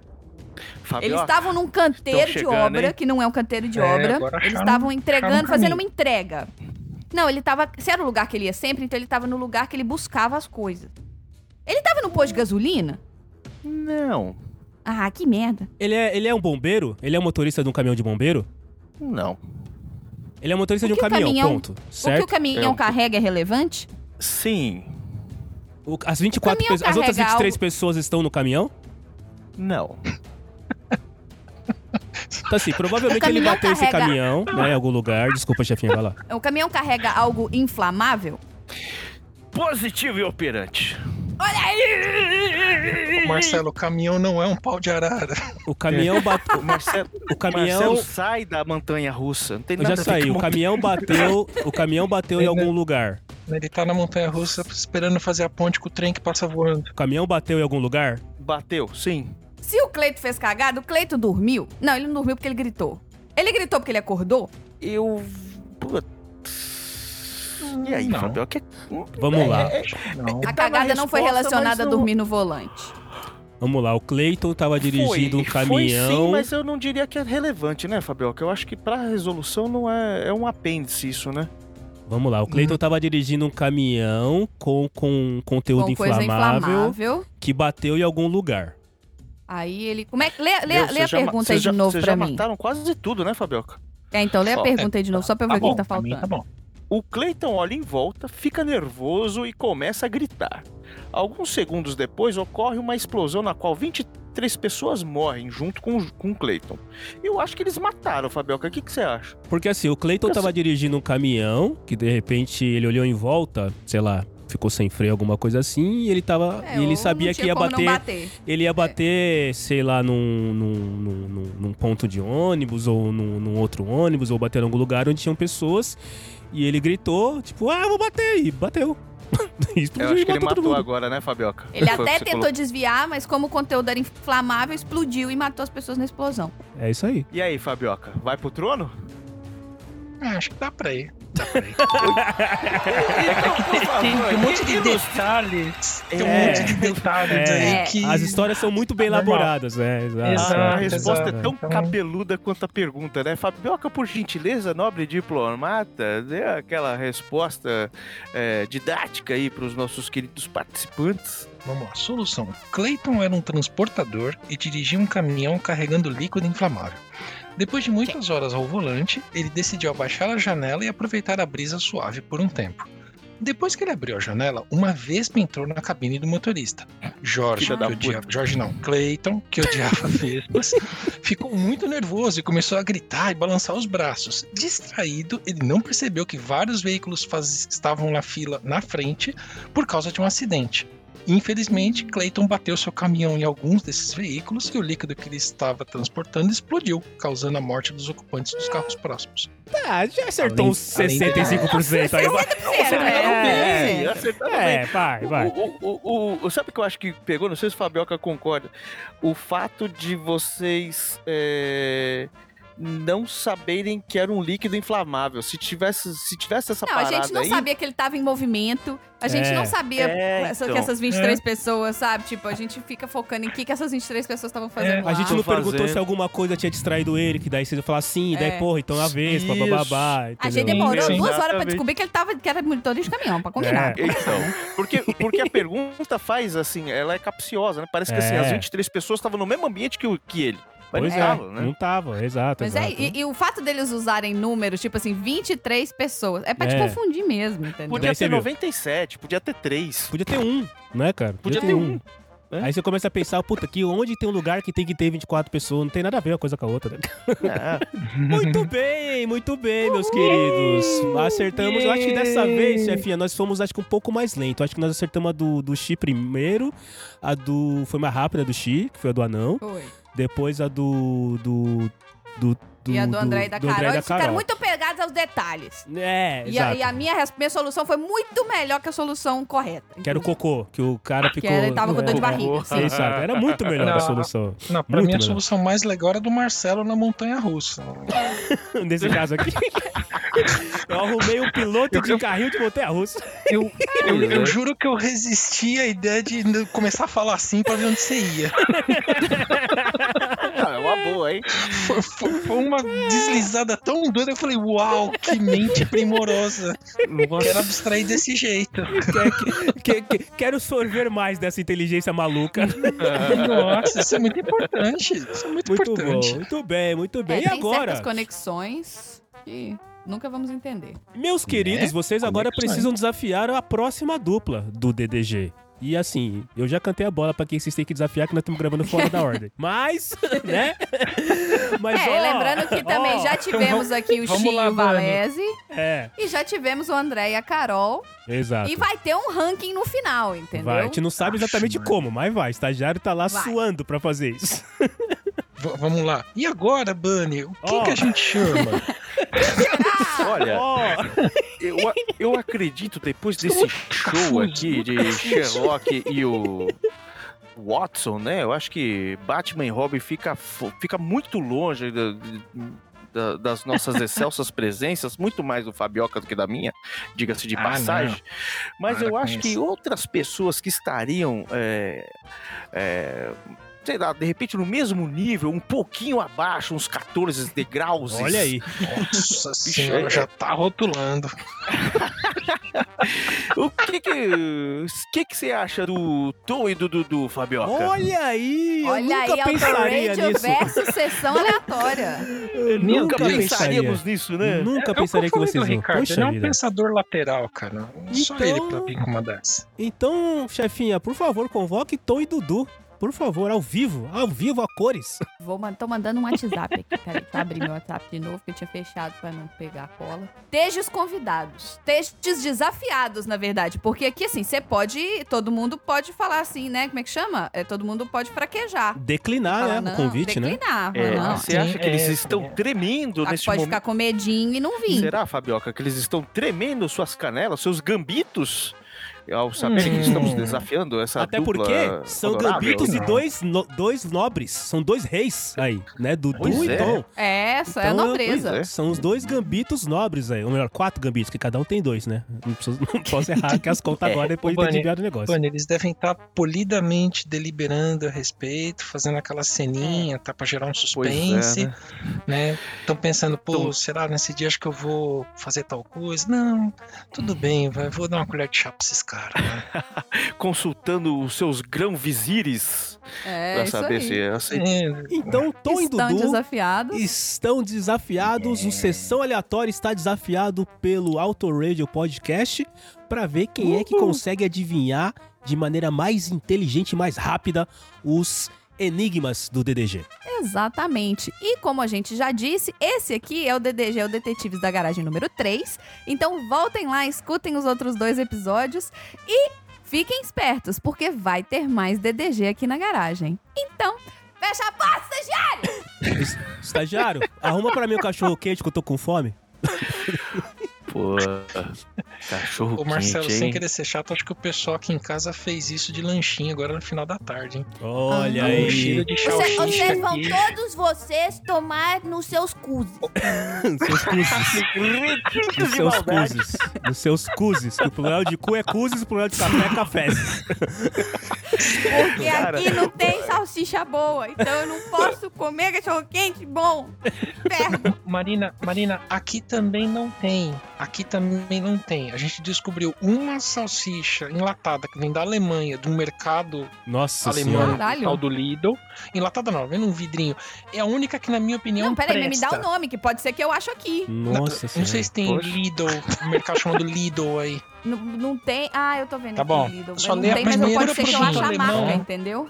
Speaker 3: Fabiola,
Speaker 2: Eles estavam num canteiro de
Speaker 3: chegando,
Speaker 2: obra,
Speaker 3: hein?
Speaker 2: que não é um canteiro de
Speaker 4: É,
Speaker 2: obra.
Speaker 4: agora acharam-
Speaker 2: Eles estavam
Speaker 4: acharam
Speaker 2: entregando,
Speaker 4: um
Speaker 2: fazendo
Speaker 4: caminho.
Speaker 2: uma entrega. Não, ele tava. Se era o lugar que ele ia sempre, então ele tava no lugar que ele buscava as coisas. Ele tava no posto de gasolina?
Speaker 3: Não,
Speaker 2: Ah, que merda.
Speaker 1: Ele é, ele é um bombeiro? Ele é um motorista de um caminhão de bombeiro?
Speaker 3: não.
Speaker 1: Ele é motorista
Speaker 2: O
Speaker 1: de um
Speaker 2: que o
Speaker 1: caminhão,
Speaker 2: caminhão-
Speaker 1: ponto.
Speaker 2: O
Speaker 1: Certo?
Speaker 2: que o caminhão
Speaker 3: É.
Speaker 2: carrega é relevante?
Speaker 3: Sim,
Speaker 1: O- as 24
Speaker 2: caminhão
Speaker 1: pessoas- as outras
Speaker 2: carrega
Speaker 1: 23
Speaker 2: algo.
Speaker 1: pessoas estão no caminhão?
Speaker 3: não.
Speaker 1: Então assim, provavelmente
Speaker 2: O
Speaker 1: ele
Speaker 2: caminhão
Speaker 1: bateu esse
Speaker 2: carrega-
Speaker 1: caminhão, né, em algum lugar. Desculpa, chefinha, vai lá.
Speaker 2: O caminhão carrega algo inflamável?
Speaker 3: Positivo e operante.
Speaker 2: Olha aí!
Speaker 4: Marcelo, o caminhão não é um pau de arara.
Speaker 1: O caminhão bateu,
Speaker 3: O Marcelo,
Speaker 1: o caminhão
Speaker 3: Marcelo sai da montanha russa. Não tem
Speaker 1: Eu
Speaker 3: nada
Speaker 1: já
Speaker 3: a ver
Speaker 1: saí,
Speaker 3: com
Speaker 1: o
Speaker 3: montanha-
Speaker 1: caminhão bateu, o caminhão bateu em
Speaker 4: Ainda-
Speaker 3: né?
Speaker 1: algum lugar.
Speaker 4: Ele tá na montanha russa esperando fazer a ponte com o trem que passa voando.
Speaker 1: O caminhão bateu em algum lugar?
Speaker 3: Bateu, sim.
Speaker 2: Se o Cleito fez cagada, o Cleito dormiu? Não, ele não dormiu porque ele gritou. Ele gritou porque ele acordou?
Speaker 3: Eu. Putz. E aí,
Speaker 4: Não.
Speaker 3: Fabiola? Que... é-
Speaker 1: Vamos lá,
Speaker 4: Não.
Speaker 2: A
Speaker 3: Tá na
Speaker 2: cagada não foi
Speaker 3: resposta,
Speaker 2: relacionada
Speaker 3: mas
Speaker 2: a
Speaker 3: não-
Speaker 2: dormir no volante.
Speaker 1: vamos lá. O Cleiton tava dirigindo
Speaker 3: foi,
Speaker 1: um
Speaker 3: Foi
Speaker 1: caminhão.
Speaker 3: sim, mas eu não diria que é relevante, né, Fabiola? Que eu acho que pra resolução não é. É um apêndice isso, né?
Speaker 1: Vamos lá, o Cleiton tava dirigindo um caminhão com, com conteúdo
Speaker 2: Com coisa
Speaker 1: inflamável,
Speaker 2: inflamável.
Speaker 1: que bateu em algum lugar.
Speaker 2: Aí ele. Como é que. Lê, lê- lê
Speaker 3: Meu, vocês
Speaker 2: a
Speaker 3: já ma-
Speaker 2: pergunta aí
Speaker 3: vocês
Speaker 2: de
Speaker 3: já-
Speaker 2: novo
Speaker 3: vocês
Speaker 2: pra
Speaker 3: já
Speaker 2: mim.
Speaker 3: mataram quase tudo, né, Fabioca?
Speaker 2: É, então lê a
Speaker 3: Ó,
Speaker 2: pergunta aí de novo, só pra eu ver o que,
Speaker 4: bom,
Speaker 2: que tá
Speaker 4: pra mim
Speaker 2: faltando.
Speaker 4: Tá bom.
Speaker 3: O Clayton olha em volta, fica nervoso e começa a gritar. Alguns segundos depois ocorre uma explosão na qual 23 pessoas morrem junto com, com o Clayton. Eu acho que eles mataram, Fabioca. O que, que você acha?
Speaker 1: Porque assim, o Cleiton
Speaker 3: Eu
Speaker 1: tava
Speaker 3: sei.
Speaker 1: dirigindo um caminhão, que de repente ele olhou em volta, sei lá, ficou sem freio, alguma coisa assim, e ele tava.
Speaker 2: É,
Speaker 1: e
Speaker 2: eu
Speaker 1: ele
Speaker 2: não
Speaker 1: sabia que
Speaker 2: tinha
Speaker 1: ia
Speaker 2: como
Speaker 1: bater,
Speaker 2: Não bater.
Speaker 1: Ele ia bater, sei lá, num, num, num- num- num ponto de ônibus ou num, num outro ônibus, ou bater em algum lugar onde tinham pessoas. E ele gritou, tipo, ah, eu vou bater. E bateu. E
Speaker 3: Eu
Speaker 1: Explodiu
Speaker 3: acho
Speaker 1: e
Speaker 3: que ele
Speaker 1: matou todo
Speaker 3: matou
Speaker 1: mundo.
Speaker 3: agora, né, Fabioca?
Speaker 2: Ele
Speaker 3: Foi o que
Speaker 2: até
Speaker 3: você
Speaker 2: tentou
Speaker 3: colocou.
Speaker 2: desviar, mas como o conteúdo era inflamável, explodiu e matou as pessoas na explosão.
Speaker 1: É isso aí.
Speaker 3: E aí, Fabioca? Vai pro trono?
Speaker 4: Ah, acho que dá pra ir.
Speaker 3: Por
Speaker 4: Tem,
Speaker 3: favor,
Speaker 4: tem um monte de
Speaker 3: ilus-
Speaker 4: detalhes. Tem um
Speaker 1: É.
Speaker 4: monte de detalhes
Speaker 1: É.
Speaker 4: aí que.
Speaker 1: As histórias são muito bem
Speaker 4: Normal.
Speaker 1: elaboradas, né? Exato.
Speaker 4: Exato,
Speaker 3: A
Speaker 4: Ah,
Speaker 3: resposta
Speaker 4: exato.
Speaker 3: é tão
Speaker 4: Então-
Speaker 3: cabeluda quanto a pergunta, né? Fabioca, por gentileza, nobre diplomata, dê aquela resposta é, didática aí para os nossos queridos participantes.
Speaker 4: Vamos lá, solução. Clayton era um transportador e dirigia um caminhão carregando líquido inflamável. Depois de muitas horas ao volante, ele decidiu abaixar a janela e aproveitar a brisa suave por um tempo. Depois que ele abriu a janela, uma vespa entrou na cabine do motorista. Jorge,
Speaker 3: Filha
Speaker 4: que
Speaker 3: da
Speaker 4: odiava, Jorge não, Clayton, que odiava vespas, ficou muito nervoso e começou a gritar e balançar os braços. Distraído, ele não percebeu que vários veículos faz- estavam na fila na frente por causa de um acidente. Infelizmente, Clayton bateu seu caminhão em alguns desses veículos e o líquido que ele estava transportando explodiu, causando a morte dos ocupantes dos carros próximos.
Speaker 1: Ah, já acertou
Speaker 4: Além-
Speaker 1: uns 65% aí. vai.
Speaker 2: É,
Speaker 3: Não, acertaram Tá bem.
Speaker 1: É, vai, vai.
Speaker 3: O, o- o- o- sabe o que eu acho que pegou? Não sei se o Fabioca concorda. O fato de vocês é, não saberem que era um líquido inflamável. Se tivesse, se tivesse essa
Speaker 2: Não, a
Speaker 3: parada
Speaker 2: gente não
Speaker 3: aí,
Speaker 2: sabia que ele tava em movimento. A gente
Speaker 1: É.
Speaker 2: não sabia
Speaker 3: É,
Speaker 2: essa-
Speaker 3: então.
Speaker 2: que essas 23 pessoas, sabe? Tipo, a gente fica focando em que, que essas 23 pessoas estavam fazendo lá.
Speaker 1: É, A gente não
Speaker 3: Tô fazendo.
Speaker 1: perguntou se alguma coisa tinha distraído ele, que daí você ia falar sim, daí,
Speaker 2: É.
Speaker 1: porra, então a vez, bababá.
Speaker 2: A gente
Speaker 1: entendeu?
Speaker 2: demorou
Speaker 4: Sim,
Speaker 2: duas horas pra
Speaker 3: exatamente.
Speaker 2: descobrir que ele tava, que era motorista de caminhão, pra
Speaker 1: É.
Speaker 2: combinar.
Speaker 3: Então, porque, porque a pergunta faz assim, ela é capciosa, né? Parece que assim,
Speaker 1: É.
Speaker 3: as 23 pessoas estavam no mesmo ambiente que, o- que ele. Mas
Speaker 1: Pois
Speaker 3: não
Speaker 1: é,
Speaker 3: estavam, né?
Speaker 1: não tava, exato.
Speaker 2: Mas é,
Speaker 1: exato. né?
Speaker 2: e, e o fato deles usarem números, tipo assim, 23 pessoas, é pra te
Speaker 1: É.
Speaker 2: confundir mesmo, entendeu?
Speaker 1: Daí
Speaker 3: Podia
Speaker 1: você
Speaker 3: ter
Speaker 1: viu.
Speaker 3: 97, podia ter 3.
Speaker 1: Podia ter um, né, cara?
Speaker 3: Podia ter um.
Speaker 1: né? Aí você começa a pensar, puta, que onde tem um lugar que tem que ter 24 pessoas? Não tem nada a ver uma coisa com a outra, né?
Speaker 3: Ah,
Speaker 1: muito bem, muito bem, meus queridos. Acertamos. Eu acho que dessa vez, chefinha, nós fomos, acho que um pouco mais lento. Acho que nós acertamos a do, do Xi primeiro. A do. Foi mais rápida a do Xi, que foi a do anão.
Speaker 2: Foi.
Speaker 1: Depois a do. do. do. do
Speaker 2: e a do André e da Carol,
Speaker 1: e
Speaker 2: eles ficaram muito pegados aos detalhes.
Speaker 1: É,
Speaker 2: E a,
Speaker 1: exato.
Speaker 2: e a minha, res- minha solução foi muito melhor que a solução correta.
Speaker 1: Que era o cocô, que o cara
Speaker 2: Ah, Que
Speaker 1: ficou.
Speaker 2: era, ele tava com dor de
Speaker 1: É,
Speaker 2: barriga, sim.
Speaker 1: Exato, era muito melhor
Speaker 4: Não.
Speaker 1: a solução.
Speaker 4: Não, pra
Speaker 1: Muito
Speaker 4: mim a
Speaker 1: melhor.
Speaker 4: solução mais legal era do Marcelo na montanha russa.
Speaker 1: Nesse caso aqui. Eu arrumei um piloto de carrinho de montanha russa.
Speaker 4: Eu, eu, eu juro que eu resisti à ideia de n- começar a falar assim pra ver onde você ia.
Speaker 3: Ah, é uma boa, hein?
Speaker 4: Foi, foi- foi uma deslizada tão doida, eu falei, uau, que mente primorosa. Quero abstrair desse jeito.
Speaker 1: Que- que- quero sorver mais dessa inteligência maluca.
Speaker 4: Nossa, isso é muito importante. Isso é muito,
Speaker 1: Muito
Speaker 4: importante.
Speaker 1: bom, muito bem, muito
Speaker 2: É,
Speaker 1: bem. e
Speaker 2: tem
Speaker 1: agora,
Speaker 2: certas conexões que nunca vamos entender.
Speaker 1: meus queridos, vocês agora
Speaker 4: É, Conexões.
Speaker 1: precisam desafiar a próxima dupla do DDG. E assim, eu já cantei a bola pra quem vocês têm que desafiar, que nós estamos gravando fora da ordem. Mas, né? Mas,
Speaker 2: é,
Speaker 1: ó,
Speaker 2: lembrando que também
Speaker 1: ó,
Speaker 2: já tivemos aqui o
Speaker 4: vamos
Speaker 2: Chi
Speaker 4: lá,
Speaker 2: e o
Speaker 4: Vani.
Speaker 2: Valese.
Speaker 1: É,
Speaker 2: E já tivemos o André e a Carol.
Speaker 1: exato.
Speaker 2: E vai ter um ranking no final, entendeu?
Speaker 1: Vai, a gente não sabe exatamente como, mas vai. O estagiário tá lá
Speaker 2: Vai.
Speaker 1: suando pra fazer isso.
Speaker 4: V- vamos lá. E agora, Bunny? Quem
Speaker 1: Ó.
Speaker 4: que a gente chama?
Speaker 2: Ah,
Speaker 3: Olha,
Speaker 1: Ó,
Speaker 3: eu, a- eu acredito, depois desse show aqui de Sherlock e o Watson, né? Eu acho que Batman e Robin fica, fo- fica muito longe da- da- das nossas excelsas presenças, muito mais do Fabioca do que da minha, diga-se de
Speaker 4: Ah,
Speaker 3: passagem. Mas
Speaker 4: Para
Speaker 3: eu
Speaker 4: com
Speaker 3: acho que
Speaker 4: isso.
Speaker 3: outras pessoas que estariam. é, é, Sei lá, de repente no mesmo nível, um pouquinho abaixo, uns 14 degraus.
Speaker 1: olha aí.
Speaker 4: Nossa senhora, já tá rotulando.
Speaker 3: O que que, que que você acha do Tom e do Dudu, Fabioca?
Speaker 1: Olha aí. Eu
Speaker 2: Olha aí,
Speaker 1: nunca pensaria
Speaker 2: Autoradio
Speaker 1: nisso.
Speaker 2: versus sessão aleatória.
Speaker 1: Eu
Speaker 3: Nunca pensaríamos nisso, né?
Speaker 1: Nunca
Speaker 4: É o que eu
Speaker 1: pensaria que
Speaker 4: falei
Speaker 1: vocês
Speaker 4: do
Speaker 1: vão.
Speaker 4: Ricardo, ele é
Speaker 1: Poxa
Speaker 4: um
Speaker 1: vida.
Speaker 4: pensador lateral, cara. Só
Speaker 1: Então-
Speaker 4: ele pra vir com uma dessa.
Speaker 1: Então, chefinha, por favor, convoque Tom e Dudu. Por favor, ao vivo, ao vivo, a cores.
Speaker 2: Vou, man- tô mandando um WhatsApp aqui. Peraí, tá abrindo meu WhatsApp de novo, que eu tinha fechado pra não pegar a cola. Tejos convidados. Tejos desafiados, na verdade. Porque aqui, assim, você pode. Todo mundo pode falar assim, né? Como é que chama? É, todo mundo pode fraquejar.
Speaker 1: Declinar,
Speaker 2: Fala,
Speaker 1: né?
Speaker 2: Ah, não,
Speaker 1: O convite, né?
Speaker 2: declinar,
Speaker 3: É,
Speaker 2: não.
Speaker 3: você
Speaker 4: Sim,
Speaker 3: acha que eles
Speaker 4: é,
Speaker 3: estão
Speaker 4: é.
Speaker 3: tremendo
Speaker 2: Ah,
Speaker 3: nesse
Speaker 2: pode
Speaker 3: momento?
Speaker 2: ficar com medinho e não vir.
Speaker 3: Será, Fabioca, que eles estão tremendo suas canelas, seus gambitos? Ao saber
Speaker 2: Hum.
Speaker 3: que estamos desafiando essa
Speaker 1: Até
Speaker 3: dupla né?
Speaker 1: porque são
Speaker 3: honorável?
Speaker 1: gambitos e
Speaker 4: Não.
Speaker 1: dois, no- dois nobres. São dois reis aí, né? Dudu
Speaker 3: Pois
Speaker 1: e
Speaker 3: é.
Speaker 1: Tom.
Speaker 2: É, essa é a
Speaker 1: Então,
Speaker 2: nobreza.
Speaker 1: pois é, São os dois gambitos nobres aí. Ou melhor, quatro gambitos, que cada um tem dois, né? Não, preciso- não posso errar que as contas agora depois
Speaker 4: Ô,
Speaker 1: de ter
Speaker 4: Bunny,
Speaker 1: desviado É, o negócio.
Speaker 4: Mano, eles devem estar polidamente deliberando a respeito, fazendo aquela ceninha, tá? Pra gerar um
Speaker 3: Pois é,
Speaker 4: suspense,
Speaker 3: né?
Speaker 4: né? Estão pensando, pô,
Speaker 3: Então-
Speaker 4: será nesse dia acho que eu vou fazer tal coisa? Não, tudo
Speaker 3: Uhum.
Speaker 4: bem, vai, vou dar uma colher de chá pra esses caras, né?
Speaker 3: Consultando os seus grão-vizires
Speaker 2: É,
Speaker 3: pra
Speaker 2: isso
Speaker 3: saber
Speaker 2: aí.
Speaker 3: se assim. aceita.
Speaker 4: É,
Speaker 1: Então, Tom e
Speaker 2: Estão
Speaker 1: Dudu
Speaker 2: desafiados.
Speaker 1: estão desafiados. O Sessão Aleatória está desafiado pelo Auto Radio Podcast para ver quem é que consegue adivinhar de maneira mais inteligente e mais rápida os enigmas do DDG.
Speaker 2: Exatamente. E como a gente já disse, esse aqui é o DDG, é o Detetives da Garagem número 3. Então voltem lá, escutem os outros dois episódios e fiquem espertos, porque vai ter mais DDG aqui na garagem. Então, fecha a porta, estagiário!
Speaker 1: Estagiário, arruma para mim o cachorro quente que eu tô com fome.
Speaker 3: Pô, cachorro
Speaker 4: Ô Marcelo,
Speaker 3: quente,
Speaker 4: sem
Speaker 3: hein?
Speaker 4: querer ser chato, acho que o pessoal aqui em casa fez isso de lanchinho agora no final da tarde, hein?
Speaker 1: Olha
Speaker 2: Ah.
Speaker 4: Um cheiro
Speaker 1: aí.
Speaker 4: de
Speaker 8: Vocês,
Speaker 4: salsicha
Speaker 8: vão
Speaker 4: aqui.
Speaker 8: todos vocês tomar nos seus cus.
Speaker 1: Seus cuzes. Nos seus cuzes. Nos seus cuzes. Que o plural de cu é cuzes, o plural de café é cafés.
Speaker 2: Porque aqui não tem
Speaker 8: salsicha boa, então eu não posso comer cachorro quente bom. Ferro.
Speaker 4: Marina, Marina, aqui também não tem. Aqui também não tem. A gente descobriu uma salsicha enlatada que vem da Alemanha, de um mercado
Speaker 1: Nossa
Speaker 4: alemão,
Speaker 1: senhora.
Speaker 2: Caralho.
Speaker 4: tal do Lidl. Enlatada não, vem num vidrinho. É a única que, na minha opinião,
Speaker 2: Não, peraí, mas me
Speaker 4: presta.
Speaker 2: dá o nome, que pode ser que eu acho aqui.
Speaker 1: Nossa
Speaker 4: Não
Speaker 1: senhora.
Speaker 4: sei se tem
Speaker 3: Poxa.
Speaker 4: Lidl, um mercado chamado Lidl aí.
Speaker 2: Não, não tem. Ah, eu tô vendo
Speaker 4: Tá
Speaker 2: aqui,
Speaker 4: bom.
Speaker 2: Lidl.
Speaker 4: Só
Speaker 2: não
Speaker 4: lê a
Speaker 2: tem, mas não
Speaker 4: primeira
Speaker 2: pode ser que eu
Speaker 4: pro
Speaker 2: ache a
Speaker 4: alemão.
Speaker 2: marca, entendeu?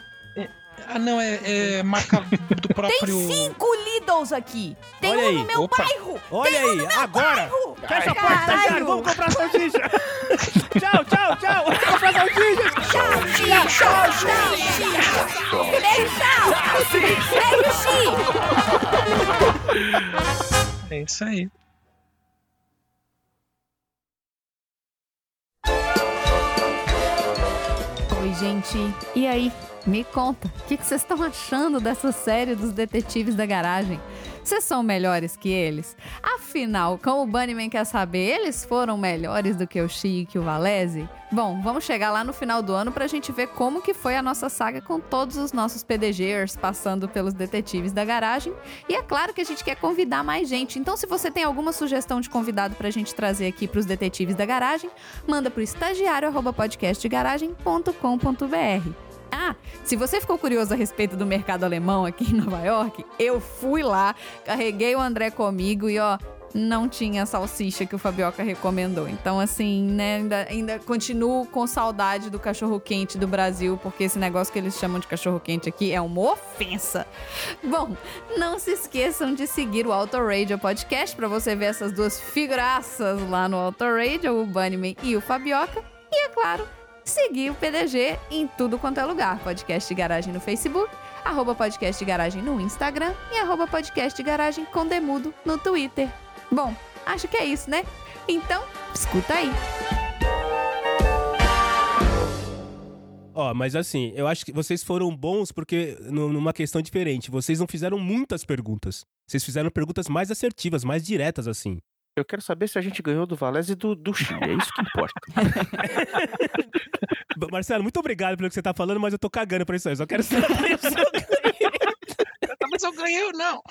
Speaker 4: Ah, não, é, é marca do
Speaker 2: Tem
Speaker 4: próprio.
Speaker 2: cinco Lidls aqui. Tem
Speaker 1: tá Olha
Speaker 2: um
Speaker 1: aí.
Speaker 2: no meu
Speaker 4: Opa.
Speaker 2: bairro.
Speaker 1: Olha
Speaker 4: um
Speaker 1: aí, agora!
Speaker 2: Bairro.
Speaker 1: Fecha a porta,
Speaker 2: Caralho.
Speaker 1: estagiário! Vamos comprar salsicha! tchau, tchau, tchau! Vamos comprar salsicha!
Speaker 4: É isso aí.
Speaker 2: Oi, gente. E aí? Me conta, o que que vocês estão achando dessa série dos detetives da garagem? Vocês são melhores que eles? Afinal, como o Bunnyman quer saber, eles foram melhores do que o Shi e que o Valese? Bom, vamos chegar lá no final do ano pra gente ver como que foi a nossa saga com todos os nossos PDGers passando pelos detetives da garagem. E é claro que a gente quer convidar mais gente. Então, se você tem alguma sugestão de convidado pra gente trazer aqui pros detetives da garagem, manda pro estagiário@podcastgaragem.com.br. Ah, se você ficou curioso a respeito do mercado alemão aqui em Nova York, eu fui lá, carreguei o André comigo e ó, não tinha a salsicha que o Fabioca recomendou. Então, assim, né, ainda, ainda continuo com saudade do cachorro-quente do Brasil, porque esse negócio que eles chamam de cachorro-quente aqui é uma ofensa. Bom, não se esqueçam de seguir o Auto Radio Podcast para você ver essas duas figuraças lá no Auto Radio, o Bunnyman e o Fabioca. E é claro, seguir o PDG em tudo quanto é lugar. Podcast Garagem no Facebook, arroba Podcast Garagem no Instagram e arroba Podcast Garagem com Demudo no Twitter. Bom, acho que é isso, né? Então, escuta aí.
Speaker 1: Ó, mas assim, eu acho que vocês foram bons porque nu- numa questão diferente. Vocês não fizeram muitas perguntas. Vocês fizeram perguntas mais assertivas, mais diretas, assim.
Speaker 3: Eu quero saber se a gente ganhou do Valese e do, do Chile. É isso que importa.
Speaker 1: B- Marcelo, muito obrigado pelo que você tá falando, mas eu tô
Speaker 4: Ah,
Speaker 1: cagando pra isso aí. Eu só quero saber.
Speaker 4: Mas eu ganhei ou não?